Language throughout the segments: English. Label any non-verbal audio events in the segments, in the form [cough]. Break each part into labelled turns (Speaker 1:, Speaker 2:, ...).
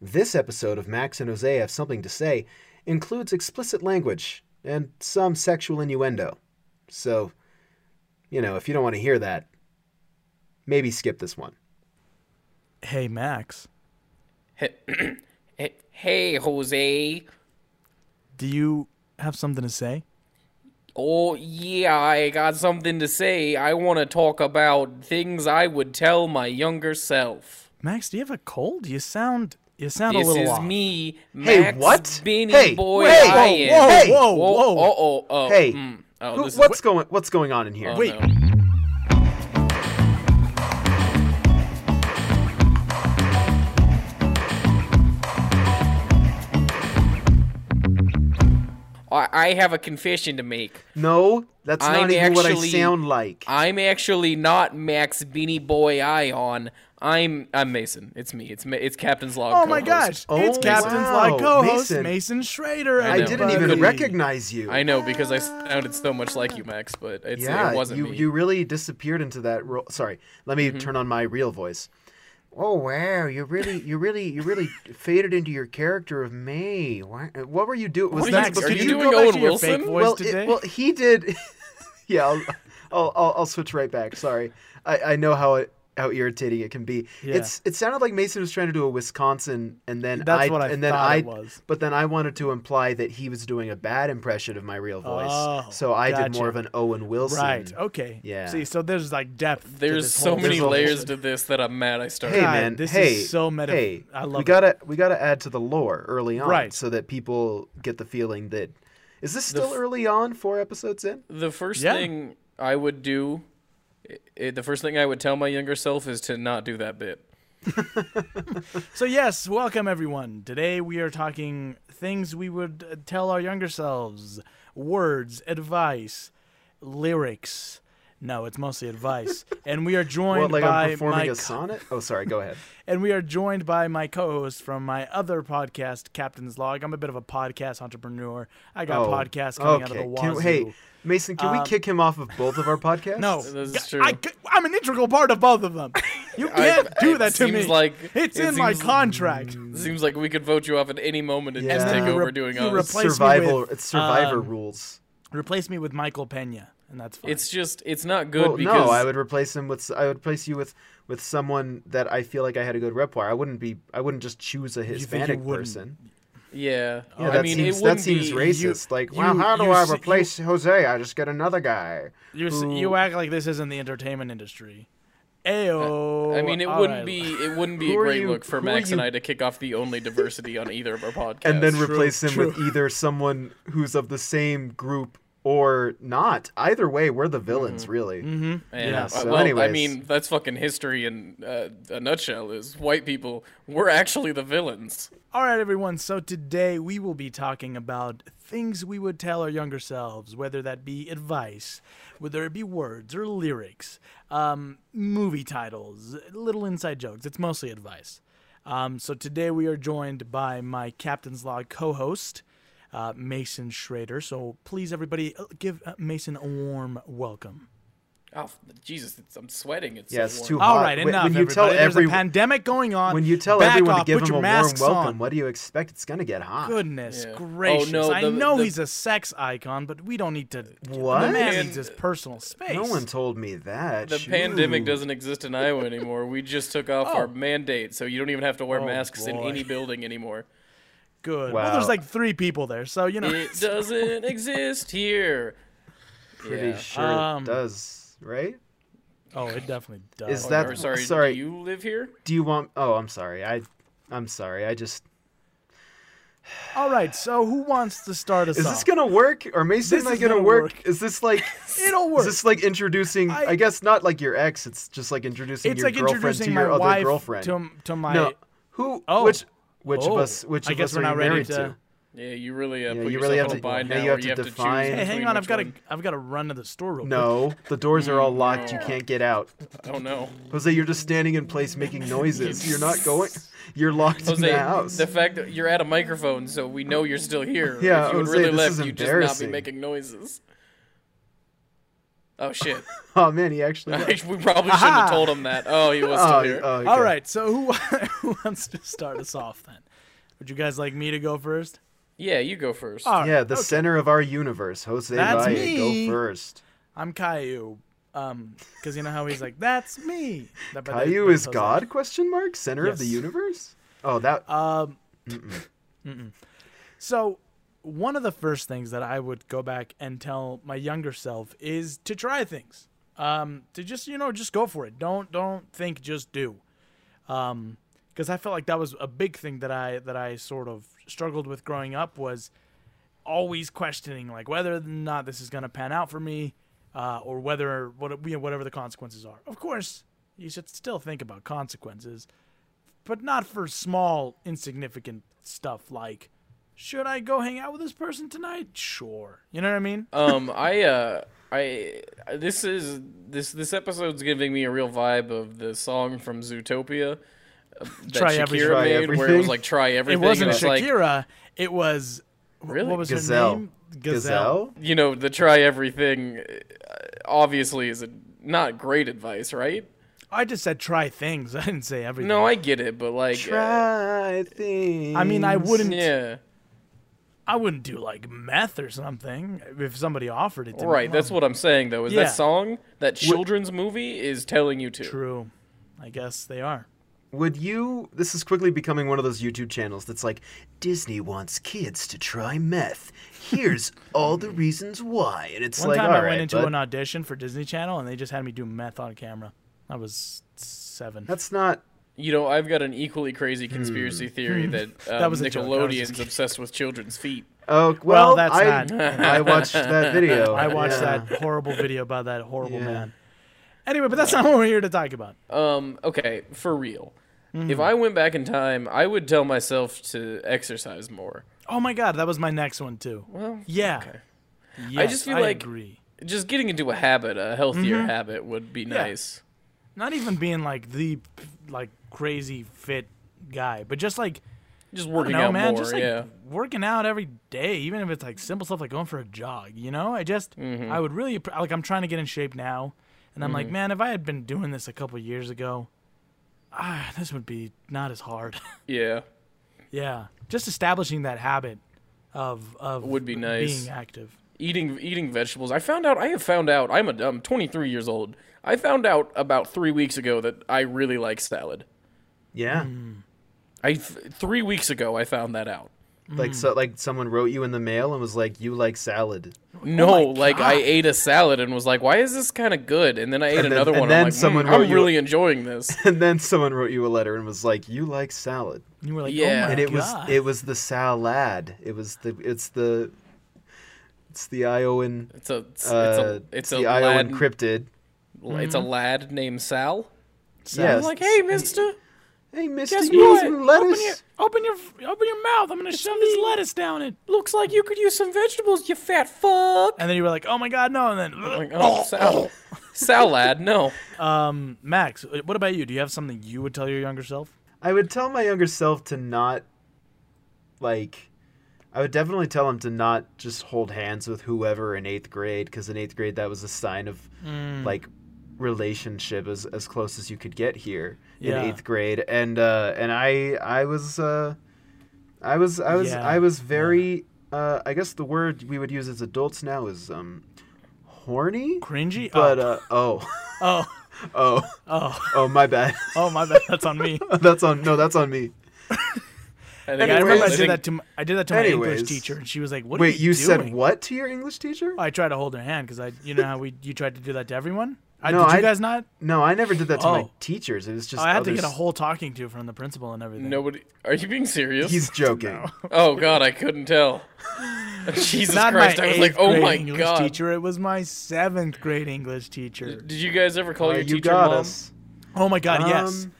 Speaker 1: This episode of Max and Jose Have Something to Say includes explicit language and some sexual innuendo. So, you know, if you don't want to hear that, maybe skip this one.
Speaker 2: Hey, Max,
Speaker 3: Hey- Hey, Jose.
Speaker 2: do you have something to say?
Speaker 3: Oh, yeah, I got something to say. I want to talk about things I would tell my younger self.
Speaker 2: Max, do you have a cold? You sound you sound a
Speaker 3: This
Speaker 2: little
Speaker 3: is
Speaker 2: off.
Speaker 3: me,
Speaker 1: Hey,
Speaker 3: Max
Speaker 1: what?
Speaker 3: Benny
Speaker 1: Hey,
Speaker 3: Boy
Speaker 1: wait,
Speaker 3: I
Speaker 1: whoa,
Speaker 3: am.
Speaker 1: Hey!
Speaker 2: whoa,
Speaker 3: Whoa,
Speaker 2: whoa, whoa.
Speaker 3: oh, oh, oh.
Speaker 1: Hey,
Speaker 3: mm. oh,
Speaker 1: who-
Speaker 3: this is-
Speaker 1: what's going what's going on in here?
Speaker 3: oh,
Speaker 2: Wait.
Speaker 3: no. I I have a confession to make.
Speaker 1: No, that's not
Speaker 3: I'm
Speaker 1: even what I
Speaker 3: actually-
Speaker 1: sound like.
Speaker 3: I'm actually not Max Beanie Boy Ion. I'm I'm Mason. It's me. It's Ma- it's Captain's log.
Speaker 2: Oh my gosh!
Speaker 3: co-host.
Speaker 1: Oh,
Speaker 2: it's Captain's
Speaker 1: wow,
Speaker 2: Log co-host
Speaker 1: Mason.
Speaker 2: Mason, Schrader.
Speaker 3: I
Speaker 1: I
Speaker 3: know.
Speaker 1: didn't
Speaker 3: I
Speaker 1: even
Speaker 3: couldn't-
Speaker 1: recognize you.
Speaker 3: I know because I sounded so much like you, Max, but it's,
Speaker 1: yeah,
Speaker 3: it wasn't
Speaker 1: you
Speaker 3: me.
Speaker 1: you really disappeared into that role. Sorry, let
Speaker 2: Mm-hmm.
Speaker 1: me turn on my real voice. Oh wow, you really, you really, you really faded into your character of May. What, what were you doing? Was
Speaker 3: are
Speaker 1: that
Speaker 2: Max,
Speaker 3: are
Speaker 2: could
Speaker 1: before-
Speaker 3: you
Speaker 2: you go
Speaker 3: doing
Speaker 2: back
Speaker 3: Owen
Speaker 2: to your
Speaker 3: Wilson?
Speaker 2: fake voice
Speaker 3: Well,
Speaker 1: well, it-
Speaker 2: today?
Speaker 1: well, he did. [laughs] yeah, I'll, I'll, I'll I'll switch right back. Sorry, I, I know how it how irritating it can be.
Speaker 2: Yeah.
Speaker 1: It's it sounded like Mason was trying to do a Wisconsin, and then I,
Speaker 2: That's what I
Speaker 1: and then
Speaker 2: thought
Speaker 1: I
Speaker 2: it was.
Speaker 1: but then I wanted to imply that he was doing a bad impression of my real voice,
Speaker 2: Oh,
Speaker 1: so I did more
Speaker 2: gotcha.
Speaker 1: of an Owen Wilson.
Speaker 2: right. Okay.
Speaker 1: Yeah.
Speaker 2: See, so there's like depth. to
Speaker 3: There's
Speaker 2: this
Speaker 3: so
Speaker 2: whole
Speaker 3: many
Speaker 2: situation.
Speaker 3: layers to this that I'm mad I started.
Speaker 1: Hey
Speaker 2: God,
Speaker 1: man,
Speaker 2: this
Speaker 1: hey,
Speaker 2: is so meta-
Speaker 1: Hey,
Speaker 2: I
Speaker 1: we
Speaker 2: love it.
Speaker 1: gotta we gotta add to the lore early on,
Speaker 2: Right.
Speaker 1: So that people get the feeling that is this still early on? Four episodes in.
Speaker 3: The first
Speaker 2: Yeah.
Speaker 3: thing I would do, i i- the first thing I would tell my younger self is to not do that bit.
Speaker 2: So yes, welcome everyone. Today we are talking things we would uh, tell our younger selves, words, advice, lyrics. No, it's
Speaker 1: [laughs]
Speaker 2: mostly advice. and we are joined
Speaker 1: What, like
Speaker 2: by
Speaker 1: I'm performing
Speaker 2: my
Speaker 1: a sonnet? Oh, sorry. Go
Speaker 2: [laughs]
Speaker 1: ahead.
Speaker 2: and we are joined by my co-host from my other podcast, Captain's Log. I'm a bit of a podcast entrepreneur. I got
Speaker 1: Oh,
Speaker 2: podcasts coming out of the
Speaker 1: okay. Can-
Speaker 2: wazoo. Um,
Speaker 1: hey, Mason, can we kick him off of both
Speaker 2: [laughs]
Speaker 1: of our podcasts?
Speaker 2: No,
Speaker 3: This is
Speaker 2: g-
Speaker 3: true.
Speaker 2: I, am an integral part of both of
Speaker 3: [laughs]
Speaker 2: them. You can't do
Speaker 3: it
Speaker 2: that to
Speaker 3: seems
Speaker 2: me.
Speaker 3: like-
Speaker 2: it's
Speaker 3: it
Speaker 2: in my
Speaker 3: seems-
Speaker 2: contract.
Speaker 3: Seems like we could vote you off at any moment and just
Speaker 1: Mm. Yeah.
Speaker 3: take
Speaker 1: And then you
Speaker 3: over
Speaker 2: rep-
Speaker 3: doing
Speaker 2: you
Speaker 3: us.
Speaker 2: replace me
Speaker 1: survival.
Speaker 2: with,
Speaker 1: it's survivor
Speaker 2: um,
Speaker 1: rules.
Speaker 2: Replace me with Michael Pena, and that's fine.
Speaker 3: it's just it's not good
Speaker 1: Well,
Speaker 3: because
Speaker 1: no, I would replace him with. I would replace you with with someone that I feel like I had a good repertoire. I wouldn't be. I wouldn't just choose a
Speaker 2: you
Speaker 1: Hispanic
Speaker 2: wouldn't?
Speaker 1: person.
Speaker 3: yeah.
Speaker 1: Yeah,
Speaker 3: I
Speaker 1: that
Speaker 3: mean
Speaker 1: seems
Speaker 3: it
Speaker 1: that
Speaker 3: wouldn't
Speaker 1: seems
Speaker 3: be,
Speaker 1: racist. like, well,
Speaker 2: you-
Speaker 1: how do
Speaker 2: you
Speaker 1: I
Speaker 2: s- you-
Speaker 1: replace Jose? I just get another guy.
Speaker 2: you s-
Speaker 1: who-
Speaker 2: you act like this isn't the entertainment industry. Ayo.
Speaker 3: I mean, it
Speaker 2: All
Speaker 3: wouldn't
Speaker 2: right.
Speaker 3: be it wouldn't be
Speaker 1: Who
Speaker 3: a
Speaker 1: are
Speaker 3: great
Speaker 1: you-
Speaker 3: look for
Speaker 1: who are
Speaker 3: Max and
Speaker 1: you-
Speaker 3: I to kick off the only diversity on either of our
Speaker 1: [laughs]
Speaker 3: podcasts.
Speaker 1: and then
Speaker 2: true,
Speaker 1: replace him with
Speaker 2: true.
Speaker 1: either someone who's of the same group or not. Either way, we're the villains, really.
Speaker 3: Yeah.
Speaker 2: Yeah,
Speaker 3: uh,
Speaker 1: so
Speaker 3: well, I
Speaker 1: anyways.
Speaker 3: mean, that's fucking history in uh, a nutshell. Is white people were actually the villains.
Speaker 2: All right, everyone. So today we will be talking about things we would tell our younger selves, whether that be advice, whether it be words or lyrics, um, movie titles, little inside jokes. It's mostly advice. Um, so today we are joined by my Captain's Log co-host, uh, Mason Schrader. So please, everybody, uh, give uh, Mason a warm welcome.
Speaker 3: Oh Jesus, it's, I'm sweating. It's
Speaker 1: Yeah,
Speaker 3: so
Speaker 1: it's
Speaker 3: warm. Ah,
Speaker 1: too hot.
Speaker 2: All right,
Speaker 1: When-
Speaker 2: enough.
Speaker 1: when you tell
Speaker 2: everybody. There's
Speaker 1: every-
Speaker 2: a pandemic going on.
Speaker 1: when you tell
Speaker 2: Back
Speaker 1: everyone to
Speaker 2: off.
Speaker 1: give
Speaker 2: Put
Speaker 1: him
Speaker 2: your
Speaker 1: a warm
Speaker 2: masks
Speaker 1: welcome,
Speaker 2: on.
Speaker 1: what do you expect? It's gonna get hot.
Speaker 2: Goodness
Speaker 3: Yeah. Oh,
Speaker 2: gracious!
Speaker 3: no,
Speaker 2: I
Speaker 3: the-
Speaker 2: know
Speaker 3: the-
Speaker 2: he's a sex icon, but we don't need to.
Speaker 1: What?
Speaker 2: The man
Speaker 3: And-
Speaker 2: needs his personal space.
Speaker 1: No one told me that.
Speaker 3: The
Speaker 1: Shoo.
Speaker 3: pandemic doesn't exist in Iowa anymore. We just took off
Speaker 2: Oh.
Speaker 3: our mandate, so you don't even have to wear
Speaker 1: Oh,
Speaker 3: masks in
Speaker 2: boy.
Speaker 3: any
Speaker 1: [laughs]
Speaker 3: building anymore.
Speaker 2: good.
Speaker 1: Wow.
Speaker 2: Well, there's like three people there, so you know.
Speaker 3: It doesn't exist here.
Speaker 1: Pretty
Speaker 3: Yeah.
Speaker 1: sure
Speaker 2: Um,
Speaker 1: it does, right?
Speaker 2: oh, it definitely does.
Speaker 1: Is
Speaker 3: Oh,
Speaker 1: that-
Speaker 3: or sorry,
Speaker 1: sorry.
Speaker 3: Do you live here?
Speaker 1: Do you want? Oh, I'm sorry. I, I'm sorry. I just.
Speaker 2: All right, so who wants to start us
Speaker 1: Is
Speaker 2: off?
Speaker 1: this gonna work? Or Mason
Speaker 2: This
Speaker 1: and I
Speaker 2: is
Speaker 1: gonna
Speaker 2: gonna
Speaker 1: work?
Speaker 2: work.
Speaker 1: Is this
Speaker 2: [laughs]
Speaker 1: like?
Speaker 2: It'll
Speaker 1: Is
Speaker 2: work.
Speaker 1: this like introducing? I,
Speaker 2: I-
Speaker 1: guess not like your ex. It's just like introducing
Speaker 2: it's
Speaker 1: your
Speaker 2: like
Speaker 1: girlfriend
Speaker 2: introducing
Speaker 1: to
Speaker 2: my
Speaker 1: your other
Speaker 2: wife
Speaker 1: girlfriend.
Speaker 2: to to my.
Speaker 1: no, who?
Speaker 2: Oh.
Speaker 1: Which? Which
Speaker 2: Oh.
Speaker 1: of us? Which
Speaker 2: I
Speaker 1: of
Speaker 2: guess
Speaker 1: us
Speaker 2: we're
Speaker 1: are
Speaker 2: not
Speaker 1: you
Speaker 2: ready
Speaker 1: married
Speaker 2: to-
Speaker 1: to?
Speaker 3: Yeah, you really uh,
Speaker 1: Yeah,
Speaker 3: put
Speaker 1: you
Speaker 3: yourself
Speaker 1: really have
Speaker 3: in
Speaker 1: to-
Speaker 3: a bind
Speaker 1: now
Speaker 3: now.
Speaker 1: you
Speaker 3: where
Speaker 1: have to
Speaker 3: choose
Speaker 1: define-
Speaker 2: Hey, hang
Speaker 3: between
Speaker 2: on!
Speaker 3: which
Speaker 2: I've got to
Speaker 3: one.
Speaker 2: I've got to run to the store real quick.
Speaker 1: No, the doors are all locked. You can't get out. [laughs]
Speaker 3: Oh no.
Speaker 1: Jose, you're just standing in place making noises. You're not going. You're locked in
Speaker 3: Jose,
Speaker 1: the house.
Speaker 3: the fact that you're at a microphone, so we know you're still here.
Speaker 1: Yeah,
Speaker 3: if you would
Speaker 1: Jose,
Speaker 3: really
Speaker 1: this
Speaker 3: left,
Speaker 1: is
Speaker 3: you'd just not be
Speaker 1: embarrassing.
Speaker 3: making noises. Oh shit!
Speaker 1: Oh man, he actually. was.
Speaker 3: [laughs] we probably shouldn't have told him that. Oh, he was still
Speaker 1: Oh,
Speaker 3: here.
Speaker 1: oh, okay.
Speaker 2: All right, so who, [laughs] who wants to start us off then? Would you guys like me to go first?
Speaker 3: yeah, you go first.
Speaker 2: All right,
Speaker 1: Yeah, the
Speaker 2: okay.
Speaker 1: center of our universe, Jose
Speaker 2: That's
Speaker 1: Valle.
Speaker 2: me.
Speaker 1: Go first.
Speaker 2: I'm Caillou. Um, because you know how he's like, that's me. That- but
Speaker 1: Caillou
Speaker 2: that-
Speaker 1: is
Speaker 2: that's-
Speaker 1: God? Question mark. Center of the
Speaker 2: Yes.
Speaker 1: universe. Oh, that.
Speaker 2: Um, mm-mm. So, one of the first things that I would go back and tell my younger self is to try things. Um, to just you know just go for it. Don't don't think, just do. Um, because I felt like that was a big thing that I that I sort of struggled with growing up was always questioning like whether or not this is going to pan out for me uh, or whether what you know, whatever the consequences are. Of course, you should still think about consequences, but not for small insignificant stuff like should I go hang out with this person tonight? Sure. You know what I mean?
Speaker 3: um, I uh, I this is this this episode's giving me a real vibe of the song from Zootopia. uh, That
Speaker 2: Try
Speaker 3: Shakira
Speaker 2: everything.
Speaker 1: Try
Speaker 3: made, where it was
Speaker 1: everything.
Speaker 3: like try
Speaker 2: It
Speaker 3: everything.
Speaker 2: wasn't
Speaker 3: and it's like,
Speaker 2: Shakira. it was wh-
Speaker 3: Really?
Speaker 2: what was her
Speaker 1: Gazelle.
Speaker 2: name?
Speaker 1: Gazelle?
Speaker 3: you know, the try everything uh, obviously is a, not great advice, right?
Speaker 2: I just said try things. [laughs] I didn't say everything.
Speaker 3: No, I get it, but like, uh,
Speaker 1: Try things.
Speaker 2: I mean, I wouldn't.
Speaker 3: Mm, yeah,
Speaker 2: I wouldn't do like meth or something if somebody offered it to me.
Speaker 3: right. That's what I'm saying though. Is
Speaker 2: Yeah.
Speaker 3: that song that children's movie is telling you to?
Speaker 2: True. I guess they are.
Speaker 1: Would you? This is quickly becoming one of those YouTube channels that's like Disney wants kids to try meth. Here's all the reasons why, and it's
Speaker 2: One
Speaker 1: like,
Speaker 2: time
Speaker 1: all
Speaker 2: I
Speaker 1: right,
Speaker 2: went into
Speaker 1: bud,
Speaker 2: an audition for Disney Channel and they just had me do meth on camera. I was seven.
Speaker 1: that's not.
Speaker 3: You know, I've got an equally crazy conspiracy theory that, um,
Speaker 2: Hmm. [laughs] That was a joke. I was
Speaker 3: Nickelodeon's
Speaker 2: just-
Speaker 3: obsessed with children's feet.
Speaker 1: Oh
Speaker 2: Well,
Speaker 1: well,
Speaker 2: that's
Speaker 1: I,
Speaker 2: not- [laughs]
Speaker 1: I watched that video.
Speaker 2: I watched
Speaker 1: yeah.
Speaker 2: that horrible video about that horrible
Speaker 1: Yeah.
Speaker 2: man. Anyway, but that's not what we're here to talk about.
Speaker 3: Um, okay, for real. If
Speaker 2: Hmm.
Speaker 3: I went back in time, I would tell myself to exercise more.
Speaker 2: Oh my god, that was my next one too.
Speaker 3: Well,
Speaker 2: Yeah.
Speaker 3: okay.
Speaker 2: Yes,
Speaker 3: just feel like-
Speaker 2: agree.
Speaker 3: just getting into a habit, a healthier
Speaker 2: Mm-hmm.
Speaker 3: habit would be nice.
Speaker 2: Not even being like the like crazy fit guy, but just like
Speaker 3: Just
Speaker 2: I
Speaker 3: working
Speaker 2: don't know,
Speaker 3: out
Speaker 2: man,
Speaker 3: more,
Speaker 2: just like
Speaker 3: yeah.
Speaker 2: working out every day, even if it's like simple stuff like going for a jog. You know, I just
Speaker 3: Mm-hmm.
Speaker 2: I would really appre- like I'm trying to get in shape now, and I'm like, man, if I had been doing this a couple years ago, ah, this would be not as hard. [laughs]
Speaker 3: Yeah.
Speaker 2: yeah, just establishing that habit of of
Speaker 3: Would be
Speaker 2: b-
Speaker 3: nice.
Speaker 2: being active.
Speaker 3: Eating eating vegetables. I found out I have found out I'm a I'm 23 years old. I found out about 3 weeks ago that I really like salad.
Speaker 1: Yeah,
Speaker 2: Mm,
Speaker 3: I th- 3 weeks ago I found that out.
Speaker 2: mm.
Speaker 1: like so, like someone wrote you in the mail and was like, "You like salad." [laughs]
Speaker 3: No,
Speaker 2: my
Speaker 3: like I
Speaker 2: God.
Speaker 3: ate a salad and was like, "Why is this kind of good?" And then I ate
Speaker 1: then-
Speaker 3: another
Speaker 1: and
Speaker 3: one.
Speaker 1: then
Speaker 3: I'm like,
Speaker 1: someone
Speaker 3: "Mm,
Speaker 1: wrote
Speaker 3: I'm
Speaker 1: you-
Speaker 3: really enjoying this.
Speaker 1: And then someone wrote you a letter and was like, "You like salad."
Speaker 2: And you were like,
Speaker 3: Yeah.
Speaker 2: oh my
Speaker 1: and it
Speaker 2: god,
Speaker 1: was it was the salad. It was the it's the it's the Iowan
Speaker 3: It's a it's,
Speaker 1: uh,
Speaker 3: a it's a
Speaker 1: the Iowan
Speaker 3: lad
Speaker 1: cryptid.
Speaker 3: it's a lad named Sal.
Speaker 1: yes.
Speaker 3: I'm like, "Hey, Mister,
Speaker 1: Hey, Mister,
Speaker 3: guess
Speaker 1: you
Speaker 3: what?
Speaker 1: want some lettuce?
Speaker 2: open your open your open your mouth. I'm gonna shove this lettuce down it.
Speaker 3: looks like you could use some vegetables, you fat fuck."
Speaker 2: And then you were like, oh my god, no. And then
Speaker 3: I'm like, "Oh, Sal, Sal, lad, no."
Speaker 2: [laughs] Um, Max, what about you? Do you have something you would tell your younger self?
Speaker 1: I would tell my younger self to not like I would definitely tell him to not just hold hands with whoever in 8th grade cuz in 8th grade that was a sign of
Speaker 2: Mm.
Speaker 1: like relationship as as close as you could get here
Speaker 2: Yeah.
Speaker 1: in 8th grade and uh and I I was uh I was I was
Speaker 2: Yeah,
Speaker 1: I was very uh I guess the word we would use as adults now is um horny
Speaker 2: Cringy?
Speaker 1: but
Speaker 2: oh,
Speaker 1: uh oh [laughs]
Speaker 2: oh,
Speaker 1: oh
Speaker 2: oh,
Speaker 1: oh my bad [laughs]
Speaker 2: oh, my bad. That's on me.
Speaker 1: that's on no that's on me
Speaker 3: I think
Speaker 2: Like, I remember I
Speaker 1: Anyways.
Speaker 2: did that to my, I did that to my English
Speaker 1: Anyways.
Speaker 2: teacher, and she was like, "What are
Speaker 1: Wait,
Speaker 2: you,
Speaker 1: you said
Speaker 2: doing?"
Speaker 1: what to your English teacher?
Speaker 2: I tried to hold her hand because I, you know how we you tried to do that to everyone. I,
Speaker 1: No,
Speaker 2: did you
Speaker 1: I-
Speaker 2: guys not?
Speaker 1: No, I never did that to my
Speaker 2: Oh.
Speaker 1: teachers. It was just.
Speaker 2: Oh, I had to
Speaker 1: others-
Speaker 2: get a whole talking to from the principal and everything.
Speaker 3: Nobody, are you being serious?
Speaker 1: He's
Speaker 2: [laughs]
Speaker 1: joking.
Speaker 3: Oh God, I couldn't tell. Jesus
Speaker 2: not
Speaker 3: Christ,
Speaker 2: my
Speaker 3: I was like,
Speaker 2: eighth
Speaker 3: "Oh
Speaker 2: grade
Speaker 3: my
Speaker 2: English
Speaker 3: God."
Speaker 2: teacher. It was my seventh grade English teacher.
Speaker 3: Did you guys ever call
Speaker 1: Uh,
Speaker 3: your
Speaker 1: you
Speaker 3: teacher
Speaker 1: got
Speaker 3: mom?
Speaker 1: us.
Speaker 2: Oh my god, yes.
Speaker 1: Um,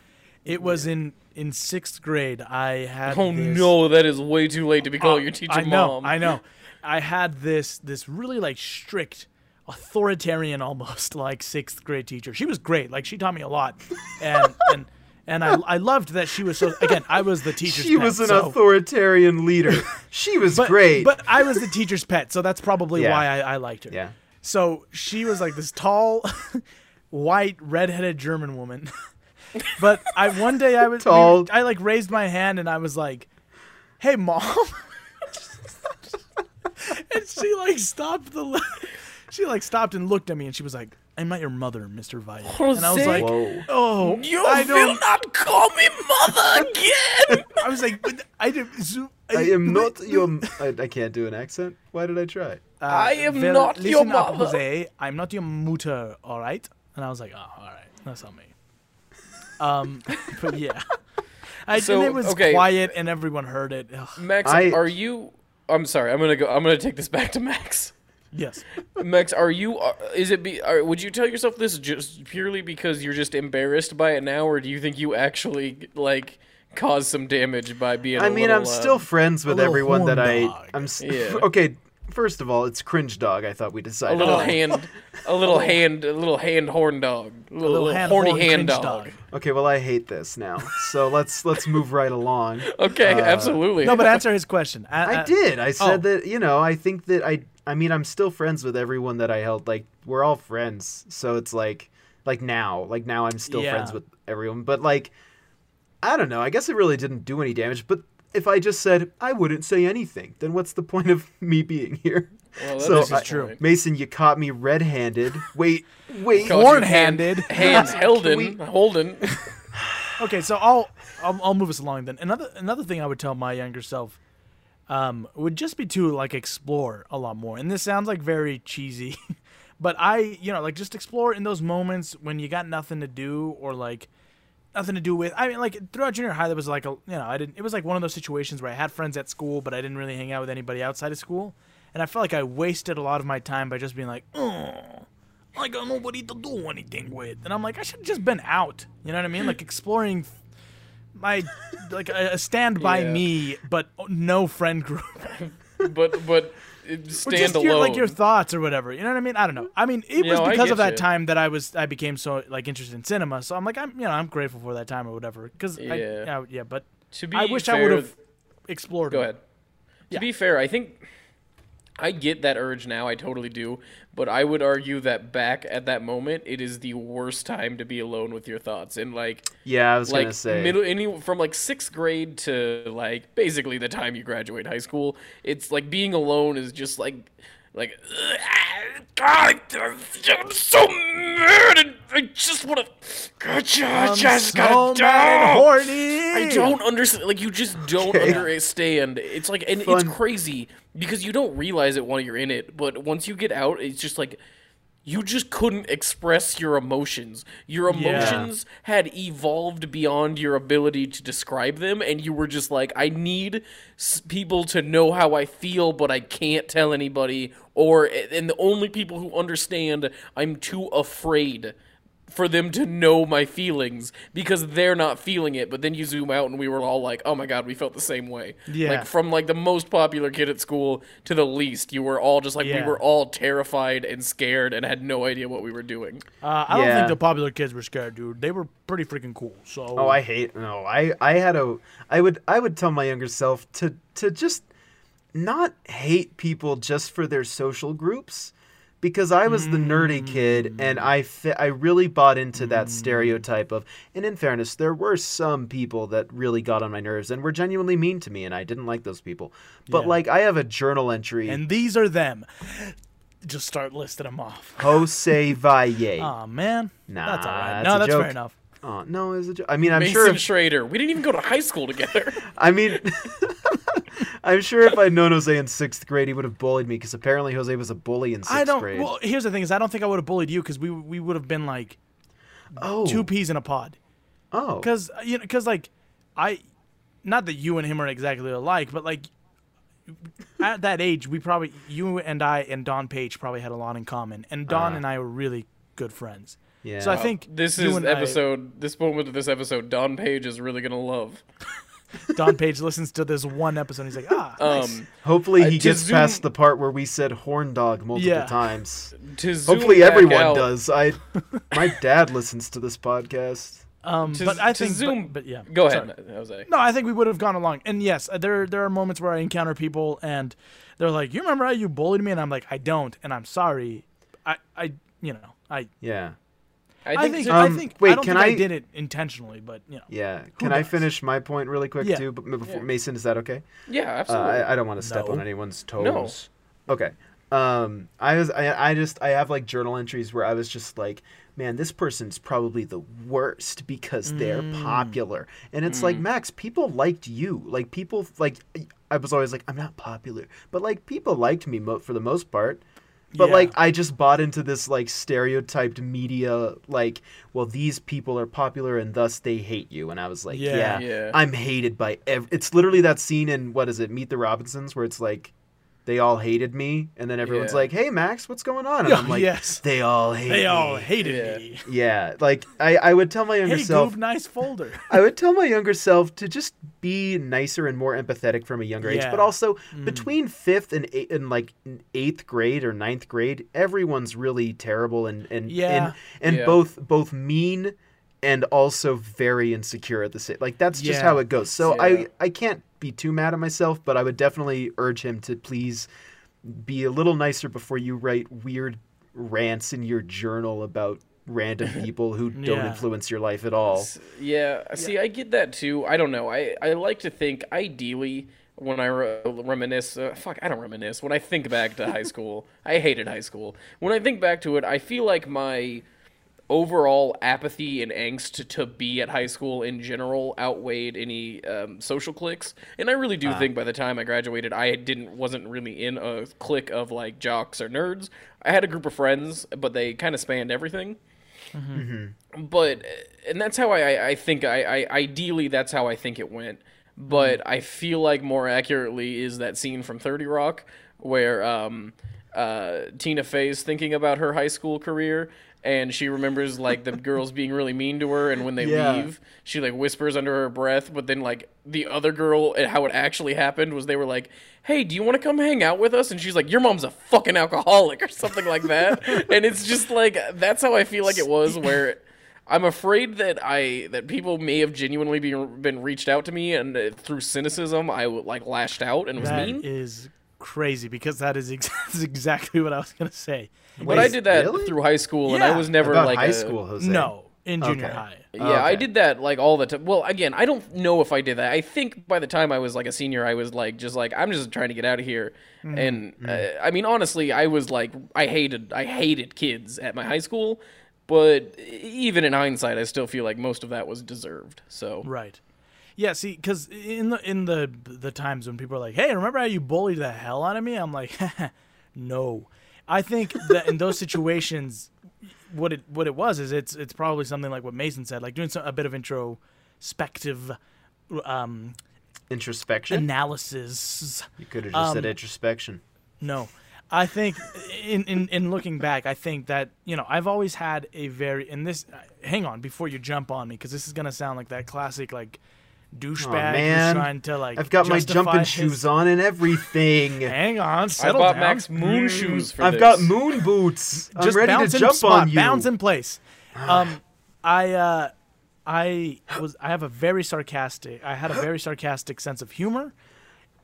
Speaker 2: It was in in sixth grade. I had
Speaker 3: Oh
Speaker 2: this-
Speaker 3: no, that is way too late to be calling
Speaker 2: Uh,
Speaker 3: your teacher
Speaker 2: I know,
Speaker 3: mom.
Speaker 2: I know. I had this this really like strict, authoritarian almost [laughs] like sixth grade teacher. She was great. Like she taught me a lot,
Speaker 3: [laughs]
Speaker 2: and and and I I loved that she was so. Again, I was the teacher's.
Speaker 1: [laughs] She
Speaker 2: pet,
Speaker 1: was an
Speaker 2: so- [laughs]
Speaker 1: authoritarian leader. She was
Speaker 2: but,
Speaker 1: great.
Speaker 2: But I was the teacher's pet, so that's probably
Speaker 1: Yeah.
Speaker 2: why I, I liked her.
Speaker 1: yeah.
Speaker 2: So she was like this tall, [laughs] white, redheaded German woman. [laughs] but I one day I was we-
Speaker 1: Tall.
Speaker 2: I like raised my hand and I was like, "Hey, mom." [laughs] and she like stopped the she like stopped and looked at me and she was like, "I'm not your mother, Mr. Vite." And I was [laughs]
Speaker 3: Jose.
Speaker 2: like, [laughs]
Speaker 1: Whoa.
Speaker 2: "Oh,
Speaker 3: You
Speaker 2: I
Speaker 3: will
Speaker 2: don't
Speaker 3: not call me mother again.
Speaker 2: I was like, "But I did so-
Speaker 1: I am not
Speaker 2: [laughs]
Speaker 1: your. I, I can't do an accent. Why did I try?
Speaker 2: Uh,
Speaker 3: I am
Speaker 2: well,
Speaker 3: not
Speaker 2: listen
Speaker 3: your
Speaker 2: up,
Speaker 3: mother.
Speaker 2: Jose. I'm not your mutter, all right? And I was like, oh, all right, that's not me. Um, [laughs] but yeah, I,
Speaker 3: So,
Speaker 2: and it was
Speaker 3: okay.
Speaker 2: quiet and everyone heard it. Ugh,
Speaker 3: [laughs] Max,
Speaker 1: I-
Speaker 3: are you? I'm sorry. I'm gonna go. I'm gonna take this back to Max.
Speaker 2: yes,
Speaker 3: Max, are you? Are, is it? Be, are, would you tell yourself this just purely because you're just embarrassed by it now, or do you think you actually like caused some damage by being? uh, I
Speaker 1: I mean, I'm still friends with
Speaker 2: uh, little
Speaker 1: everyone that
Speaker 2: horn
Speaker 1: I.
Speaker 2: dog.
Speaker 1: I'm. s-
Speaker 3: Yeah.
Speaker 1: [laughs] Okay. First of all, it's cringe dog. I thought we
Speaker 3: a
Speaker 1: decided.
Speaker 3: little
Speaker 1: on.
Speaker 3: hand, a little hand, a little hand horn dog, a little,
Speaker 2: little hand
Speaker 3: horny
Speaker 2: horn
Speaker 3: hand
Speaker 2: cringe
Speaker 3: dog.
Speaker 2: dog.
Speaker 1: Okay. Well, I hate this now. So let's let's move right along.
Speaker 3: Okay, absolutely.
Speaker 2: No, but answer his question. I,
Speaker 1: I
Speaker 2: I-
Speaker 1: did. I said
Speaker 2: oh.
Speaker 1: that, you know, I think that I I mean, I'm still friends with everyone that I held like we're all friends. So it's like like now, like now I'm still
Speaker 2: Yeah.
Speaker 1: friends with everyone, but like I don't know. I guess it really didn't do any damage, but if I just said I wouldn't say anything, then what's the point of [laughs] me being here?
Speaker 3: Well, that
Speaker 1: so
Speaker 3: is
Speaker 1: I-
Speaker 2: true.
Speaker 1: Mason, you caught me red-handed. Wait, wait.
Speaker 3: Caught you
Speaker 2: Horn-handed.
Speaker 3: hand, hand
Speaker 1: Can
Speaker 3: Holden,
Speaker 1: we-
Speaker 3: Holden.
Speaker 2: Okay, so I'll, I'll I'll move us along then. Another another thing I would tell my younger self um, would just be to like explore a lot more. And this sounds like very cheesy, [laughs] but I you know like just explore in those moments when you got nothing to do or like nothing to do with. I mean like throughout junior high there was like a you know I didn't it was like one of those situations where I had friends at school but I didn't really hang out with anybody outside of school, and I felt like I wasted a lot of my time by just being like oh. I got nobody to do anything with. And I'm like, I should have just been out. You know what I mean? Like exploring my, like a, a stand by
Speaker 3: Yeah.
Speaker 2: me, but no friend group.
Speaker 3: but but
Speaker 2: Or
Speaker 3: stand
Speaker 2: just
Speaker 3: alone.
Speaker 2: your, like your thoughts or whatever. You know what I mean? I don't know. I mean, it
Speaker 3: You
Speaker 2: was
Speaker 3: know, I
Speaker 2: because of
Speaker 3: get
Speaker 2: that
Speaker 3: you.
Speaker 2: time that I was, I became so like interested in cinema. So I'm like, I'm, you know, I'm grateful for that time or whatever. Cause I,
Speaker 3: Yeah.
Speaker 2: yeah, yeah, but
Speaker 3: to be
Speaker 2: I wish I
Speaker 3: fair-
Speaker 2: would have explored.
Speaker 3: Go
Speaker 2: it.
Speaker 3: ahead. To be fair, I think I get that urge now. I totally do. But I would argue that back at that moment, it is the worst time to be alone with your thoughts. And like,
Speaker 1: Yeah, I was going
Speaker 3: like
Speaker 1: to say.
Speaker 3: middle any from like sixth grade to like basically the time you graduate high school, it's like being alone is just like like God, I'm so mad. and I just want to. God, I just
Speaker 2: so
Speaker 3: got
Speaker 2: mad and
Speaker 3: down.
Speaker 2: horny.
Speaker 3: I don't understand. Like you just don't
Speaker 1: Okay.
Speaker 3: understand. It's like and
Speaker 1: Fun.
Speaker 3: it's crazy because you don't realize it while you're in it, but once you get out, it's just like you just couldn't express your emotions. Your emotions had evolved beyond your ability to describe them, and you were just like, I need s- people to know how I feel, but I can't tell anybody. Or and the only people who understand, I'm too afraid for them to know my feelings because they're not feeling it. But then you zoom out, and we were all like, "Oh my god, we felt the same way."
Speaker 2: Yeah.
Speaker 3: Like from like the most popular kid at school to the least, you were all just like,
Speaker 2: Yeah.
Speaker 3: "We were all terrified and scared and had no idea what we were doing."
Speaker 2: Uh, I don't
Speaker 1: Yeah.
Speaker 2: think the popular kids were scared, dude. They were pretty freaking cool. So.
Speaker 1: Oh, I hate no. I I had a I would I would tell my younger self to to just not hate people just for their social groups because I was the nerdy kid and
Speaker 2: Mm.
Speaker 1: I fi- I really bought into that stereotype of and in fairness there were some people that really got on my nerves and were genuinely mean to me and I didn't like those people. But
Speaker 2: Yeah.
Speaker 1: like I have a journal entry
Speaker 2: and these are them. Just start listing them off. [laughs]
Speaker 1: Jose Valle.
Speaker 2: Aw man,
Speaker 1: Nah,
Speaker 2: that's all right.
Speaker 1: that's
Speaker 2: no,
Speaker 1: a
Speaker 2: that's
Speaker 1: joke.
Speaker 2: fair enough.
Speaker 1: oh, no, is it jo- I mean I'm
Speaker 3: Mason
Speaker 1: sure if-
Speaker 3: Schrader. We didn't even go to high
Speaker 2: [laughs]
Speaker 3: school together.
Speaker 1: I mean, [laughs] I'm sure if I'd known Jose in sixth grade, he would have bullied me because apparently Jose was a bully in sixth
Speaker 2: I don't.
Speaker 1: grade.
Speaker 2: Well, here's the thing: is I don't think I would have bullied you because we we would have been like
Speaker 1: oh,
Speaker 2: two peas in a pod.
Speaker 1: oh,
Speaker 2: Because uh, you know, because like I, not that you and him are exactly alike, but like at that age, we probably you and I and Don Page probably had a lot in common, and Don and I were really good friends.
Speaker 1: yeah.
Speaker 2: So I think
Speaker 3: Uh-huh. This
Speaker 2: you
Speaker 3: is
Speaker 2: and I-
Speaker 3: episode. [laughs] This moment of this episode, Don Page is really gonna love.
Speaker 2: Don Page listens to this one episode. And he's like, ah, nice.
Speaker 3: Um,
Speaker 1: hopefully
Speaker 3: uh,
Speaker 1: he
Speaker 3: to
Speaker 1: gets
Speaker 3: zoom-
Speaker 1: past the part where we said horn dog multiple
Speaker 2: Yeah. [laughs]
Speaker 1: times.
Speaker 3: to zoom
Speaker 1: Hopefully
Speaker 3: back
Speaker 1: everyone
Speaker 3: out-
Speaker 1: does. I, my dad listens to this podcast.
Speaker 2: um,
Speaker 3: To,
Speaker 2: but I
Speaker 3: to
Speaker 2: think, but-
Speaker 3: zoom.
Speaker 2: but, yeah,
Speaker 3: Go
Speaker 2: sorry.
Speaker 3: ahead, Jose.
Speaker 2: No, I think we would have gone along. And yes, uh, there there are moments where I encounter people and they're like, "You remember how you bullied me?" And I'm like, "I don't," and I'm sorry. I, I, you know, I,
Speaker 1: Yeah.
Speaker 2: I think,
Speaker 3: so.
Speaker 1: Um,
Speaker 2: I think,
Speaker 1: wait,
Speaker 2: I don't
Speaker 1: can
Speaker 2: think I...
Speaker 1: I-
Speaker 2: did it intentionally, but you know,
Speaker 1: Yeah. Can I
Speaker 2: knows?
Speaker 1: finish my point really quick
Speaker 2: Yeah.
Speaker 1: too? But before,
Speaker 3: Yeah.
Speaker 1: Mason, is that okay?
Speaker 3: yeah,
Speaker 1: Uh,
Speaker 3: absolutely.
Speaker 1: I, I don't want to step
Speaker 2: No.
Speaker 1: on anyone's toes. Okay. Um, I was I, I just I have like journal entries where I was just like, man, this person's probably the worst because they're
Speaker 2: Mm.
Speaker 1: popular, and it's like Max, people liked you, like people like I was always like I'm not popular, but like people liked me mo- for the most part. But
Speaker 2: Yeah.
Speaker 1: like I just bought into this like stereotyped media like well these people are popular and thus they hate you and I was like
Speaker 2: Yeah.
Speaker 1: yeah,
Speaker 3: Yeah.
Speaker 1: I'm hated by ev it's literally that scene in what is it Meet the Robinsons where it's like they all hated me and then everyone's
Speaker 3: Yeah.
Speaker 1: like hey Max what's going on and
Speaker 2: Yeah, [laughs]
Speaker 1: I'm like
Speaker 2: yes.
Speaker 1: they all hate
Speaker 2: they all
Speaker 1: me."
Speaker 2: hated
Speaker 3: Yeah.
Speaker 2: me.
Speaker 1: yeah like I I would tell my younger
Speaker 2: Hey,
Speaker 1: self
Speaker 2: Goob, nice folder.
Speaker 1: I would tell my younger self to just be nicer and more empathetic from a younger age,
Speaker 2: Yeah. Mm.
Speaker 1: but also between fifth and eight, and like eighth grade or ninth grade, everyone's really terrible and and
Speaker 2: Yeah.
Speaker 1: and, and
Speaker 3: Yeah.
Speaker 1: both both mean and also very insecure at the same. Like that's just
Speaker 2: Yeah.
Speaker 1: how it goes. So
Speaker 3: Yeah.
Speaker 1: I I can't be too mad at myself, but I would definitely urge him to please be a little nicer before you write weird rants in your journal about
Speaker 2: [laughs]
Speaker 1: random people who don't
Speaker 2: Yeah.
Speaker 1: influence your life at all.
Speaker 3: Yeah, see, I get that too. I don't know. I, I like to think, ideally, when I re- reminisce, uh, fuck, I don't reminisce. When I think back to high school, I hated high school. When I think back to it, I feel like my overall apathy and angst to be at high school in general outweighed any um, social cliques. And I really do think by the time I graduated, I didn't wasn't really in a clique of like jocks or nerds. I had a group of friends, but they kind of spanned everything but and that's how I- I I think I, I ideally that's how I think it went. But I feel like more accurately is that scene from Thirty Rock where um, uh, Tina Fey's thinking about her high school career and she remembers like the girls being really mean to her and when they
Speaker 1: Yeah.
Speaker 3: leave she like whispers under her breath but then like the other girl and how it actually happened was they were like hey do you want to come hang out with us and she's like your mom's a fucking alcoholic or something
Speaker 1: [laughs]
Speaker 3: like that and it's just like that's how i feel like it was where i'm afraid that i that people may have genuinely been, been reached out to me and uh, through cynicism i like lashed out and was
Speaker 2: That
Speaker 3: mean
Speaker 2: is crazy because that is ex- [laughs] that's exactly what I was gonna say.
Speaker 3: but i did that
Speaker 1: really?
Speaker 3: through high school and i
Speaker 2: Yeah.
Speaker 3: was never
Speaker 1: about
Speaker 3: like
Speaker 1: high
Speaker 3: a-
Speaker 1: school, Jose.
Speaker 2: No, in junior
Speaker 1: Oh, Okay.
Speaker 2: high.
Speaker 3: Yeah, I did that like all the time. Well, again, I don't know if I did that. I think by the time I was like a senior, I was like just like I'm just trying to get out of here.
Speaker 1: Mm-hmm,
Speaker 3: And uh, I mean, honestly, I was like I hated I hated kids at my high school, but e-, even in hindsight, I still feel like most of that was deserved. So
Speaker 2: Right. Yeah, see, because in the in the the times when people are like, "Hey, remember how you bullied the hell out of me?" I'm like, [laughs] "No." I think that in those situations, what it what it was is it's it's probably something like what Mason said, like doing some, a bit of introspective um,
Speaker 1: introspection.
Speaker 2: analysis.
Speaker 1: you could have just
Speaker 2: um,
Speaker 1: said introspection.
Speaker 2: No. I think in, in, in looking back, I think that, you know, I've always had a very, and this, hang on before you jump on me, because this is going to sound like that classic, like, douchebag who's
Speaker 1: man.
Speaker 2: trying to, like,
Speaker 1: I've got my
Speaker 2: justify
Speaker 1: jumping
Speaker 2: his-
Speaker 1: shoes on and
Speaker 2: [laughs]
Speaker 1: everything. [laughs]
Speaker 2: Hang on,
Speaker 3: I
Speaker 2: settle
Speaker 3: bought
Speaker 2: down.
Speaker 3: Max moon shoes for
Speaker 1: Mm-hmm. I've
Speaker 3: this.
Speaker 1: got moon boots. Mm. I'm
Speaker 2: Just
Speaker 1: ready
Speaker 2: bounce
Speaker 1: to
Speaker 2: in
Speaker 1: jump
Speaker 2: spot,
Speaker 1: on you.
Speaker 2: Bounce
Speaker 1: [sighs]
Speaker 2: in place. Um, I, uh, I was, I have a very sarcastic, I had a very sarcastic sense of humor,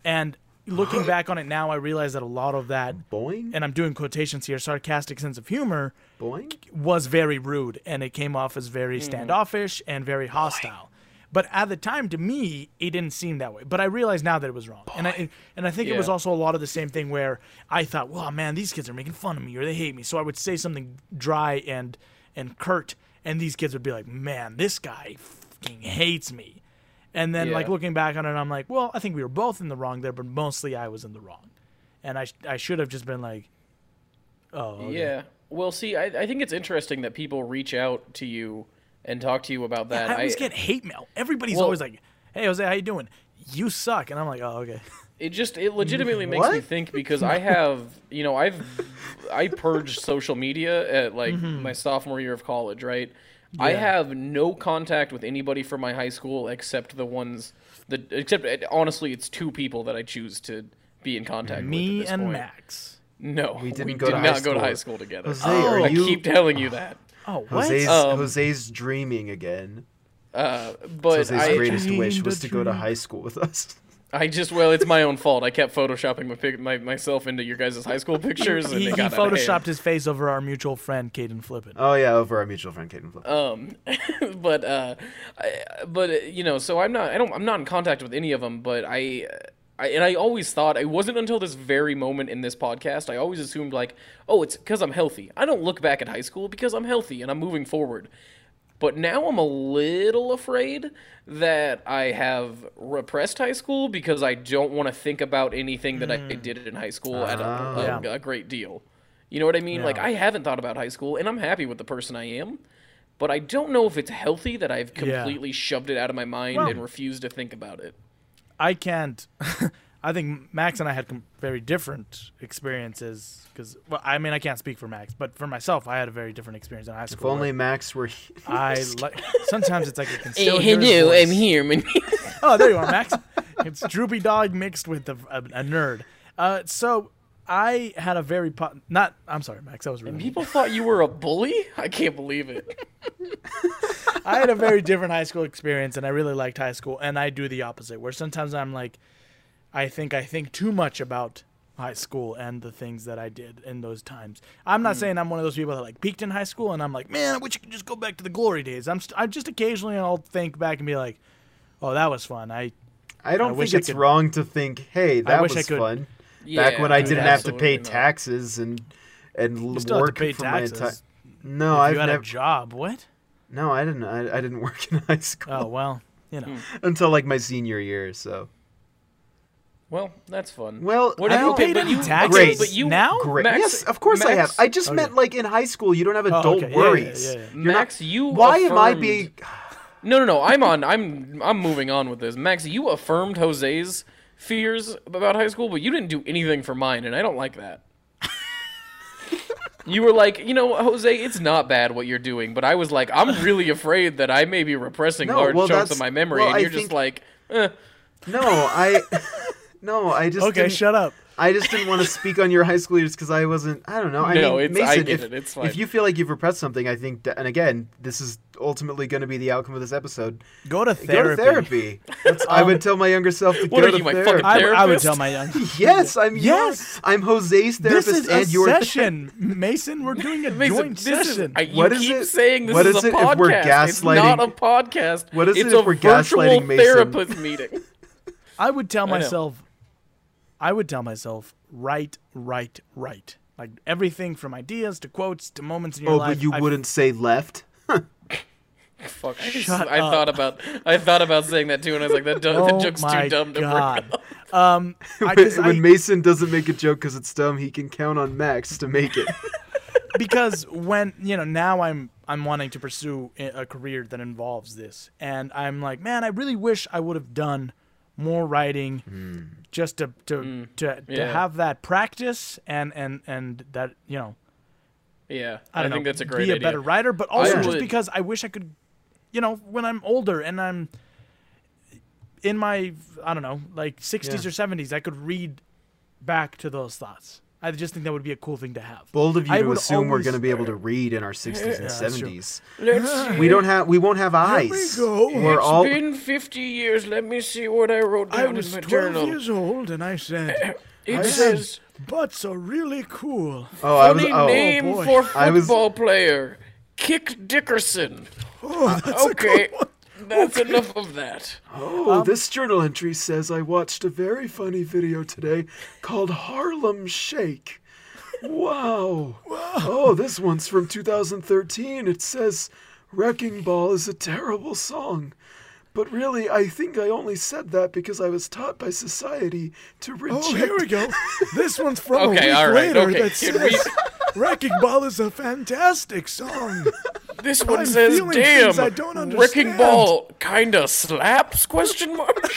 Speaker 2: and
Speaker 1: [gasps]
Speaker 2: looking back on it now, I realize that a lot of that,
Speaker 1: boing,
Speaker 2: and I'm doing quotations here, sarcastic sense of humor,
Speaker 1: boing.
Speaker 2: was very rude and it came off as
Speaker 3: Mm-hmm.
Speaker 2: very standoffish and very hostile. But at the time, to me, it didn't seem that way. But I realize now that it was wrong, and I and I think it was
Speaker 3: Yeah.
Speaker 2: also a lot of the same thing where I thought, "Well, man, these kids are making fun of me or they hate me," so I would say something dry and and curt, and these kids would be like, "Man, this guy fucking hates me," and then like
Speaker 3: Yeah.
Speaker 2: looking back on it, I'm like, "Well, I think we were both in the wrong there, but mostly I was in the wrong, and I sh- I should have just been like, oh, okay.
Speaker 3: Yeah. Well, see, I, I think it's interesting that people reach out to you and talk to you about that.
Speaker 2: I always get hate mail. Everybody's
Speaker 3: Well-
Speaker 2: always like, "Hey Jose, how you doing? You suck," and I'm like, "Oh, okay."
Speaker 3: It just it legitimately makes me
Speaker 1: What?
Speaker 3: think
Speaker 1: [laughs]
Speaker 3: because I have you know I've I purged social media at like
Speaker 1: Mm-hmm.
Speaker 3: my sophomore year of college, right? I have no contact with anybody from my high school except the ones that except eh, honestly it's two people that I choose to be in contact
Speaker 2: Me
Speaker 3: with. at this
Speaker 2: and
Speaker 3: point.
Speaker 2: Max.
Speaker 3: No, we
Speaker 1: didn't
Speaker 3: we
Speaker 1: go
Speaker 3: did
Speaker 1: to high
Speaker 3: not go to
Speaker 1: school.
Speaker 3: high school together.
Speaker 1: Jose, are
Speaker 3: I
Speaker 1: you?
Speaker 3: keep telling you that.
Speaker 2: Oh, what?
Speaker 1: Jose's, [laughs]
Speaker 3: Um,
Speaker 1: Jose's dreaming again.
Speaker 3: Uh, but
Speaker 1: Jose's
Speaker 3: I,
Speaker 1: greatest wish
Speaker 2: dreamed
Speaker 1: was
Speaker 2: a
Speaker 1: to go to
Speaker 2: dream.
Speaker 1: high school with us. [laughs]
Speaker 3: I just well, it's my own fault. I kept photoshopping my, pic- my myself into your guys' high
Speaker 1: [laughs]
Speaker 3: school pictures, and
Speaker 2: He,
Speaker 3: it
Speaker 2: he
Speaker 3: got out of hand.
Speaker 2: photoshopped his face over our mutual friend Caden Flippin.
Speaker 1: Oh yeah, over our mutual friend Caden Flip.
Speaker 3: um [laughs] but uh I, but uh, you know so i'm not i don't i'm not in contact with any of them but i I, and I always thought it wasn't until this very moment in this podcast I always assumed like oh it's because I'm healthy I don't look back at high school because I'm healthy and I'm moving forward but now I'm a little afraid that I have repressed high school because I don't want to think about anything that
Speaker 2: Hmm.
Speaker 3: I did in high school at a,
Speaker 1: Ah.
Speaker 3: a, a great deal you know what I mean like I haven't thought about high school and I'm happy with the person I am but I don't know if it's healthy that I've
Speaker 2: Yeah.
Speaker 3: completely shoved it out of my mind
Speaker 2: Well-
Speaker 3: and refused to think about it.
Speaker 2: I can't. [laughs] I think Max and I had com- very different experiences because, well, I mean, I can't speak for Max, but for myself, I had a very different experience in high
Speaker 1: If
Speaker 2: school.
Speaker 1: only
Speaker 3: Um,
Speaker 1: Max were. he-
Speaker 2: I like sometimes it's like I can still hear his voice.
Speaker 3: here, man.
Speaker 2: Oh, there you are, Max. [laughs] it's Droopy Dog mixed with a, a, a nerd. Uh, so I had a very po- not. I'm sorry, Max. That was rude.
Speaker 3: [laughs] People thought you were a bully? I can't believe it.
Speaker 2: I had a very different high school experience, and I really liked high school. And I do the opposite, where sometimes I'm like, I think I think too much about high school and the things that I did in those times. I'm not saying I'm one of those people that like peaked in high school, and I'm like, man, I wish I could just go back to the glory days. I'm st- I just occasionally I'll think back and be like, oh, that was fun. I
Speaker 1: [laughs] I don't
Speaker 2: I wish
Speaker 1: think
Speaker 2: I
Speaker 1: it's
Speaker 2: could-
Speaker 1: wrong to think, hey, that
Speaker 2: wish I
Speaker 1: was
Speaker 2: could-
Speaker 1: fun. Back
Speaker 3: Yeah,
Speaker 1: when I
Speaker 3: dude,
Speaker 1: didn't have to pay
Speaker 3: absolutely not.
Speaker 1: taxes and and l-
Speaker 2: You still have to
Speaker 1: work
Speaker 2: pay
Speaker 1: for
Speaker 2: taxes
Speaker 1: my entire.
Speaker 2: if
Speaker 1: No,
Speaker 2: you
Speaker 1: I've
Speaker 2: had
Speaker 1: never.
Speaker 2: a job. What?
Speaker 1: No, I didn't. I, I didn't [laughs] work in high school
Speaker 2: Oh well, you know.
Speaker 3: Oh.
Speaker 1: until like my senior year. So
Speaker 3: Well, that's fun.
Speaker 1: Well,
Speaker 3: What
Speaker 1: I
Speaker 3: if you
Speaker 1: don't-
Speaker 3: paid
Speaker 2: Paid
Speaker 3: but
Speaker 2: any
Speaker 3: you,
Speaker 2: taxes
Speaker 3: okay, but you
Speaker 2: now?
Speaker 1: great.
Speaker 3: Max-
Speaker 1: yes, of course I have.
Speaker 3: Max- oh,
Speaker 1: I just meant like in high school, you don't have adult
Speaker 2: okay. Yeah, yeah, yeah,
Speaker 1: worries.
Speaker 2: yeah, yeah.
Speaker 1: You're not-
Speaker 3: Max, you
Speaker 1: Why am I
Speaker 3: affirmed-
Speaker 1: being?
Speaker 3: No, no, no. I'm on. I'm I'm moving on with this. Max, you affirmed Jose's fears about high school, but you didn't do anything for mine, and I don't like that. you were like, you know, Jose, it's not bad what you're doing, but I was like, I'm really afraid that I may be repressing
Speaker 1: No,
Speaker 3: large
Speaker 1: well,
Speaker 3: chunks
Speaker 1: that's-
Speaker 3: of my memory,
Speaker 1: well,
Speaker 3: and
Speaker 1: I
Speaker 3: you're just
Speaker 1: think-
Speaker 3: like,
Speaker 1: No, I. [laughs] No, I just.
Speaker 2: Okay,
Speaker 1: didn't-
Speaker 2: shut up.
Speaker 1: I just didn't want to speak on your high school years because I wasn't. I don't know. I
Speaker 3: No,
Speaker 1: mean,
Speaker 3: it's- I
Speaker 1: Mason,
Speaker 3: get
Speaker 1: if,
Speaker 3: it. It's fine.
Speaker 1: if you feel like you've repressed something, I think, that, and again, this is ultimately going to be the outcome of this episode.
Speaker 2: Go to therapy.
Speaker 1: Go to therapy. That's, I
Speaker 3: [laughs]
Speaker 1: would tell my younger self to
Speaker 3: What
Speaker 1: go
Speaker 3: are
Speaker 1: to
Speaker 3: you, my
Speaker 1: therapy.
Speaker 3: fucking
Speaker 2: I, I would
Speaker 3: Therapist?
Speaker 2: tell my young.
Speaker 1: yes, I'm. your-
Speaker 2: Yes!
Speaker 1: I'm Jose's
Speaker 2: This
Speaker 1: therapist
Speaker 2: is a
Speaker 1: and your
Speaker 2: session, Mason. We're doing a
Speaker 3: Mason,
Speaker 2: joint
Speaker 3: this is.
Speaker 2: session.
Speaker 3: I, you
Speaker 1: What is
Speaker 3: keep
Speaker 1: it-
Speaker 3: saying this
Speaker 1: what
Speaker 3: is
Speaker 1: is
Speaker 3: a
Speaker 1: it
Speaker 3: podcast.
Speaker 1: if we're
Speaker 3: It's not
Speaker 1: gaslighting-
Speaker 3: a podcast.
Speaker 1: What is it
Speaker 3: it's
Speaker 1: if
Speaker 3: a
Speaker 1: we're
Speaker 3: virtual
Speaker 1: gaslighting Mason?
Speaker 3: therapist meeting. [laughs]
Speaker 2: I would tell
Speaker 3: know.
Speaker 2: myself, I would tell myself, right, right, right. Like everything from ideas to quotes to moments in your
Speaker 1: Oh,
Speaker 2: life.
Speaker 1: but you
Speaker 2: I-
Speaker 1: wouldn't say left. [laughs]
Speaker 3: Fuck! I, just-
Speaker 2: Shut
Speaker 3: I
Speaker 2: up.
Speaker 3: thought about I thought about saying that too, and I was like, that, do-
Speaker 2: Oh
Speaker 3: that joke's
Speaker 2: my
Speaker 3: too dumb to bring up.
Speaker 2: God. Um, I, 'cause
Speaker 1: when
Speaker 2: I-
Speaker 1: Mason doesn't make a joke because it's dumb, he can count on Max to make it.
Speaker 2: because when you know now I'm I'm wanting to pursue i- a career that involves this, and I'm like, man, I really wish I would have done more writing, just to to to, to
Speaker 3: Hmm. yeah.
Speaker 2: have that practice and and and that you know
Speaker 3: Yeah,
Speaker 2: I
Speaker 3: I,
Speaker 2: don't
Speaker 3: think
Speaker 2: know,
Speaker 3: that's a great
Speaker 2: be a
Speaker 3: idea.
Speaker 2: better writer, but also
Speaker 3: I
Speaker 2: just
Speaker 3: would-
Speaker 2: because I wish I could, you know, when I'm older and I'm in my I don't know like 60s or 70s, I could read back to those thoughts. I just think that would be a cool thing to have.
Speaker 1: [laughs] Bold of you
Speaker 2: I
Speaker 1: to
Speaker 2: would
Speaker 1: assume we're
Speaker 2: always-
Speaker 1: going to be able to read in our 60s and
Speaker 2: Yeah, that's true.
Speaker 1: 70s.
Speaker 2: [gasps]
Speaker 3: Let's
Speaker 1: We don't have. We won't have eyes.
Speaker 2: go.
Speaker 1: We're all.
Speaker 3: been 50 years. Let me see what I wrote down in my journal.
Speaker 2: old and I
Speaker 3: [coughs]
Speaker 2: said,
Speaker 3: it
Speaker 2: I
Speaker 3: says
Speaker 2: "Butts are really cool."
Speaker 1: Oh, I was.
Speaker 3: funny
Speaker 1: Oh,
Speaker 3: name
Speaker 2: boy.
Speaker 3: for
Speaker 1: I
Speaker 3: football
Speaker 1: was-
Speaker 3: player. Kick Dickerson. uh,
Speaker 2: Oh, that's
Speaker 3: Okay, that's enough of that.
Speaker 1: oh, this journal entry says I watched a very funny video today called Harlem Shake. Wow. Oh, this one's from 2013. It says Wrecking Ball is a terrible song. But really, I think I only said that because I was taught by society to reject.
Speaker 2: Oh, here we go. This one's from
Speaker 3: Okay,
Speaker 2: a week
Speaker 3: all right,
Speaker 2: later
Speaker 3: okay.
Speaker 2: that
Speaker 3: Can we-
Speaker 2: says, "Wrecking Ball is a fantastic song."
Speaker 3: This one
Speaker 2: I'm
Speaker 3: says,
Speaker 2: feeling
Speaker 3: "Damn,
Speaker 2: things I don't
Speaker 3: wrecking
Speaker 2: understand."
Speaker 3: ball kinda slaps?" Question mark.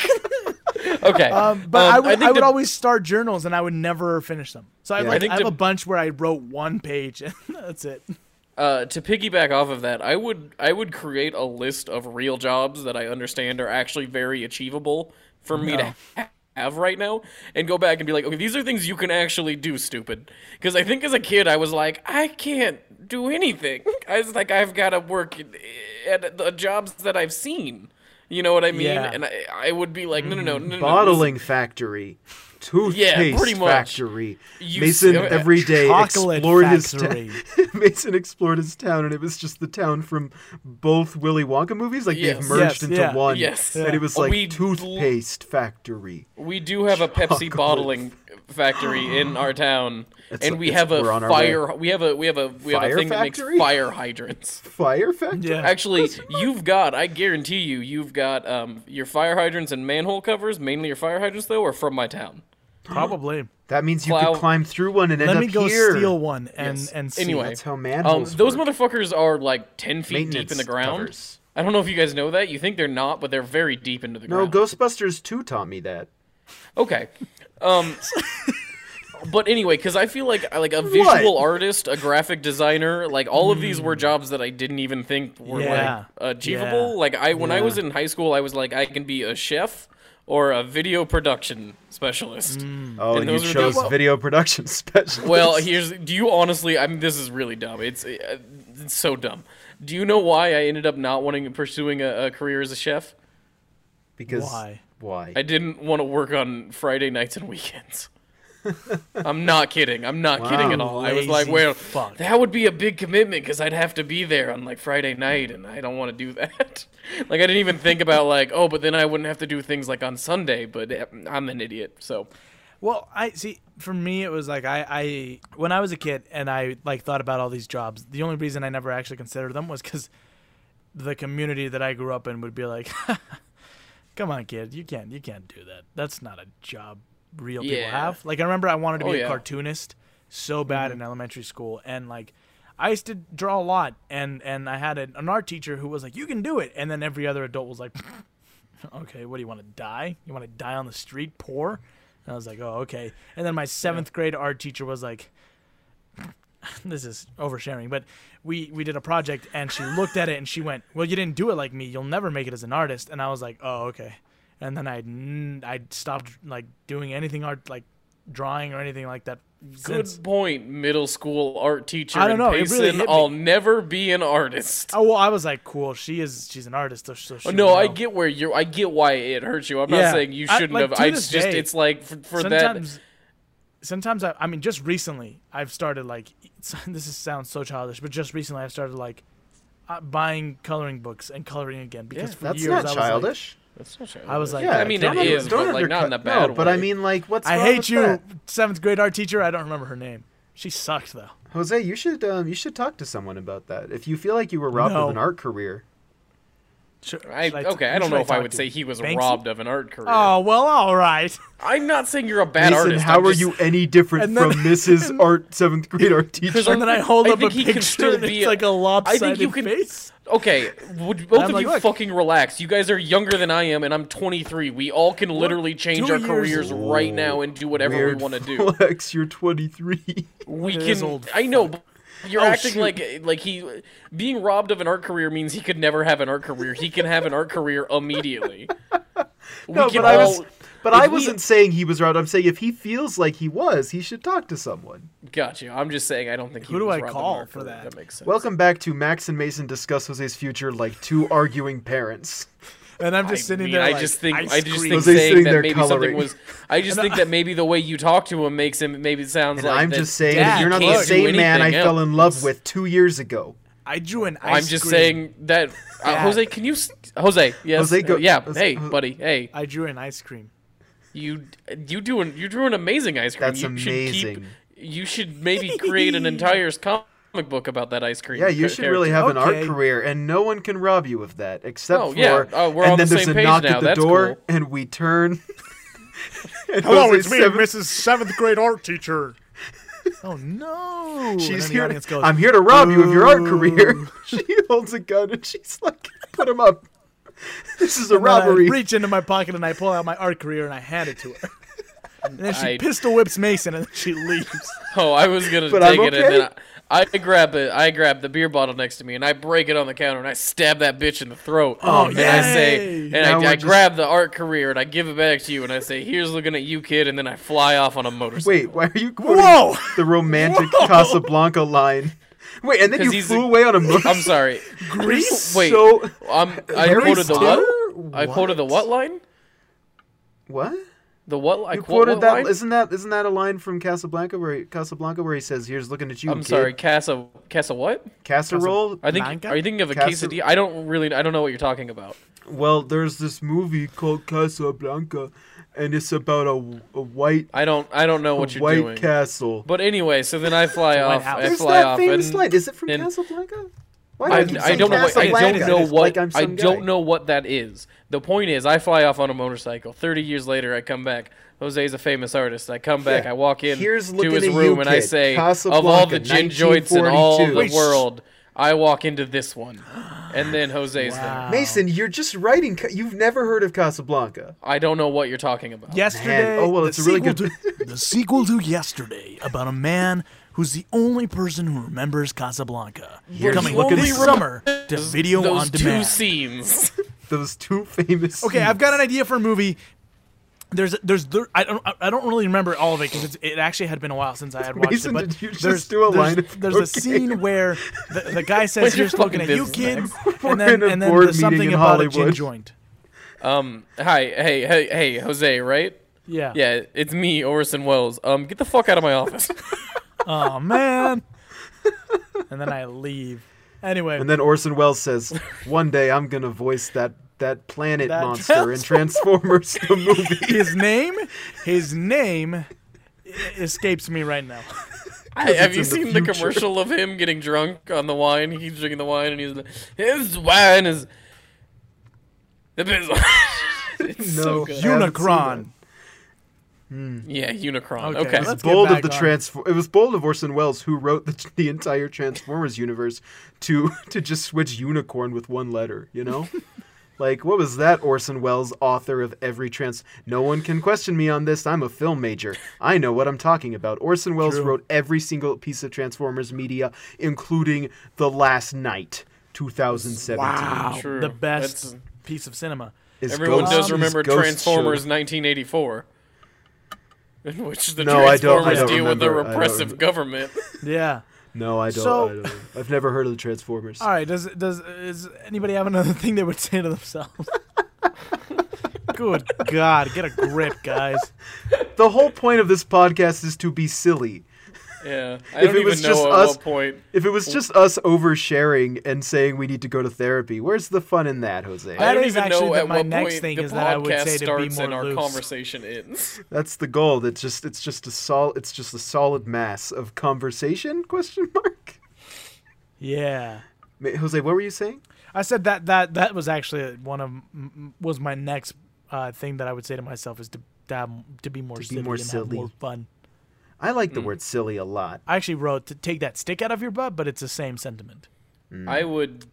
Speaker 2: [laughs]
Speaker 3: okay,
Speaker 2: Um, [laughs] but I would, I,
Speaker 3: think
Speaker 2: would
Speaker 3: the-
Speaker 2: always start journals and I would never finish them. So I,
Speaker 1: Yeah.
Speaker 2: like,
Speaker 1: I
Speaker 2: I,
Speaker 3: think
Speaker 2: have
Speaker 3: the-
Speaker 2: a bunch where I wrote one page [laughs] and that's it.
Speaker 3: Uh, to piggyback off of that, I would I would create a list of real jobs that I understand are actually very achievable for me to ha- have right now, and go back and be like, okay, these are things you can actually do, stupid. Because I think as a kid, I was like, I can't do anything. I was like, I've got to work at- at the jobs that I've seen. You know what I mean?
Speaker 2: Yeah.
Speaker 3: And I, I would be like, no, no, no, no, no, no.
Speaker 1: Bottling factory, toothpaste
Speaker 3: pretty much.
Speaker 1: factory.
Speaker 3: You
Speaker 1: Mason
Speaker 3: see- uh,
Speaker 1: every day
Speaker 2: Chocolate
Speaker 1: explored his
Speaker 2: factory.
Speaker 1: town. [laughs] Mason explored his town, and it was just the town from both Willy Wonka movies. Like
Speaker 3: Yes.
Speaker 1: they've merged
Speaker 2: Yes,
Speaker 1: into
Speaker 2: yeah.
Speaker 1: one,
Speaker 3: Yes.
Speaker 1: and it was
Speaker 3: Yeah.
Speaker 1: like
Speaker 3: We-
Speaker 1: toothpaste factory.
Speaker 3: We do have a Pepsi
Speaker 1: Chocolate.
Speaker 3: bottling factory
Speaker 1: [gasps]
Speaker 3: in our town,
Speaker 1: It's-
Speaker 3: and we
Speaker 1: it's-
Speaker 3: have a
Speaker 1: we're on our
Speaker 3: fire. We have a we have a we have a
Speaker 1: Fire
Speaker 3: thing that
Speaker 1: factory?
Speaker 3: makes
Speaker 1: [laughs]
Speaker 3: fire hydrants.
Speaker 1: Fire factory.
Speaker 2: Yeah.
Speaker 3: Actually, you've got. I guarantee you, you've got um, your fire hydrants and manhole covers. Mainly your fire hydrants, though, are from my town.
Speaker 2: Probably.
Speaker 1: That means you
Speaker 3: Plow-
Speaker 1: could climb through one and
Speaker 2: Let
Speaker 1: end
Speaker 2: me
Speaker 1: up
Speaker 2: go
Speaker 1: here.
Speaker 2: steal one and and see.
Speaker 3: Anyway.
Speaker 1: That's how
Speaker 3: Um,
Speaker 1: manholes
Speaker 3: those
Speaker 1: work.
Speaker 3: motherfuckers are like ten feet deep in
Speaker 1: Maintenance
Speaker 3: the ground.
Speaker 1: covers.
Speaker 3: I don't know if you guys know that. You think they're not, but they're very deep into the
Speaker 1: No,
Speaker 3: ground.
Speaker 1: Ghostbusters 2 taught me that.
Speaker 3: Okay. Um But anyway, because I feel like like a visual
Speaker 1: What?
Speaker 3: artist, a graphic designer, like all of these were jobs that I didn't even think were
Speaker 2: Hmm. Yeah.
Speaker 3: like achievable.
Speaker 2: Yeah.
Speaker 3: Like I when I was in high school, I was like, I can be a chef or a video production specialist.
Speaker 2: Hmm.
Speaker 1: Oh,
Speaker 3: Mm. And
Speaker 1: and,
Speaker 3: those
Speaker 1: you
Speaker 3: are
Speaker 1: chose
Speaker 3: the-
Speaker 1: video production [laughs] specialist.
Speaker 3: Well, here's do you honestly? I mean, this is really dumb. It's, uh, it's so dumb. Do you know why I ended up not wanting pursuing a, a career as a chef?
Speaker 1: because
Speaker 2: Why?
Speaker 1: Why?
Speaker 3: I didn't want to work on Friday nights and weekends. I'm not kidding. I'm not kidding at all. I was like,
Speaker 2: lazy
Speaker 3: well,
Speaker 2: fuck.
Speaker 3: that would be a big commitment because I'd have to be there on like Friday night, and I don't want to do [laughs] that. like, I didn't even think about like, oh, but then I wouldn't have to do things like on Sunday. But eh, I'm an idiot, so
Speaker 2: Well, I see. For me, it was like I, I when I was a kid and I like thought about all these jobs. The only reason I never actually considered them was because the community that I grew up in would be like, [laughs] "Come on, kid, you can't, you can't do that. That's not a job real people
Speaker 3: Yeah.
Speaker 2: have." Like I remember I wanted to
Speaker 3: Oh,
Speaker 2: be
Speaker 3: yeah. Mm-hmm.
Speaker 2: a cartoonist so bad in elementary school, and like I used to draw a lot, and and I had an, an art teacher who was like, "You can do it," and then every other adult was like. [laughs] okay, what do you want to die? You want to die on the street poor? And I was like, oh, okay. And then my seventh grade art teacher was like, this is oversharing, but we, we did a project and she looked at it and she went, well, you didn't do it like me. You'll never make it as an artist. And I was like, oh, okay. And then I, n- I stopped like doing anything art, like drawing or anything like that.
Speaker 3: good
Speaker 2: since.
Speaker 3: point. Middle school art teacher.
Speaker 2: I don't
Speaker 3: in
Speaker 2: know, it really hit
Speaker 3: Payson,
Speaker 2: me.
Speaker 3: I'll never be an artist.
Speaker 2: Oh, well, I was like, cool. She is, she's an artist. So so she
Speaker 3: Oh, [laughs] No,
Speaker 2: would
Speaker 3: I
Speaker 2: know.
Speaker 3: get where you're. I get why it hurts you. I'm not
Speaker 2: Yeah.
Speaker 3: saying you
Speaker 2: I-
Speaker 3: shouldn't
Speaker 2: like,
Speaker 3: have.
Speaker 2: to
Speaker 3: I
Speaker 2: this
Speaker 3: just
Speaker 2: day,
Speaker 3: it's like for, for that.
Speaker 2: sometimes sometimes I, I mean just recently i've started like [laughs] it's- this is, sounds so childish but just recently i've started like uh, buying coloring books and coloring again because
Speaker 3: Yeah,
Speaker 2: for
Speaker 1: That's
Speaker 2: years I
Speaker 1: not
Speaker 2: was like,
Speaker 1: childish.
Speaker 3: That's not
Speaker 2: I was like
Speaker 1: yeah,
Speaker 3: I mean, it
Speaker 1: don't under-
Speaker 3: is,
Speaker 1: don't
Speaker 3: but, like, not in a
Speaker 1: undercut- no,
Speaker 3: bad
Speaker 1: But I
Speaker 3: way.
Speaker 1: mean, like, what's
Speaker 2: i
Speaker 1: wrong
Speaker 2: hate
Speaker 1: with
Speaker 2: you
Speaker 1: that?
Speaker 2: seventh grade art teacher i don't remember her name she sucked though
Speaker 1: Jose? You should um, you should talk to someone about that. If you feel like you were robbed
Speaker 2: No.
Speaker 1: of an art career,
Speaker 2: Should-
Speaker 3: I,
Speaker 2: should t-
Speaker 3: okay, I
Speaker 2: who
Speaker 3: don't
Speaker 2: should
Speaker 3: know if I
Speaker 2: talk
Speaker 3: would
Speaker 2: to?
Speaker 3: say he was
Speaker 2: Banksy?
Speaker 3: robbed of an art career.
Speaker 2: oh well all
Speaker 3: [laughs]
Speaker 2: right
Speaker 3: I'm not saying you're a bad
Speaker 1: Mason,
Speaker 3: artist.
Speaker 1: how
Speaker 3: I'm
Speaker 1: are
Speaker 3: just-
Speaker 1: you any different
Speaker 2: And then-
Speaker 1: from
Speaker 2: [laughs]
Speaker 1: Mrs. Art seventh grade art teacher?
Speaker 2: and then i hold
Speaker 3: I
Speaker 2: up a
Speaker 3: think he can
Speaker 2: picture
Speaker 3: still
Speaker 2: and
Speaker 3: be
Speaker 2: it's
Speaker 3: a-
Speaker 2: like a
Speaker 3: I
Speaker 2: lopsided
Speaker 3: think you can-
Speaker 2: face
Speaker 3: Okay, would both
Speaker 2: I'm
Speaker 3: of
Speaker 2: like,
Speaker 3: you
Speaker 2: "Look."
Speaker 3: fucking relax? You guys are younger than I am, and I'm 23. We all can literally change
Speaker 2: two
Speaker 3: our
Speaker 2: years-
Speaker 3: careers right now and do whatever
Speaker 1: Weird
Speaker 3: we want to
Speaker 1: [laughs]
Speaker 3: do.
Speaker 1: flex. You're 23. [laughs]
Speaker 3: We
Speaker 2: It is
Speaker 3: can.
Speaker 2: old
Speaker 3: I know. but You're
Speaker 2: Oh,
Speaker 3: acting
Speaker 2: shoot.
Speaker 3: like like he being robbed of an art career means he could never have an art career. He can have an art career
Speaker 2: [laughs]
Speaker 3: immediately. We
Speaker 1: No,
Speaker 3: can
Speaker 1: but I
Speaker 3: all-
Speaker 1: was. But I
Speaker 3: if we-
Speaker 1: wasn't saying he was robbed. I'm saying if he feels like he was, he should talk to someone.
Speaker 3: Got you. I'm just saying. I don't think. He
Speaker 2: Who do
Speaker 3: was
Speaker 2: I
Speaker 3: robbed of an
Speaker 2: call
Speaker 3: art
Speaker 2: for
Speaker 3: career.
Speaker 2: that?
Speaker 3: That makes sense.
Speaker 1: Welcome back to Max and Mason discuss Jose's future like two arguing parents.
Speaker 2: and i'm just
Speaker 3: I
Speaker 2: sitting
Speaker 3: mean,
Speaker 2: there
Speaker 3: I
Speaker 2: like,
Speaker 3: just think
Speaker 2: ice
Speaker 3: I just
Speaker 2: cream.
Speaker 3: think
Speaker 1: Was they
Speaker 3: saying
Speaker 1: sitting
Speaker 3: that
Speaker 1: there
Speaker 3: maybe something
Speaker 1: coloring?
Speaker 3: was. I just think that maybe the way you talk to him makes him maybe it sounds
Speaker 1: And
Speaker 3: like.
Speaker 1: I'm
Speaker 3: that-
Speaker 1: just saying,
Speaker 2: Dad
Speaker 1: if you're not the
Speaker 2: can't do
Speaker 1: same man I
Speaker 3: anything
Speaker 1: fell in love
Speaker 3: else.
Speaker 1: with two years ago.
Speaker 2: i drew an ice
Speaker 3: I'm just
Speaker 2: cream.
Speaker 3: saying that uh,
Speaker 2: Yeah.
Speaker 3: Jose, can you s- Jose? Yes.
Speaker 1: Jose, go-
Speaker 3: yeah.
Speaker 1: Jose-
Speaker 3: hey,
Speaker 1: Jose-
Speaker 3: buddy. Hey,
Speaker 2: i drew an ice cream
Speaker 3: you you doing you drew an amazing ice cream.
Speaker 1: That's
Speaker 3: you Should
Speaker 1: amazing.
Speaker 3: keep, you should maybe create an
Speaker 1: [laughs]
Speaker 3: entire comic book about that ice cream.
Speaker 1: Yeah, you
Speaker 3: ca-
Speaker 1: should
Speaker 3: character.
Speaker 1: really have an art
Speaker 2: Okay.
Speaker 1: career, and no one can rob you of that except
Speaker 3: Oh,
Speaker 1: for.
Speaker 3: yeah. Oh, we're
Speaker 1: and
Speaker 3: on
Speaker 1: then
Speaker 3: the
Speaker 1: there's
Speaker 3: same
Speaker 1: a
Speaker 3: page
Speaker 1: knock
Speaker 3: now.
Speaker 1: at the
Speaker 3: That's
Speaker 1: door,
Speaker 3: cool.
Speaker 1: and we turn. [laughs] and
Speaker 2: Hello,
Speaker 1: Jose's
Speaker 2: Oh, it's me,
Speaker 1: seventh-
Speaker 2: Mrs. Seventh Grade Art Teacher. [laughs] Oh no!
Speaker 1: She's
Speaker 2: and
Speaker 1: here.
Speaker 2: Let's
Speaker 1: To,
Speaker 2: go.
Speaker 1: I'm here to rob you of your art career. [laughs] she holds a gun and she's like, "Put him up. This is a robbery."
Speaker 2: I reach into my pocket and I pull out my art career and I hand it
Speaker 3: [laughs]
Speaker 2: to her. And then she
Speaker 3: I-
Speaker 2: pistol whips Mason and then she leaves.
Speaker 3: Oh, I was gonna
Speaker 1: [laughs] But
Speaker 3: take
Speaker 1: I'm
Speaker 3: it and then
Speaker 1: okay.
Speaker 3: I, I grab it. I grab the beer bottle next to me and I break it on the counter and I stab that bitch in the throat.
Speaker 1: Oh,
Speaker 3: and
Speaker 1: man.
Speaker 3: I say,
Speaker 2: Yay.
Speaker 3: and
Speaker 1: Now
Speaker 3: I,
Speaker 1: we're
Speaker 3: I
Speaker 1: just-
Speaker 3: grab the art career and I give it back to you and I say, "Here's looking at you, kid," and then I fly off on a motorcycle.
Speaker 1: Wait, why are you quoting
Speaker 2: Whoa!
Speaker 1: the romantic Casablanca line? Wait, and then
Speaker 3: 'Cause
Speaker 1: you
Speaker 3: he's
Speaker 1: flew
Speaker 3: a-
Speaker 1: away on a motorcycle.
Speaker 3: I'm sorry.
Speaker 2: Grease.
Speaker 3: [laughs] Wait,
Speaker 1: So-
Speaker 3: um, I
Speaker 1: Very
Speaker 3: quoted the
Speaker 1: still?
Speaker 3: what? I quoted the what line?
Speaker 1: [laughs] What?
Speaker 3: The what? I
Speaker 1: You
Speaker 3: quote
Speaker 1: quoted
Speaker 3: what
Speaker 1: that?
Speaker 3: line?
Speaker 1: Isn't that isn't that a line from Casablanca where he, Casablanca where he says, "Here's looking at you."
Speaker 3: I'm
Speaker 1: kid."
Speaker 3: sorry, Casa Casa what?
Speaker 1: Casserole.
Speaker 3: I think
Speaker 2: Manca?
Speaker 3: are you thinking of a
Speaker 1: Casa-
Speaker 3: quesadilla? I don't really I don't know what you're talking about.
Speaker 1: Well, there's this movie called Casablanca, and it's about a, a white
Speaker 3: I don't I don't know
Speaker 1: a
Speaker 3: what you're
Speaker 1: white
Speaker 3: doing.
Speaker 1: castle.
Speaker 3: But anyway,
Speaker 2: [laughs]
Speaker 3: so then I fly
Speaker 2: White
Speaker 3: off.
Speaker 2: House.
Speaker 3: I
Speaker 1: There's
Speaker 3: fly
Speaker 1: that
Speaker 3: off.
Speaker 1: famous
Speaker 3: and,
Speaker 1: line. Is it from
Speaker 3: and-
Speaker 1: Casablanca? Why
Speaker 3: I,
Speaker 1: do you
Speaker 3: I
Speaker 1: say
Speaker 3: don't know. What, I don't
Speaker 1: Casablanca
Speaker 3: know
Speaker 1: as
Speaker 3: what
Speaker 1: like I'm
Speaker 3: I
Speaker 1: some
Speaker 3: don't
Speaker 1: guy?
Speaker 3: know what that is. The point is, I fly off on a motorcycle. Thirty years later, I come back. Jose's a famous artist. I come back.
Speaker 1: Yeah.
Speaker 3: I walk in
Speaker 1: Here's
Speaker 3: to
Speaker 1: looking
Speaker 3: his
Speaker 1: at you,
Speaker 3: room and I
Speaker 1: kid.
Speaker 3: say, of all
Speaker 1: Casablanca,
Speaker 3: the gin joints in all the
Speaker 1: 1942.
Speaker 3: world, I walk into
Speaker 1: [gasps]
Speaker 3: this one, and then Jose's
Speaker 2: Wow.
Speaker 3: there.
Speaker 1: Mason, you're just writing. Ca- You've never heard of Casablanca.
Speaker 3: I don't know what you're talking
Speaker 2: [laughs]
Speaker 3: about.
Speaker 2: Yesterday.
Speaker 1: Man, oh, well,
Speaker 2: the
Speaker 1: it's a really
Speaker 2: sequel
Speaker 1: good- [laughs]
Speaker 2: to- the sequel to Yesterday about a man who's the only person who remembers Casablanca.
Speaker 1: Here's-
Speaker 2: coming
Speaker 1: He only
Speaker 2: this summer to video
Speaker 3: Those
Speaker 2: on
Speaker 3: two
Speaker 2: demand.
Speaker 3: scenes.
Speaker 1: Those two [laughs] famous.
Speaker 2: Okay, I've
Speaker 1: scenes.
Speaker 2: got an idea for a movie. There's there's there, I don't I don't really remember all of it because it actually had been a while since I had watched
Speaker 1: Mason,
Speaker 2: it. But
Speaker 1: did you just
Speaker 2: there's
Speaker 1: do a
Speaker 2: there's,
Speaker 1: line of
Speaker 2: there's a
Speaker 1: cocaine?
Speaker 2: scene where the,
Speaker 1: [laughs]
Speaker 2: the guy
Speaker 3: What's
Speaker 2: says,
Speaker 3: your
Speaker 2: "Here's looking at
Speaker 3: fucking
Speaker 2: you, kid,"
Speaker 3: business,
Speaker 1: We're
Speaker 2: and
Speaker 1: in
Speaker 2: then
Speaker 1: a
Speaker 2: and then
Speaker 1: board
Speaker 2: there's something
Speaker 1: meeting in
Speaker 2: about a gin
Speaker 1: Hollywood.
Speaker 2: joint.
Speaker 3: Um. Hi. Hey. Hey. Hey. Jose. Right.
Speaker 2: Yeah.
Speaker 3: Yeah. It's me, Orson Welles. Um. Get the fuck out of
Speaker 1: [laughs]
Speaker 3: my office. [laughs]
Speaker 2: Oh man. and then I leave. Anyway,
Speaker 1: And then Orson Welles says, "One day I'm gonna voice that that planet
Speaker 2: That
Speaker 1: [laughs] monster in Transformers the [laughs] movie."
Speaker 2: his name, his name i- escapes me right now.
Speaker 3: I, have you
Speaker 1: it's in the
Speaker 3: seen the,
Speaker 1: future.
Speaker 3: commercial of him getting drunk on the wine? He's drinking the wine, and he's like, his wine is the best. [laughs] wine." it's so
Speaker 1: No.
Speaker 3: good.
Speaker 1: I haven't seen
Speaker 2: Unicron.
Speaker 3: Yeah, Unicron.
Speaker 2: Okay,
Speaker 3: Okay.
Speaker 1: It was
Speaker 2: Let's get
Speaker 1: bold
Speaker 2: back
Speaker 1: of the
Speaker 2: on.
Speaker 1: transform. It was bold of Orson Welles, who wrote the, the entire Transformers universe, to [laughs] to just switch unicorn with one letter. You
Speaker 2: [laughs]
Speaker 1: know, like what was that Orson Welles, author of every trans? No one can question me on this. I'm a film major. I know what I'm talking about. Orson Welles
Speaker 2: True.
Speaker 1: wrote every single piece of Transformers media, including The Last Night, 2017.
Speaker 3: True.
Speaker 2: The best
Speaker 3: That's-
Speaker 2: piece of cinema.
Speaker 1: Is
Speaker 3: Everyone
Speaker 1: Ghost-
Speaker 3: does
Speaker 1: is
Speaker 3: remember
Speaker 1: Ghost
Speaker 3: Transformers
Speaker 1: Ship.
Speaker 3: 1984, in which the
Speaker 1: No, I don't- I
Speaker 3: Transformers
Speaker 1: don't
Speaker 3: deal with the
Speaker 1: remember. I don't
Speaker 3: repressive
Speaker 1: remember. [laughs]
Speaker 3: government.
Speaker 2: Yeah.
Speaker 1: No, I don't.
Speaker 2: So-
Speaker 1: I don't. I've never heard of the Transformers.
Speaker 2: [laughs] All right. Does does is anybody have another thing they would say to themselves? [laughs] Good God, get a grip, guys.
Speaker 1: The whole point of this podcast is to be silly.
Speaker 3: Yeah, I
Speaker 1: If
Speaker 3: don't
Speaker 1: it
Speaker 3: even
Speaker 1: was just
Speaker 3: know at
Speaker 1: us-
Speaker 3: what point.
Speaker 1: If it was just us oversharing and saying we need to go to therapy, where's the fun in that,
Speaker 3: I
Speaker 1: Jose?
Speaker 2: That
Speaker 3: don't
Speaker 2: is
Speaker 3: even
Speaker 2: actually
Speaker 3: know
Speaker 2: the-
Speaker 3: at
Speaker 2: my
Speaker 3: what
Speaker 2: next
Speaker 3: point
Speaker 2: thing
Speaker 3: the
Speaker 2: is that I would
Speaker 3: podcast
Speaker 2: say to be
Speaker 3: starts
Speaker 2: more
Speaker 3: and our
Speaker 2: loose.
Speaker 3: conversation ends.
Speaker 1: That's the goal. That just it's just a sol it's just a solid mass of conversation [laughs] question mark.
Speaker 2: Yeah.
Speaker 1: Ma- Jose, what were you saying?
Speaker 2: I said that that that was actually one of m- m- was my next uh, thing that I would say to myself is to to, have, to be more
Speaker 1: To be
Speaker 2: silly
Speaker 1: more
Speaker 2: and have
Speaker 1: silly.
Speaker 2: more fun.
Speaker 1: I like
Speaker 3: Hmm.
Speaker 1: the word silly a lot.
Speaker 2: I actually wrote to take that stick out of your butt, but it's the same sentiment.
Speaker 3: I would,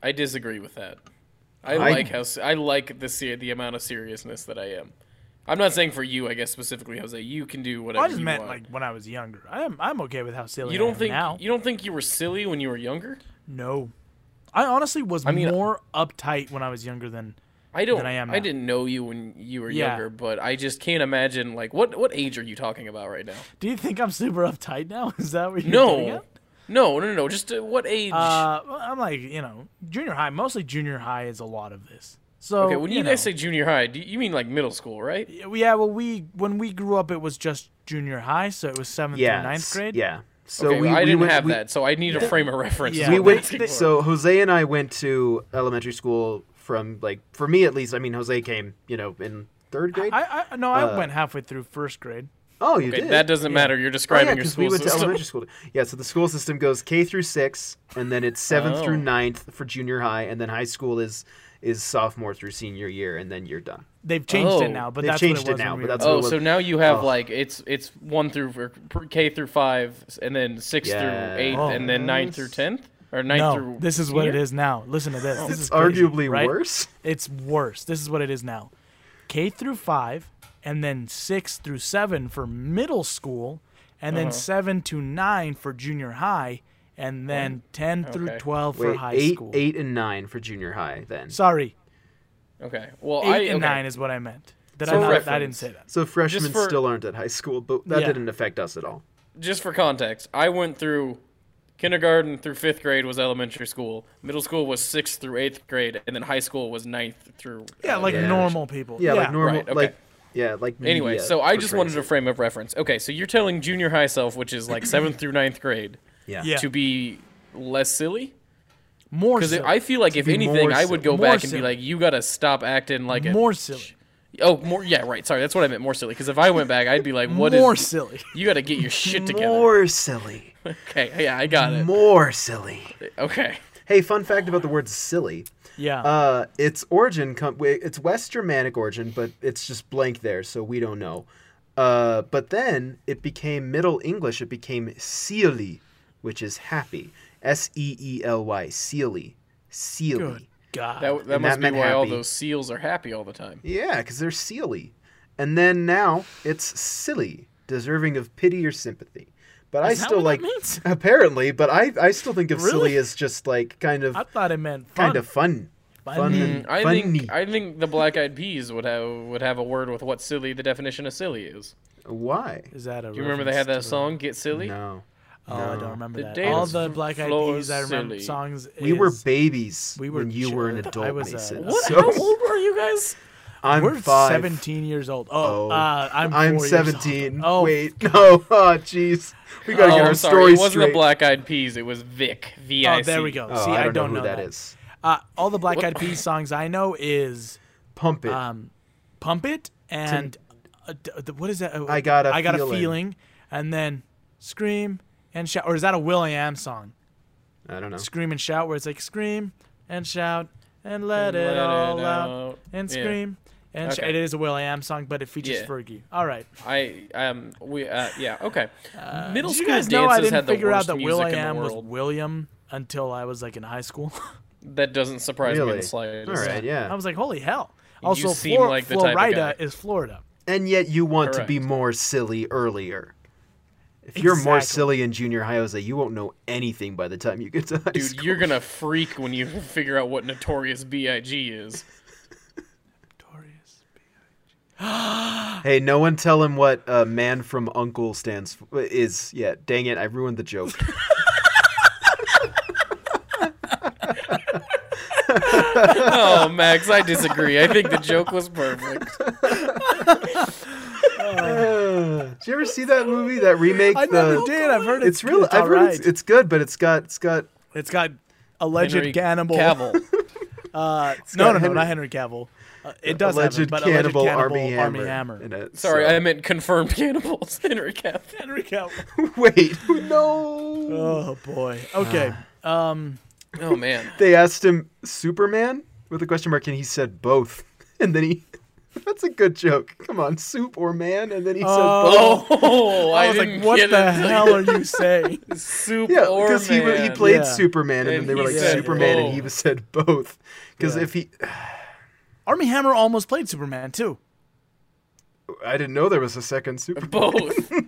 Speaker 3: I disagree with that. I,
Speaker 1: Hmm. I-
Speaker 3: like how se- I like the se- the amount of seriousness that I am. I'm not saying for you, I guess specifically, Jose. You can do whatever
Speaker 2: I just
Speaker 3: you
Speaker 2: meant
Speaker 3: want.
Speaker 2: like when I was younger. I'm I'm okay with how silly
Speaker 3: you
Speaker 2: I
Speaker 3: don't
Speaker 2: am
Speaker 3: think
Speaker 2: now.
Speaker 3: you don't think you were silly when you were younger.
Speaker 2: No, I honestly was
Speaker 3: I mean-
Speaker 1: uh,
Speaker 2: more uptight when I was younger than
Speaker 3: I don't.
Speaker 2: Than I
Speaker 3: I,
Speaker 2: am now.
Speaker 3: didn't know you when you were
Speaker 2: Yeah.
Speaker 3: younger, but I just can't imagine like what what age are you talking about right now?
Speaker 2: Do you think I'm super uptight now? [laughs] Is that what you're getting
Speaker 3: No,
Speaker 2: at?
Speaker 3: no, no, no, no. Just uh, what age?
Speaker 2: Uh, well, I'm like, you know, junior high. Mostly junior high is a lot of this. So
Speaker 3: okay, when you,
Speaker 2: you
Speaker 3: guys
Speaker 2: know,
Speaker 3: say junior high, do you, you mean like middle school, right?
Speaker 2: yeah, well, we when we grew up, it was just junior high, so it was seventh
Speaker 1: Yeah,
Speaker 2: through ninth
Speaker 1: s-
Speaker 2: grade.
Speaker 1: Yeah. So
Speaker 3: okay,
Speaker 1: we,
Speaker 3: I
Speaker 1: we
Speaker 3: didn't
Speaker 1: went,
Speaker 3: have
Speaker 1: we,
Speaker 3: that, so I need a frame of reference. is
Speaker 2: Yeah.
Speaker 3: what
Speaker 1: we
Speaker 3: I'm [laughs]
Speaker 1: went
Speaker 3: asking for.
Speaker 1: so jose and i went to elementary school from like for me at least i mean jose came you know in third grade
Speaker 2: I, I no, I
Speaker 1: Uh,
Speaker 2: went halfway through first grade.
Speaker 1: oh you
Speaker 3: Okay,
Speaker 1: did
Speaker 3: that doesn't matter.
Speaker 1: Oh,
Speaker 3: You're
Speaker 1: yeah,
Speaker 3: describing your
Speaker 1: 'cause
Speaker 3: school
Speaker 1: we went to
Speaker 3: system.
Speaker 1: elementary school yeah so the school system goes k through six and then it's seventh
Speaker 3: Oh.
Speaker 1: through ninth for junior high and then high school is is sophomore through senior year and then you're done
Speaker 2: They've changed
Speaker 3: Oh,
Speaker 2: it now, but
Speaker 1: they've
Speaker 2: that's
Speaker 1: changed
Speaker 2: what
Speaker 1: it
Speaker 2: it was when
Speaker 1: now,
Speaker 2: we
Speaker 1: but
Speaker 2: were-
Speaker 1: that's what
Speaker 3: Oh,
Speaker 1: it
Speaker 3: so
Speaker 1: was-
Speaker 3: now you have
Speaker 1: oh.
Speaker 3: like it's it's one through or K through five, and then six
Speaker 1: Yeah.
Speaker 3: through eight,
Speaker 2: Oh.
Speaker 3: and then nine through tenth or nine
Speaker 2: no.
Speaker 3: through.
Speaker 2: This is what it
Speaker 3: senior?
Speaker 2: is now. Listen to this. this is
Speaker 1: it's
Speaker 2: crazy,
Speaker 1: arguably
Speaker 2: right?
Speaker 1: worse
Speaker 2: It's worse. This is what it is now. K through five, and then six through seven for middle school, and
Speaker 3: Uh-huh.
Speaker 2: then seven to nine for junior high, and then ten through
Speaker 3: okay.
Speaker 2: twelve for
Speaker 1: Wait,
Speaker 2: high
Speaker 1: eight,
Speaker 2: school.
Speaker 1: eight and nine for junior high then
Speaker 2: Sorry,
Speaker 3: Okay. Well,
Speaker 2: eight
Speaker 3: I
Speaker 2: and
Speaker 3: okay.
Speaker 2: nine is what I meant. Did
Speaker 3: For
Speaker 2: I not? I
Speaker 3: reference.
Speaker 2: didn't say that.
Speaker 1: so freshmen
Speaker 3: for-
Speaker 1: still aren't at high school but that
Speaker 2: Yeah.
Speaker 1: didn't affect us at all
Speaker 3: Just for context, I went through Kindergarten through fifth grade was elementary school. Middle school was sixth through eighth grade, and then high school was ninth through. uh,
Speaker 2: Yeah, like
Speaker 1: Yeah.
Speaker 2: normal people.
Speaker 1: Yeah, like normal.
Speaker 3: right, okay.
Speaker 1: Like yeah, like media
Speaker 3: Anyway, so I just
Speaker 1: portrays
Speaker 3: wanted a
Speaker 1: it.
Speaker 3: frame of reference. Okay, so you're telling junior high self, which is like seventh through ninth grade,
Speaker 1: Yeah.
Speaker 2: Yeah.
Speaker 3: to be less silly.
Speaker 2: more
Speaker 3: Because
Speaker 2: silly.
Speaker 3: I feel like if
Speaker 1: be
Speaker 3: anything,
Speaker 1: more
Speaker 3: I would
Speaker 1: silly.
Speaker 3: go
Speaker 2: More
Speaker 3: back and
Speaker 2: silly.
Speaker 3: be like, "You gotta stop acting like a
Speaker 2: more silly.
Speaker 3: oh more yeah right sorry that's what I meant more silly." Because if I went back, I'd be like, "What is
Speaker 2: more silly.
Speaker 3: [laughs] you gotta get your shit together?"
Speaker 1: More
Speaker 3: [laughs]
Speaker 1: silly.
Speaker 3: Okay, yeah, I got it.
Speaker 1: More silly.
Speaker 3: Okay,
Speaker 1: Hey, fun fact about the word silly.
Speaker 2: Yeah.
Speaker 1: Uh, its origin, com- w- it's West Germanic origin, but it's just blank there, so we don't know. Uh, but then it became Middle English. It became Seely, which is happy. S E E L Y, Seely,
Speaker 2: Good
Speaker 1: Seely.
Speaker 2: God.
Speaker 3: that, that
Speaker 1: And
Speaker 3: must
Speaker 1: that
Speaker 3: be
Speaker 1: meant
Speaker 3: why all
Speaker 1: happy.
Speaker 3: those seals are happy all the time.
Speaker 1: Yeah, because they're Seely. And then now it's silly, deserving of pity or sympathy. But I
Speaker 2: Is that
Speaker 1: still
Speaker 2: what
Speaker 1: like
Speaker 2: that means?
Speaker 1: [laughs] apparently, but I I still think of
Speaker 2: Really?
Speaker 1: silly as just like kind of
Speaker 2: I thought it meant fun.
Speaker 1: kind of fun.
Speaker 2: Fun.
Speaker 1: Fun and
Speaker 3: Hmm, I
Speaker 1: funny.
Speaker 3: think I think the black eyed peas would have would have a word with what silly the definition of silly is.
Speaker 1: Why?
Speaker 2: Is that a?
Speaker 3: Do you remember they had
Speaker 2: reference
Speaker 3: that
Speaker 2: to
Speaker 3: song "Get Silly"?
Speaker 1: No.
Speaker 2: the- Oh, I don't remember
Speaker 3: The
Speaker 2: that.
Speaker 3: dance
Speaker 2: All the Black Eyed
Speaker 3: floor
Speaker 2: Peas I remember
Speaker 3: silly.
Speaker 2: songs.
Speaker 1: We were
Speaker 2: is-
Speaker 1: babies
Speaker 2: we were
Speaker 1: when you were an
Speaker 2: children.
Speaker 1: adult,
Speaker 2: I was, uh,
Speaker 1: Mason.
Speaker 3: What?
Speaker 1: So,
Speaker 3: How old were you guys?
Speaker 1: I'm
Speaker 2: We're
Speaker 1: five.
Speaker 2: 17 years old. Oh,
Speaker 1: Oh.
Speaker 2: uh, I'm.
Speaker 1: I'm,
Speaker 2: four years old.
Speaker 1: 17.
Speaker 2: Oh,
Speaker 1: Wait, [laughs] no. Oh, jeez. We gotta
Speaker 3: Oh,
Speaker 1: get
Speaker 3: I'm
Speaker 1: our
Speaker 3: sorry.
Speaker 1: story
Speaker 3: It wasn't the
Speaker 1: straight.
Speaker 3: black eyed peas. It was Vic. V I
Speaker 2: oh,
Speaker 3: C.
Speaker 2: there we go.
Speaker 1: Oh,
Speaker 2: See,
Speaker 1: I
Speaker 2: I
Speaker 1: don't know who
Speaker 2: that
Speaker 1: that is.
Speaker 2: Uh, all the Black Eyed Peas songs I know is
Speaker 1: Pump it.
Speaker 2: um, "Pump It" and uh, d- d- what is that? Uh,
Speaker 1: I Got a
Speaker 2: I got a
Speaker 1: Feeling.
Speaker 2: feeling, and then "Scream" and shout. Or is that a Will I Am song?
Speaker 1: I don't know.
Speaker 2: "Scream and Shout," where it's like "Scream and shout and let,
Speaker 3: And
Speaker 2: it,
Speaker 3: let it
Speaker 2: all out,
Speaker 3: out."
Speaker 2: and
Speaker 3: Yeah.
Speaker 2: scream." And shout.
Speaker 3: Okay.
Speaker 2: it is a Will I Am song, but it features
Speaker 3: Yeah.
Speaker 2: Fergie. All right.
Speaker 3: I um we uh, yeah okay.
Speaker 2: Uh,
Speaker 3: Middle
Speaker 2: Did
Speaker 3: school
Speaker 2: you guys
Speaker 3: dances
Speaker 2: know I didn't
Speaker 3: had the
Speaker 2: figure out
Speaker 3: worst
Speaker 2: that
Speaker 3: music
Speaker 2: Will I
Speaker 3: in the
Speaker 2: Am was
Speaker 3: world.
Speaker 2: William until I was like in high school? [laughs]
Speaker 3: That doesn't surprise me in
Speaker 1: Really?
Speaker 3: the slightest.
Speaker 1: All right,
Speaker 2: I
Speaker 1: yeah.
Speaker 2: was like, holy hell. Also,
Speaker 3: seem
Speaker 2: Flor-
Speaker 3: like the type of
Speaker 2: Florida
Speaker 3: guy.
Speaker 2: is Florida.
Speaker 1: And yet you want to be
Speaker 3: Correct.
Speaker 1: more silly earlier. If you're more
Speaker 2: Exactly.
Speaker 1: silly in junior high, Jose, you won't know anything by the time you get to high
Speaker 3: Dude,
Speaker 1: school.
Speaker 3: you're gonna freak when you [laughs] figure out what Notorious B.I.G. is.
Speaker 2: Notorious.
Speaker 1: Hey, no one tell him what uh, "man from Uncle" stands for, is yet. Dang it, I ruined the
Speaker 2: [laughs]
Speaker 1: joke.
Speaker 3: Oh, Max, I disagree. I think the joke
Speaker 2: [laughs]
Speaker 3: was perfect.
Speaker 1: Uh, did you ever see that movie? That remake?
Speaker 2: I
Speaker 1: the,
Speaker 2: never did. I've heard it.
Speaker 1: It's real.
Speaker 2: It's
Speaker 1: I've
Speaker 2: all
Speaker 1: heard
Speaker 2: right.
Speaker 1: it's, it's good, but it's got it's got
Speaker 2: it's got alleged
Speaker 3: Henry
Speaker 2: cannibal.
Speaker 3: Cavill.
Speaker 2: Uh, no,
Speaker 1: got
Speaker 2: no, no,
Speaker 1: Henry-
Speaker 2: not Henry Cavill. Uh, it does
Speaker 1: alleged,
Speaker 2: have him, but
Speaker 1: cannibal,
Speaker 2: alleged cannibal
Speaker 1: Army,
Speaker 2: Army
Speaker 1: Hammer.
Speaker 2: Hammer.
Speaker 1: in it,
Speaker 3: Sorry,
Speaker 1: so-
Speaker 3: I meant confirmed cannibals. [laughs] Henry Cavill.
Speaker 2: Henry
Speaker 1: [laughs]
Speaker 2: Cavill.
Speaker 1: Wait, no.
Speaker 2: Oh
Speaker 1: [sighs]
Speaker 2: boy. Okay. Um.
Speaker 3: Oh man,
Speaker 1: They asked him Superman with a question mark, and he said both, [laughs] and then he. That's a good joke. Come on, soup or man, and then he said both.
Speaker 2: Oh,
Speaker 3: Oh, I,
Speaker 2: I was
Speaker 3: didn't
Speaker 2: like, what
Speaker 3: get
Speaker 2: the
Speaker 3: it.
Speaker 2: hell are you saying? [laughs]
Speaker 3: Soup
Speaker 1: Yeah,
Speaker 3: or
Speaker 1: because he, wa- he
Speaker 3: man.
Speaker 1: played
Speaker 2: Yeah.
Speaker 1: Superman, and,
Speaker 3: And
Speaker 1: then they were like
Speaker 3: he
Speaker 2: said
Speaker 1: Superman, and
Speaker 3: both.
Speaker 1: he was said both. Because
Speaker 2: Yeah.
Speaker 1: if he, [sighs]
Speaker 2: Army Hammer almost played Superman too.
Speaker 1: I didn't know there was a second Superman.
Speaker 3: both. [laughs]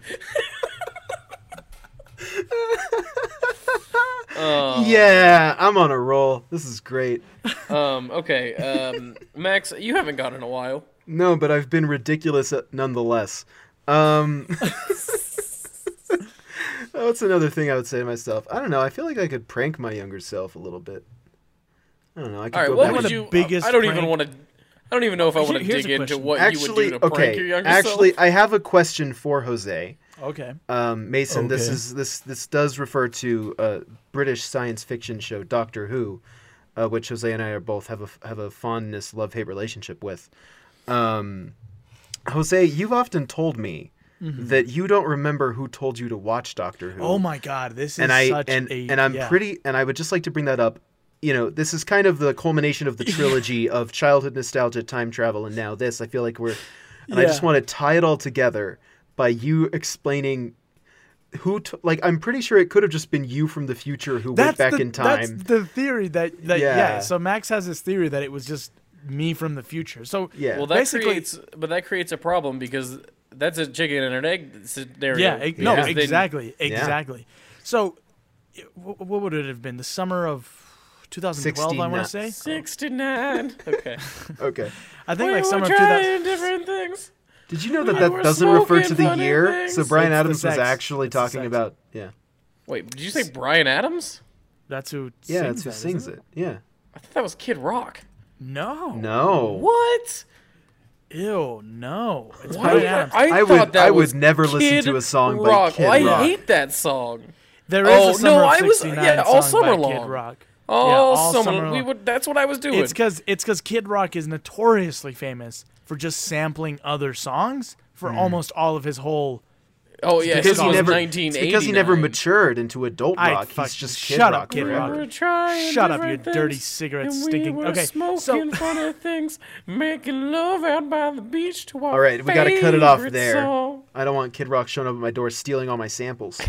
Speaker 3: Oh,
Speaker 1: Yeah, I'm on a roll. This is great.
Speaker 3: um, okay, um, Max, you haven't gone in a while.
Speaker 1: No, but I've been ridiculous uh, nonetheless. Um, oh, that's another thing I would say to myself. I don't know. I feel like I could prank my younger self a little bit. I don't know. I could
Speaker 3: All right,
Speaker 1: go
Speaker 3: what
Speaker 1: back
Speaker 3: would
Speaker 1: and-
Speaker 2: the
Speaker 3: you?
Speaker 2: biggest
Speaker 3: I don't even
Speaker 2: prank-
Speaker 3: want to. I don't even know if I want to
Speaker 2: Here- here's
Speaker 3: dig
Speaker 2: a
Speaker 3: into
Speaker 2: question.
Speaker 3: what
Speaker 1: actually
Speaker 3: you would do to prank your
Speaker 1: okay.
Speaker 3: younger
Speaker 1: Actually,
Speaker 3: self.
Speaker 1: I have a question for Jose.
Speaker 2: Okay.
Speaker 1: Um, Mason, this
Speaker 2: Okay.
Speaker 1: is this this does refer to uh, British science fiction show Doctor Who, uh, which Jose and I are both have a have a fondness love hate relationship with. Um, Jose, you've often told me that you don't remember who told you to watch Doctor Who.
Speaker 2: Mm-hmm. Oh my God, this is
Speaker 1: and I
Speaker 2: such
Speaker 1: and
Speaker 2: a
Speaker 1: and I'm
Speaker 2: yeah.
Speaker 1: pretty and I would just like to bring that up. You know, this is kind of the culmination
Speaker 2: [laughs]
Speaker 1: of the trilogy of childhood nostalgia, time travel, and now this. I feel like we're and I just
Speaker 2: Yeah.
Speaker 1: want to tie it all together by you explaining who t- like I'm pretty sure it could have just been you from the future who went back
Speaker 2: the,
Speaker 1: in time.
Speaker 2: That's the theory that, that yeah.
Speaker 1: Yeah.
Speaker 2: So Max has this theory that it was just me from the future. So
Speaker 1: Yeah.
Speaker 3: well, that
Speaker 2: basically-
Speaker 3: creates, but that creates a problem because that's a chicken and an egg scenario.
Speaker 2: yeah, e- no,
Speaker 1: Yeah.
Speaker 3: because then-
Speaker 2: exactly, exactly. So it- wh- what would it have been? The summer of 2012, I want to
Speaker 1: 69.
Speaker 2: say.
Speaker 3: Sixty-nine. [laughs] Okay.
Speaker 1: okay.
Speaker 2: I think
Speaker 3: we
Speaker 2: like
Speaker 3: were
Speaker 2: summer of 2000.
Speaker 3: trying different things.
Speaker 1: Did you know that
Speaker 3: We
Speaker 1: that
Speaker 3: were
Speaker 1: doesn't refer to
Speaker 3: smoking
Speaker 1: the
Speaker 3: funny
Speaker 1: year?
Speaker 3: things.
Speaker 1: So Brian
Speaker 2: It's the
Speaker 1: Adams was
Speaker 2: sex.
Speaker 1: actually
Speaker 2: It's the
Speaker 1: talking
Speaker 2: sex.
Speaker 1: about yeah.
Speaker 3: Wait, did you say Brian Adams?
Speaker 2: That's who.
Speaker 1: Yeah,
Speaker 2: sings
Speaker 1: that's who
Speaker 2: that,
Speaker 1: sings
Speaker 2: isn't
Speaker 1: it. Yeah.
Speaker 3: I thought that was Kid Rock.
Speaker 2: No.
Speaker 1: No.
Speaker 3: What?
Speaker 2: Ew, no. It's
Speaker 3: Why?
Speaker 2: Brian Adams.
Speaker 3: I,
Speaker 1: I
Speaker 3: thought
Speaker 1: would-
Speaker 3: that
Speaker 1: I would
Speaker 3: was
Speaker 1: never listen
Speaker 3: Kid
Speaker 1: to a song by
Speaker 3: Rock.
Speaker 1: Kid
Speaker 3: I
Speaker 1: Rock.
Speaker 3: hate that song.
Speaker 2: There is
Speaker 3: Oh,
Speaker 2: a summer
Speaker 3: no,
Speaker 2: of
Speaker 3: I was-
Speaker 2: 69
Speaker 3: yeah, all
Speaker 2: song
Speaker 3: summer
Speaker 2: by Kid
Speaker 3: long.
Speaker 2: Rock.
Speaker 3: Oh,
Speaker 2: yeah, all
Speaker 3: someone.
Speaker 2: summer
Speaker 3: we
Speaker 2: long.
Speaker 3: would. That's what I was doing.
Speaker 2: It's because it's because Kid Rock is notoriously famous for just sampling other songs for
Speaker 1: Mm.
Speaker 2: almost all of his whole.
Speaker 3: oh yeah,
Speaker 1: Because
Speaker 3: his
Speaker 1: he
Speaker 3: was
Speaker 1: never, it's
Speaker 3: 1989.
Speaker 1: because he never matured into adult
Speaker 2: I
Speaker 1: rock.
Speaker 2: fuck-
Speaker 1: He's just Kid
Speaker 2: shut
Speaker 1: Rock
Speaker 2: up, Kid
Speaker 1: forever.
Speaker 2: Rock.
Speaker 3: We're trying
Speaker 2: Shut up, you
Speaker 3: different
Speaker 2: dirty
Speaker 3: things,
Speaker 2: cigarette
Speaker 3: and
Speaker 2: stinking-
Speaker 3: We were
Speaker 2: okay, so-
Speaker 3: smoking funny things, making love out by the beach to our
Speaker 1: All right, we got to cut it off
Speaker 3: favorite
Speaker 1: there.
Speaker 3: song.
Speaker 1: I don't want Kid Rock showing up at my door stealing all my
Speaker 2: [laughs]
Speaker 1: samples.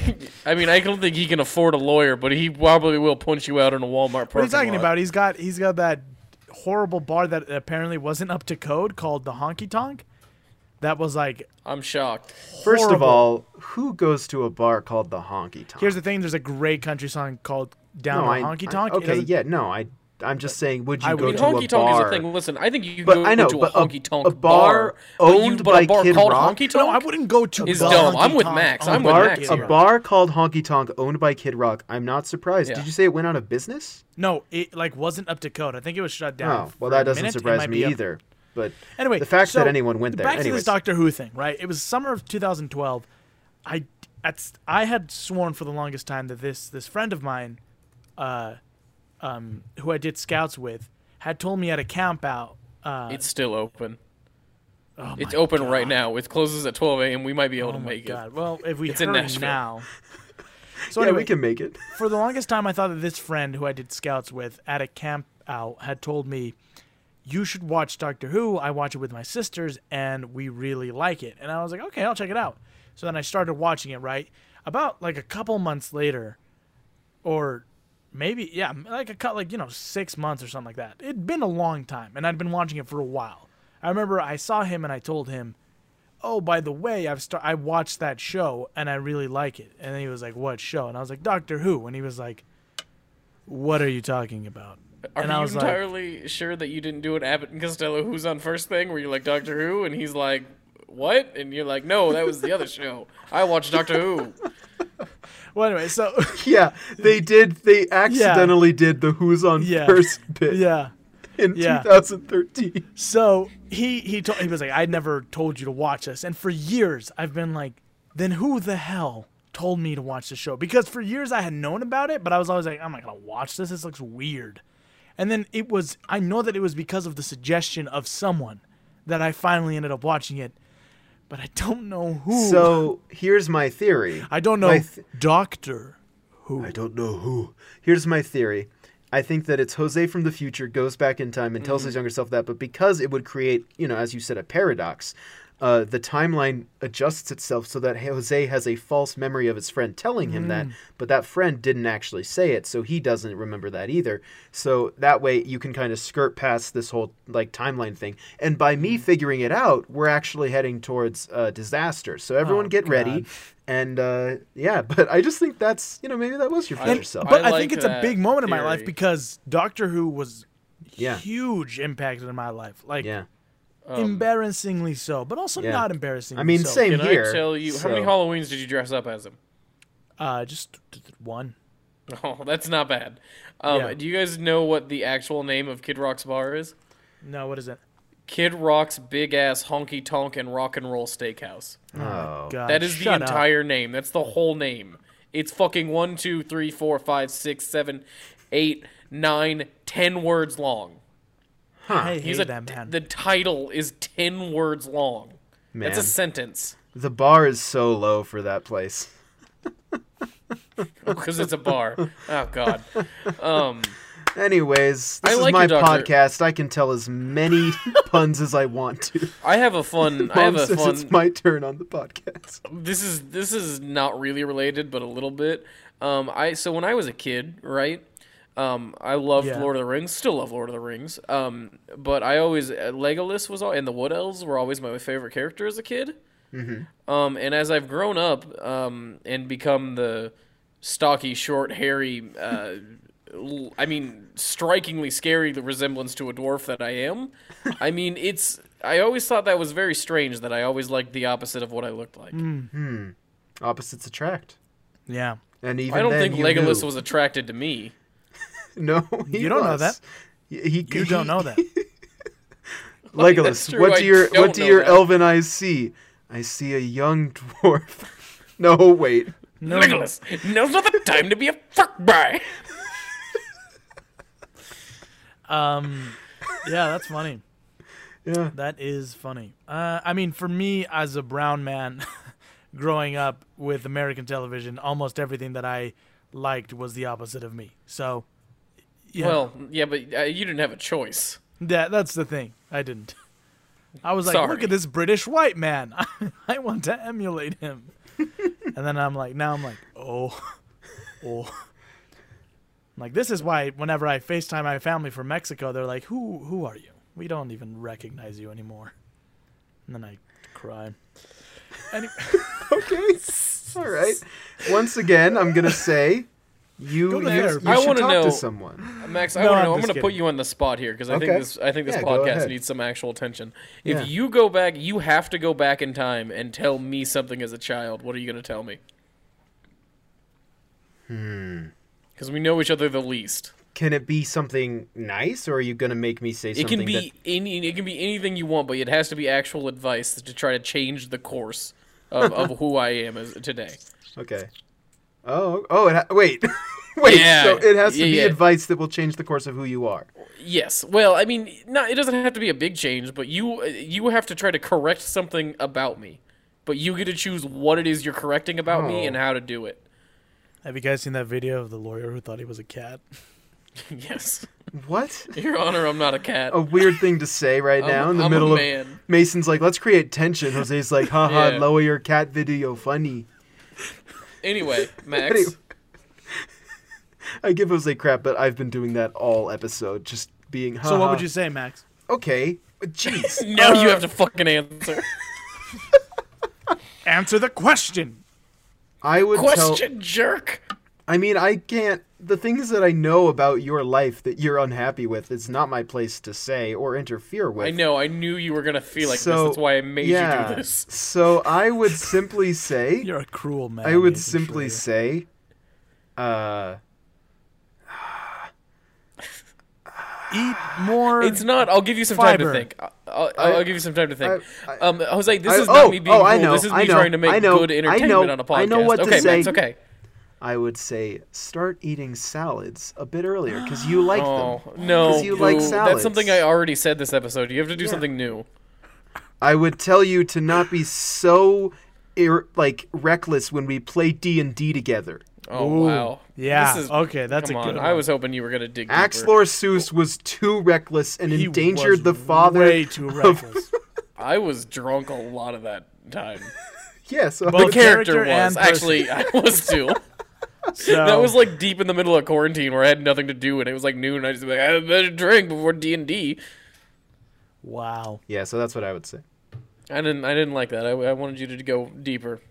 Speaker 3: I mean, I don't think he can afford a lawyer, but he probably will punch you out in a Walmart parking
Speaker 2: What are you talking
Speaker 3: lot.
Speaker 2: about? He's got he's got that horrible bar that apparently wasn't up to code called the Honky Tonk. That was like
Speaker 3: I'm shocked.
Speaker 1: First of
Speaker 2: horrible.
Speaker 1: all, who goes to a bar called the Honky Tonk?
Speaker 2: Here's the thing: there's a great country song called "Down
Speaker 1: no,
Speaker 2: the
Speaker 1: I,
Speaker 2: Honky
Speaker 1: I-
Speaker 2: Tonk." It
Speaker 1: okay,
Speaker 2: doesn't-
Speaker 1: yeah, no, I I'm just saying, would you
Speaker 2: I
Speaker 1: go
Speaker 2: would-
Speaker 1: to
Speaker 3: honky
Speaker 1: a
Speaker 3: tonk
Speaker 1: bar?
Speaker 3: is a thing. Listen, I think you can
Speaker 1: But
Speaker 3: go
Speaker 1: I know,
Speaker 3: to a
Speaker 1: but a-
Speaker 3: honky tonk
Speaker 1: a bar
Speaker 3: but you-
Speaker 1: owned
Speaker 3: but
Speaker 1: by
Speaker 3: a bar
Speaker 1: Kid
Speaker 3: called
Speaker 1: Rock?
Speaker 3: honky
Speaker 2: No, I
Speaker 3: tonk.
Speaker 2: wouldn't go to.
Speaker 3: is
Speaker 2: the
Speaker 3: dumb.
Speaker 2: Honky
Speaker 3: I'm with
Speaker 2: Tonk
Speaker 3: Max.
Speaker 2: on
Speaker 3: I'm
Speaker 2: the
Speaker 3: with
Speaker 1: bar,
Speaker 3: Max
Speaker 1: a
Speaker 3: here.
Speaker 1: bar called Honky Tonk owned by Kid Rock. I'm not surprised.
Speaker 3: Yeah.
Speaker 1: Did you say it went out of business?
Speaker 2: No, it like wasn't up to code. I think it was shut down.
Speaker 1: Oh,
Speaker 2: Uh, for
Speaker 1: well,
Speaker 2: a
Speaker 1: that doesn't
Speaker 2: minute. It
Speaker 1: surprise
Speaker 2: might
Speaker 1: me
Speaker 2: be up-
Speaker 1: either. But
Speaker 2: Anyway,
Speaker 1: the fact
Speaker 2: so
Speaker 1: that anyone went there.
Speaker 2: Back to
Speaker 1: Anyways,
Speaker 2: this Doctor Who thing, right? It was summer of 2012. I at, I had sworn for the longest time that this this friend of mine, uh, um, who I did scouts with, had told me at a camp out. Uh,
Speaker 3: It's still open.
Speaker 2: oh
Speaker 3: It's
Speaker 2: my
Speaker 3: open
Speaker 2: God.
Speaker 3: right now. It closes at 12 a.m. We might be able
Speaker 2: Oh
Speaker 3: to
Speaker 2: my
Speaker 3: make
Speaker 2: God! Well, if we
Speaker 3: It's in
Speaker 2: hurry
Speaker 3: Nashville. [laughs]
Speaker 2: now. So
Speaker 1: yeah,
Speaker 2: anyway,
Speaker 1: we can make it.
Speaker 2: for the longest time, I thought that this friend who I did scouts with at a camp out had told me, "You should watch Doctor Who. I watch it with my sisters, and we really like it." And I was like, "Okay, I'll check it out." So then I started watching it. Right about like a couple months later, or maybe yeah, like a cut like you know six months or something like that. It'd been a long time, and I'd been watching it for a while. I remember I saw him and I told him, "Oh, by the way, I've star- I watched that show and I really like it." And he was like, "What show?" And I was like, "Doctor Who." And he was like, "What are you talking about?"
Speaker 3: it. Are
Speaker 2: and
Speaker 3: you
Speaker 2: I was like-
Speaker 3: entirely sure that you didn't do an Abbott and Costello Who's on First thing where you're like Doctor Who and he's like what? And you're like no, that was the other show. I watched
Speaker 1: [laughs]
Speaker 3: Doctor Who.
Speaker 2: Well, anyway, so [laughs]
Speaker 1: Yeah, they did. They accidentally did the Who's on
Speaker 2: Yeah. [laughs]
Speaker 1: First bit
Speaker 2: yeah.
Speaker 1: in
Speaker 2: Yeah.
Speaker 1: 2013.
Speaker 2: So he he told he was like, I never told you to watch this, and for years I've been like, then who the hell told me to watch the show? Because for years I had known about it, but I was always like, I'm not gonna watch this. This looks weird. And then it was I know that it was because of the suggestion of someone that I finally ended up watching it, but I don't know who.
Speaker 1: So here's my theory.
Speaker 2: I don't know
Speaker 1: My th-
Speaker 2: Doctor.
Speaker 1: I don't know who. Here's my theory. I think that it's Jose from the future goes back in time and tells
Speaker 2: Mm-hmm.
Speaker 1: his younger self that, but because it would create, you know, as you said, a paradox, uh, the timeline adjusts itself so that Jose has a false memory of his friend telling him that,
Speaker 2: Mm.
Speaker 1: but that friend didn't actually say it, so he doesn't remember that either. So that way you can kind of skirt past this whole like timeline thing. And by me
Speaker 3: Mm-hmm.
Speaker 1: figuring it out, we're actually heading towards uh, disaster. So
Speaker 3: Oh,
Speaker 1: everyone get ready. And uh, yeah, [laughs] but I just think that's you know maybe that was your future
Speaker 2: And,
Speaker 1: self.
Speaker 2: but I,
Speaker 3: I
Speaker 2: think
Speaker 3: like
Speaker 2: it's a
Speaker 3: that
Speaker 2: big moment in my life
Speaker 3: theory.
Speaker 2: because Doctor Who was
Speaker 1: Yeah.
Speaker 2: huge impact in my life. Like
Speaker 1: yeah,
Speaker 2: embarrassingly so, but also
Speaker 1: Um, yeah.
Speaker 2: not embarrassingly.
Speaker 1: I mean
Speaker 2: so.
Speaker 1: same
Speaker 3: Can
Speaker 1: here.
Speaker 3: I tell you how many
Speaker 1: so-
Speaker 3: Halloweens did you dress up as him? [laughs]
Speaker 2: Uh, just th- th- one.
Speaker 3: Oh, that's not bad. Um,
Speaker 2: Yeah.
Speaker 3: Do you guys know what the actual name of Kid Rock's bar is?
Speaker 2: No, what is it?
Speaker 3: Kid Rock's Big Ass Honky Tonk and Rock and Roll Steakhouse.
Speaker 1: Oh,
Speaker 2: God,
Speaker 3: That is the
Speaker 2: shut up.
Speaker 3: entire name. That's the whole name. It's fucking one, two, three, four, five, six, seven, eight, nine, ten words long.
Speaker 2: I hate
Speaker 3: He's a,
Speaker 2: that man.
Speaker 3: The title is ten words long. That's
Speaker 1: Man. [laughs]
Speaker 3: a sentence
Speaker 1: the bar is so low for that place. [laughs]
Speaker 3: because it's a bar. oh
Speaker 1: [laughs]
Speaker 3: God. Um,
Speaker 1: Anyways,
Speaker 3: I
Speaker 1: this is
Speaker 3: like
Speaker 1: my
Speaker 3: your doctor.
Speaker 1: podcast. I can tell as
Speaker 3: [laughs]
Speaker 1: many puns as I want to.
Speaker 3: I have a fun. I have
Speaker 1: Mom
Speaker 3: a
Speaker 1: says
Speaker 3: fun.
Speaker 1: it's my turn on the podcast.
Speaker 3: this is this is not really related, but a little bit. Um, I so when I was a kid, right? Um, I loved
Speaker 2: Yeah.
Speaker 3: Lord of the Rings. Still love Lord of the Rings. Um, but I always uh, Legolas was all, and the Wood Elves were always my favorite character as a kid. Um, and as I've grown up um, and become the stocky, short, hairy, uh, l- I mean, strikingly scary the resemblance to a dwarf that I am. I mean, it's. I always thought that was very strange that I always liked the opposite of what I looked like.
Speaker 1: Opposites attract.
Speaker 2: Yeah.
Speaker 1: And even
Speaker 3: I don't
Speaker 1: then,
Speaker 3: think
Speaker 1: you
Speaker 3: Legolas
Speaker 1: knew.
Speaker 3: was attracted to me.
Speaker 1: [laughs] No, he
Speaker 2: You don't know
Speaker 1: was.
Speaker 2: that.
Speaker 1: Y- He,
Speaker 2: You
Speaker 1: he-
Speaker 2: don't know that.
Speaker 3: That's
Speaker 1: [laughs] Legolas,
Speaker 3: true,
Speaker 1: what
Speaker 3: I
Speaker 1: do your
Speaker 3: don't
Speaker 1: what do
Speaker 3: know
Speaker 1: your
Speaker 3: that.
Speaker 1: elven eyes see? I see a young [laughs] dwarf. [laughs] no, wait.
Speaker 2: No, no.
Speaker 3: Legolas, now's not the time to be a fuckboy.
Speaker 2: Um, yeah, that's funny. [laughs]
Speaker 1: Yeah.
Speaker 2: That is funny. Uh, I mean, for me as a brown man, [laughs] growing up with American television, almost everything that I liked was the opposite of me. So, yeah,
Speaker 3: Well, yeah, but uh, you didn't have a choice.
Speaker 2: that that's the thing. I didn't. I was like, look
Speaker 3: Sorry.
Speaker 2: at this British white man. [laughs] I want to emulate him. [laughs] and then I'm like, now I'm like, oh, [laughs] oh. I'm like this is why whenever I FaceTime my family from Mexico, they're like, who who are you? We don't even recognize you anymore. And then I cry. Any-
Speaker 1: Okay. [laughs] All right. Once again, I'm gonna say you
Speaker 2: Go to
Speaker 1: you,
Speaker 2: therapy.
Speaker 1: you
Speaker 3: I
Speaker 1: should
Speaker 3: wanna
Speaker 1: talk
Speaker 3: know-
Speaker 1: to someone.
Speaker 3: Uh, Max, I
Speaker 2: No,
Speaker 3: want to
Speaker 2: I'm
Speaker 3: know. I'm
Speaker 2: just
Speaker 3: going to put
Speaker 2: kidding.
Speaker 3: you on the spot here because I
Speaker 1: Okay.
Speaker 3: think this I think this
Speaker 1: Yeah, go
Speaker 3: podcast
Speaker 1: ahead.
Speaker 3: needs some actual attention.
Speaker 1: Yeah.
Speaker 3: If you go back, you have to go back in time and tell me something as a child. What are you going to tell me? Hmm.
Speaker 1: Hmm.
Speaker 3: Because we know each other the least.
Speaker 1: Can it be something nice, or are you gonna make me say
Speaker 3: It
Speaker 1: something
Speaker 3: can be any. It can be anything you want, but it has to be actual advice to try to change the course of, of who I am as today.
Speaker 1: that? Okay. Oh. Oh. It ha- wait. [laughs] wait.
Speaker 3: Yeah.
Speaker 1: So it has to
Speaker 3: Yeah,
Speaker 1: be
Speaker 3: yeah.
Speaker 1: advice that will change the course of who you are.
Speaker 3: Yes. Well, I mean, not. It doesn't have to be a big change, but you you have to try to correct something about me. But you get to choose what it is you're correcting about me
Speaker 1: Oh.
Speaker 3: and how to do it. [laughs]
Speaker 2: Have you guys seen that video of the lawyer who thought he was a cat? [laughs]
Speaker 3: yes,
Speaker 1: What?
Speaker 3: [laughs] Your Honor, I'm not a cat.
Speaker 1: A weird thing to say right
Speaker 3: [laughs] I'm-
Speaker 1: now Oh, in the
Speaker 3: I'm a
Speaker 1: middle of
Speaker 3: man.
Speaker 1: Mason's like, let's create tension. Jose's like, haha,
Speaker 3: Yeah.
Speaker 1: lower your cat video funny.
Speaker 3: Anyway, Max.
Speaker 1: Anyway. I give Jose crap, but I've been doing that all episode, just being. Haha.
Speaker 2: So
Speaker 3: Uh-huh.
Speaker 2: what would you say, Max?
Speaker 1: Okay, but
Speaker 3: [laughs]
Speaker 1: jeez.
Speaker 3: Now you have to
Speaker 1: [laughs]
Speaker 3: fucking answer.
Speaker 2: Answer the question.
Speaker 1: I would tell.
Speaker 3: Question jerk.
Speaker 1: I mean, I can't. The things that I know about your life that you're unhappy with, it's not my place to say or interfere with.
Speaker 3: I know. I knew you were gonna feel like this.
Speaker 1: So
Speaker 3: That's why I made
Speaker 1: yeah.
Speaker 3: you do this.
Speaker 1: So I would simply
Speaker 3: [laughs]
Speaker 1: say.
Speaker 2: You're a cruel man.
Speaker 1: I would
Speaker 2: Nathan
Speaker 1: simply
Speaker 2: Schrader.
Speaker 1: say, uh,
Speaker 2: eat more.
Speaker 3: It's not. I'll give you some
Speaker 2: Fiber.
Speaker 3: time to think. I'll, I'll, I'll give you some time to think.
Speaker 1: I- I-
Speaker 3: um, Jose, this
Speaker 1: I-
Speaker 3: is not
Speaker 1: oh,
Speaker 3: me being
Speaker 1: oh,
Speaker 3: cool.
Speaker 1: I know,
Speaker 3: this is me
Speaker 1: I know,
Speaker 3: trying to make
Speaker 1: I know,
Speaker 3: good
Speaker 1: I
Speaker 3: entertainment
Speaker 1: know,
Speaker 3: on a podcast.
Speaker 1: I know what to
Speaker 3: okay,
Speaker 1: say.
Speaker 3: Max, okay.
Speaker 1: I would say start eating salads a bit earlier because
Speaker 2: [gasps]
Speaker 1: you like
Speaker 3: Oh
Speaker 1: them.
Speaker 3: no,
Speaker 1: you like
Speaker 3: boo.
Speaker 1: salads.
Speaker 3: that's something I already said this episode. You have to do
Speaker 1: Yeah.
Speaker 3: something new.
Speaker 1: I would tell you to not be so ir- like reckless when we play D and D together.
Speaker 3: Oh
Speaker 2: Ooh.
Speaker 3: wow.
Speaker 2: Yeah,
Speaker 3: This is,
Speaker 2: okay, that's
Speaker 3: come
Speaker 2: a
Speaker 3: on.
Speaker 2: good
Speaker 3: I
Speaker 2: one.
Speaker 3: was hoping you were gonna dig deeper.
Speaker 1: Axlor Seuss was too reckless and
Speaker 2: He was
Speaker 1: endangered the father.
Speaker 2: Way too [laughs]
Speaker 3: [laughs]
Speaker 2: reckless.
Speaker 3: I was drunk a lot of that
Speaker 1: [laughs]
Speaker 3: time.
Speaker 1: [laughs] Yeah, so I
Speaker 2: Both
Speaker 1: would-
Speaker 2: Character
Speaker 3: Character was
Speaker 2: and
Speaker 3: actually I
Speaker 1: [laughs]
Speaker 3: was too.
Speaker 1: Oh.
Speaker 2: So,
Speaker 3: That was like deep in the middle of quarantine where I had nothing to do and it was like noon and I just like I better drink before D and D.
Speaker 2: wow.
Speaker 1: yeah, so that's what I would say.
Speaker 3: I didn't I didn't like that. I, I wanted you to go deeper.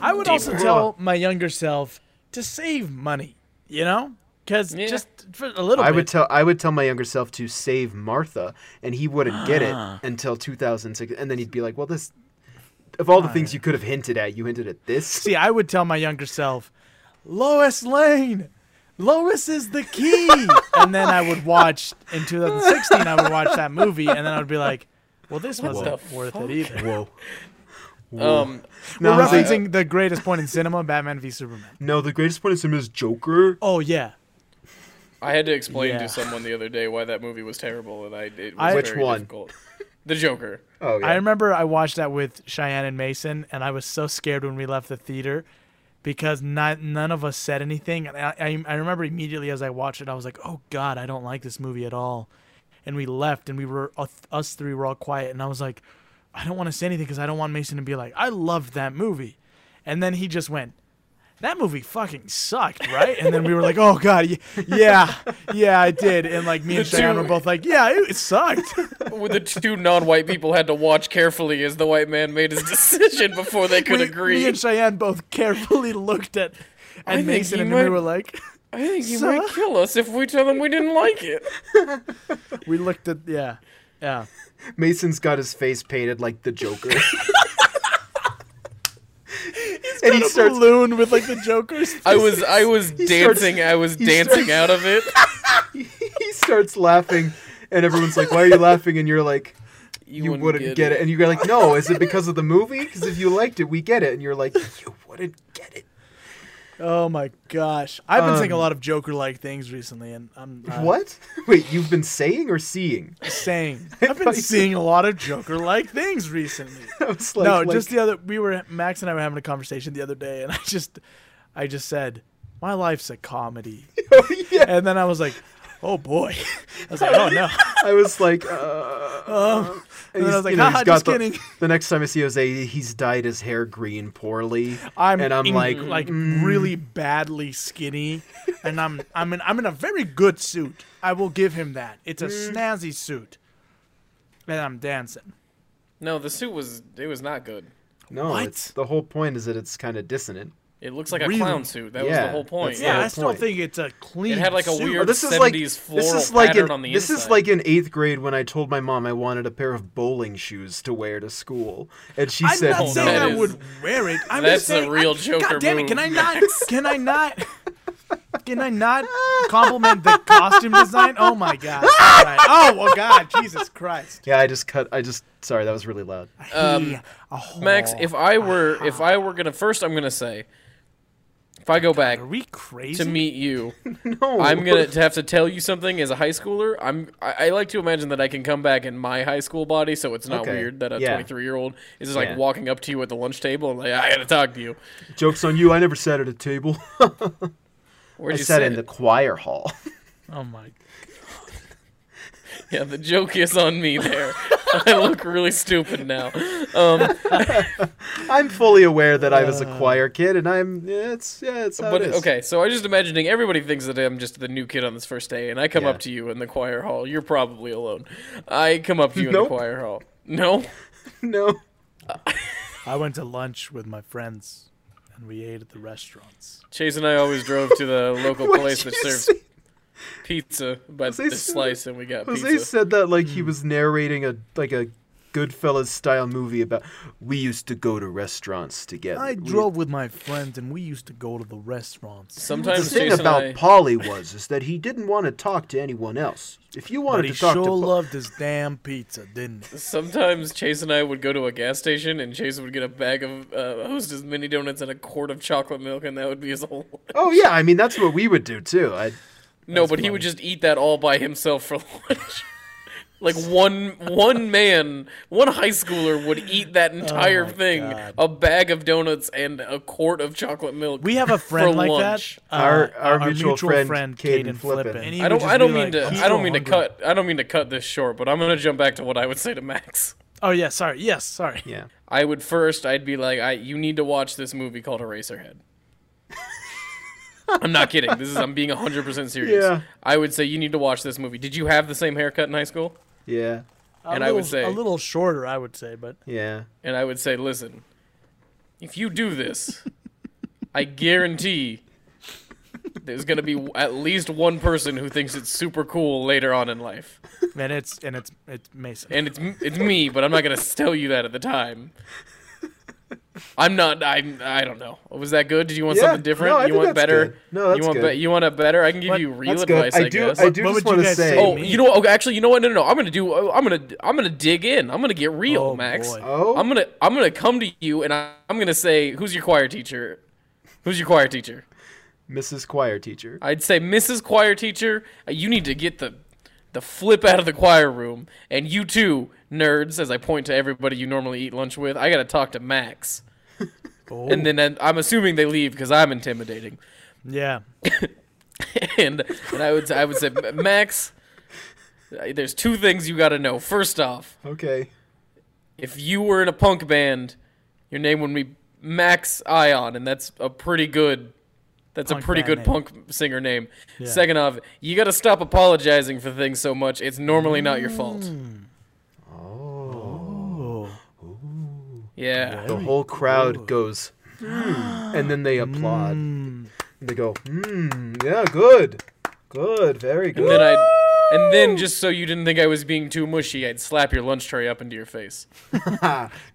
Speaker 2: I would also
Speaker 1: Deeper.
Speaker 2: tell my younger self to save money. You know, because
Speaker 3: Yeah.
Speaker 2: just for a little
Speaker 1: I
Speaker 2: bit.
Speaker 1: would tell I would tell my younger self to save Martha, and he wouldn't
Speaker 2: [gasps]
Speaker 1: get it until 2006, and then he'd be like, "Well, this." Of all the things you could have hinted at, you hinted at this.
Speaker 2: See, I would tell my younger self, Lois Lane. Lois is the key.
Speaker 3: [laughs]
Speaker 2: and then I would watch in 2016. I would watch that movie, and then I would be like, "Well, this wasn't
Speaker 3: the
Speaker 2: worth it either."
Speaker 1: Whoa.
Speaker 3: Um
Speaker 1: No,
Speaker 2: We're
Speaker 1: Jose-
Speaker 2: referencing the greatest point in cinema, Batman v Superman.
Speaker 1: no, the greatest point is him is Joker.
Speaker 2: Oh yeah,
Speaker 3: I had to explain
Speaker 2: Yeah.
Speaker 3: to someone the other day why that movie was terrible, and I it was
Speaker 2: I-
Speaker 1: Which
Speaker 3: very
Speaker 1: one?
Speaker 3: difficult. The Joker.
Speaker 1: Oh yeah.
Speaker 2: I remember I watched that with Cheyenne and Mason, and I was so scared when we left the theater because not, none of us said anything. And I, I, I remember immediately as I watched it, I was like, oh God, I don't like this movie at all. And we left, and we were, us- us three were all quiet, and I was like, I don't want to say anything because I don't want Mason to be like, I loved that movie. And then he just went, that movie fucking sucked, right? And then we were like, oh God, y- yeah, yeah, I did. And like me and
Speaker 3: The
Speaker 2: Cheyenne
Speaker 3: two-
Speaker 2: were both like, yeah, it, it sucked.
Speaker 3: With the two non-white people had to watch carefully as the white man made his decision before they could
Speaker 2: we,
Speaker 3: agree.
Speaker 2: Me and Cheyenne both carefully looked at
Speaker 3: I
Speaker 2: and
Speaker 3: think
Speaker 2: Mason
Speaker 3: he
Speaker 2: and we
Speaker 3: might-
Speaker 2: were like, [laughs]
Speaker 3: I think he
Speaker 2: Sir?
Speaker 3: might kill us if we tell him we didn't
Speaker 2: [laughs]
Speaker 3: like it.
Speaker 2: we looked at yeah, yeah. [laughs]
Speaker 1: Mason's got his face painted like the Joker. He's
Speaker 2: and he starts balloon with like the Joker's.
Speaker 3: I was I was
Speaker 1: He
Speaker 3: dancing.
Speaker 1: starts-
Speaker 3: I was
Speaker 1: he
Speaker 3: dancing
Speaker 1: starts-
Speaker 3: out of it.
Speaker 1: [laughs] he starts laughing, and everyone's like, "Why are you laughing?" And you're like, "You, wouldn't, get, it. And you're like, "No, is it because of the movie? Because if you liked it, we get it." And you're like, "You wouldn't get it."
Speaker 2: [laughs] Oh my gosh! I've been saying a
Speaker 1: Um,
Speaker 2: lot of Joker-like things recently, and I'm uh,
Speaker 1: What? [laughs] Wait, you've been saying or seeing? [laughs]
Speaker 2: saying. I've been
Speaker 1: thought you-
Speaker 2: seeing a lot of Joker-like things recently.
Speaker 1: I was [laughs] like,
Speaker 2: no,
Speaker 1: like-
Speaker 2: just the other. We were Max and I were having a conversation the other day, and [laughs] I just, I just said, my life's a
Speaker 1: [laughs]
Speaker 2: comedy,
Speaker 1: [laughs]
Speaker 2: [laughs]
Speaker 1: yeah.
Speaker 2: and then I was like, oh boy, [laughs] I was like,
Speaker 1: [laughs]
Speaker 2: oh no,
Speaker 1: I was like, uh,
Speaker 2: um, and
Speaker 1: he's-
Speaker 2: then I was like,
Speaker 1: you know, he's
Speaker 2: haha,
Speaker 1: got
Speaker 2: just
Speaker 1: the-
Speaker 2: kidding.
Speaker 1: The next time I see Jose, he's dyed his hair green poorly,
Speaker 2: I'm
Speaker 1: and I'm
Speaker 2: in-
Speaker 1: like,
Speaker 2: like
Speaker 3: mm.
Speaker 2: really badly skinny, and I'm I'm in I'm in a very good suit. I will give him that. It's a
Speaker 3: Mm.
Speaker 2: snazzy suit, and I'm dancing.
Speaker 3: No, the suit was it was not good.
Speaker 1: no,
Speaker 2: What?
Speaker 1: It's, the whole point is that it's kind of dissonant.
Speaker 3: It looks like a
Speaker 2: Really?
Speaker 3: clown suit. That was
Speaker 1: Yeah,
Speaker 3: the whole point.
Speaker 1: that's
Speaker 2: Yeah,
Speaker 1: whole
Speaker 2: I still
Speaker 1: point.
Speaker 2: think it's a clean.
Speaker 3: It had, like, a
Speaker 2: suit.
Speaker 3: weird-
Speaker 1: this is like
Speaker 3: 70s
Speaker 1: this is
Speaker 3: floral
Speaker 1: like
Speaker 3: pattern
Speaker 1: in,
Speaker 3: on the
Speaker 1: this is
Speaker 3: inside.
Speaker 1: like in eighth grade when I told my mom I wanted a pair of bowling shoes to wear to school, and she
Speaker 2: I'm
Speaker 1: said
Speaker 2: not
Speaker 1: no.
Speaker 2: saying
Speaker 3: that
Speaker 2: I
Speaker 3: is-
Speaker 2: would wear it. I'm
Speaker 3: that's
Speaker 2: just
Speaker 3: a
Speaker 2: saying,
Speaker 3: real
Speaker 2: I,
Speaker 3: Joker
Speaker 2: God damn it! Can I
Speaker 3: move. [laughs]
Speaker 2: not? Can I not? Can I not compliment the costume design? Oh my god! All right. Oh well, God, Jesus Christ!
Speaker 1: yeah, I just cut. I just sorry, that was really loud.
Speaker 2: Yeah. Oh,
Speaker 3: Um, Max, if I were if I were gonna first, I'm gonna say, if I go back
Speaker 2: are we crazy?
Speaker 3: to meet you,
Speaker 1: [laughs] No,
Speaker 3: I'm gonna to have to tell you something. As a high schooler, I'm I, I like to imagine that I can come back in my high school body, so it's not
Speaker 1: Okay,
Speaker 3: weird that a
Speaker 1: yeah.
Speaker 3: 23 year old is just like
Speaker 1: Yeah.
Speaker 3: walking up to you at the lunch table and like I gotta talk to you.
Speaker 1: Jokes on you. I never sat at a table. [laughs]
Speaker 3: Where'd
Speaker 1: I
Speaker 3: you
Speaker 1: sat
Speaker 3: sit?
Speaker 1: in the choir hall. [laughs]
Speaker 2: Oh my!
Speaker 3: Yeah, the joke is on me there. [laughs] I look really stupid now. Um,
Speaker 1: I'm fully aware that I was
Speaker 2: Uh.
Speaker 1: a choir kid, and I'm. Yeah, it's yeah, it's how
Speaker 3: but
Speaker 1: it is.
Speaker 3: okay, so I'm just imagining everybody thinks that I'm just the new kid on this first day, and I come
Speaker 1: Yeah.
Speaker 3: up to you in the choir hall. You're probably alone. I come up to you in
Speaker 1: Nope.
Speaker 3: the choir hall. No,
Speaker 1: [laughs] No,
Speaker 2: I went to lunch with my friends, and we ate at the restaurants.
Speaker 3: Chase and I always drove
Speaker 1: [laughs]
Speaker 3: to the local
Speaker 1: What
Speaker 3: place
Speaker 1: did
Speaker 3: that
Speaker 1: you
Speaker 3: serves
Speaker 1: say?
Speaker 3: pizza by
Speaker 1: Jose
Speaker 3: the
Speaker 1: said-
Speaker 3: slice, and we got
Speaker 1: Jose
Speaker 3: pizza.
Speaker 1: said that like
Speaker 2: Hmm.
Speaker 1: he was narrating a like a Goodfellas style movie about we used to go to restaurants together.
Speaker 2: I
Speaker 1: We-
Speaker 2: drove with my friends, and we used to go to the restaurants.
Speaker 1: The
Speaker 3: Sometimes
Speaker 1: thing
Speaker 3: Chase
Speaker 1: about
Speaker 3: and I,
Speaker 1: Polly was is that he didn't want to talk to anyone else. If you wanted
Speaker 2: But he
Speaker 1: to talk
Speaker 2: sure
Speaker 1: to Po-
Speaker 2: loved his damn pizza, [laughs] didn't he?
Speaker 3: sometimes Chase and I would go to a gas station, and Chase would get a bag of uh, Hostess mini donuts and a quart of chocolate milk, and that would be his whole.
Speaker 1: oh yeah, I mean that's what we would do too. I,
Speaker 3: No, but he would just eat that all by himself for [laughs] lunch. like one one man, one high schooler would eat that entire
Speaker 2: Oh my
Speaker 3: thing,
Speaker 2: God.
Speaker 3: a bag of donuts and a quart of chocolate milk.
Speaker 2: We have a friend like
Speaker 3: lunch.
Speaker 2: that. Uh,
Speaker 1: Our- our mutual friend, Caden
Speaker 2: Caden
Speaker 1: Flippin.
Speaker 2: and he
Speaker 3: I
Speaker 2: would
Speaker 3: don't
Speaker 2: just
Speaker 3: I don't
Speaker 2: be
Speaker 3: mean
Speaker 2: like,
Speaker 3: to
Speaker 2: "He's
Speaker 3: I don't
Speaker 2: so
Speaker 3: mean
Speaker 2: hungry."
Speaker 3: to cut I don't mean to cut this short, but I'm going to jump back to what I would say to Max.
Speaker 2: Oh yeah, sorry. Yes, sorry.
Speaker 1: yeah,
Speaker 3: I would first I'd be like I you need to watch this movie called Eraserhead. I'm not kidding. This is I'm being 100%
Speaker 2: [laughs]
Speaker 3: serious.
Speaker 1: Yeah.
Speaker 3: I would say you need to watch this movie. Did you have the same haircut in high school?
Speaker 1: yeah,
Speaker 2: A
Speaker 3: And I would
Speaker 2: little-
Speaker 3: say-
Speaker 2: a little shorter, I would say, but
Speaker 1: yeah.
Speaker 3: and I would say, "Listen, if you do this, I guarantee there's going to be at least one person who thinks it's super cool later on in life,
Speaker 2: and it's and it's it's Mason.
Speaker 3: and it's m- it's me, but I'm not going to tell you that at the time." I'm not. I'm. I don't know. Was that good? Did you want
Speaker 1: Yeah.
Speaker 3: something different?
Speaker 1: No, I
Speaker 3: you
Speaker 1: think
Speaker 3: want
Speaker 1: that's
Speaker 3: better?
Speaker 1: good. No, that's
Speaker 3: you want
Speaker 1: good.
Speaker 3: you want a better? I can give
Speaker 2: What?
Speaker 3: you real
Speaker 1: That's
Speaker 3: advice.
Speaker 1: good. I,
Speaker 3: I
Speaker 1: do.
Speaker 3: guess.
Speaker 1: I do
Speaker 2: What
Speaker 1: just
Speaker 2: would you
Speaker 1: want to
Speaker 2: guys
Speaker 1: say.
Speaker 2: say to
Speaker 3: Oh,
Speaker 2: me?
Speaker 3: you know what? Okay, actually, you know what? No, no, no. I'm gonna do. I'm gonna. I'm gonna dig in. I'm gonna get real,
Speaker 2: Oh,
Speaker 3: Max.
Speaker 2: boy.
Speaker 1: Oh.
Speaker 3: I'm gonna. I'm gonna come to you and I, I'm gonna say, "Who's your choir teacher? Who's your choir teacher?"
Speaker 1: Mrs. Choir Teacher.
Speaker 3: I'd say, "Mrs. Choir Teacher, uh, you need to get the, the flip out of the choir room." And you too, nerds. As I point to everybody you normally eat lunch with, I gotta talk to Max.
Speaker 2: Oh,
Speaker 3: And then I'm- I'm assuming they leave because I'm intimidating. [laughs]
Speaker 2: yeah.
Speaker 3: and and I would I would say, Max, uh, there's two things you gotta know. First off.
Speaker 1: Okay.
Speaker 3: if you were in a punk band, your name would be Max Ion, and that's a pretty good. That's
Speaker 2: Punk
Speaker 3: a pretty good
Speaker 2: band name.
Speaker 3: punk singer name. Second off, you got to stop apologizing for things so much. It's normally not your fault.
Speaker 2: Mm. Oh.
Speaker 3: Yeah.
Speaker 1: The whole crowd goes, "Hmm," and then they applaud. And they go, mm, yeah, hmm, good, good, very
Speaker 3: And
Speaker 1: good.
Speaker 3: then I'd And then, just so you didn't think I was being too mushy, I'd slap your lunch tray up into your face.
Speaker 2: [laughs]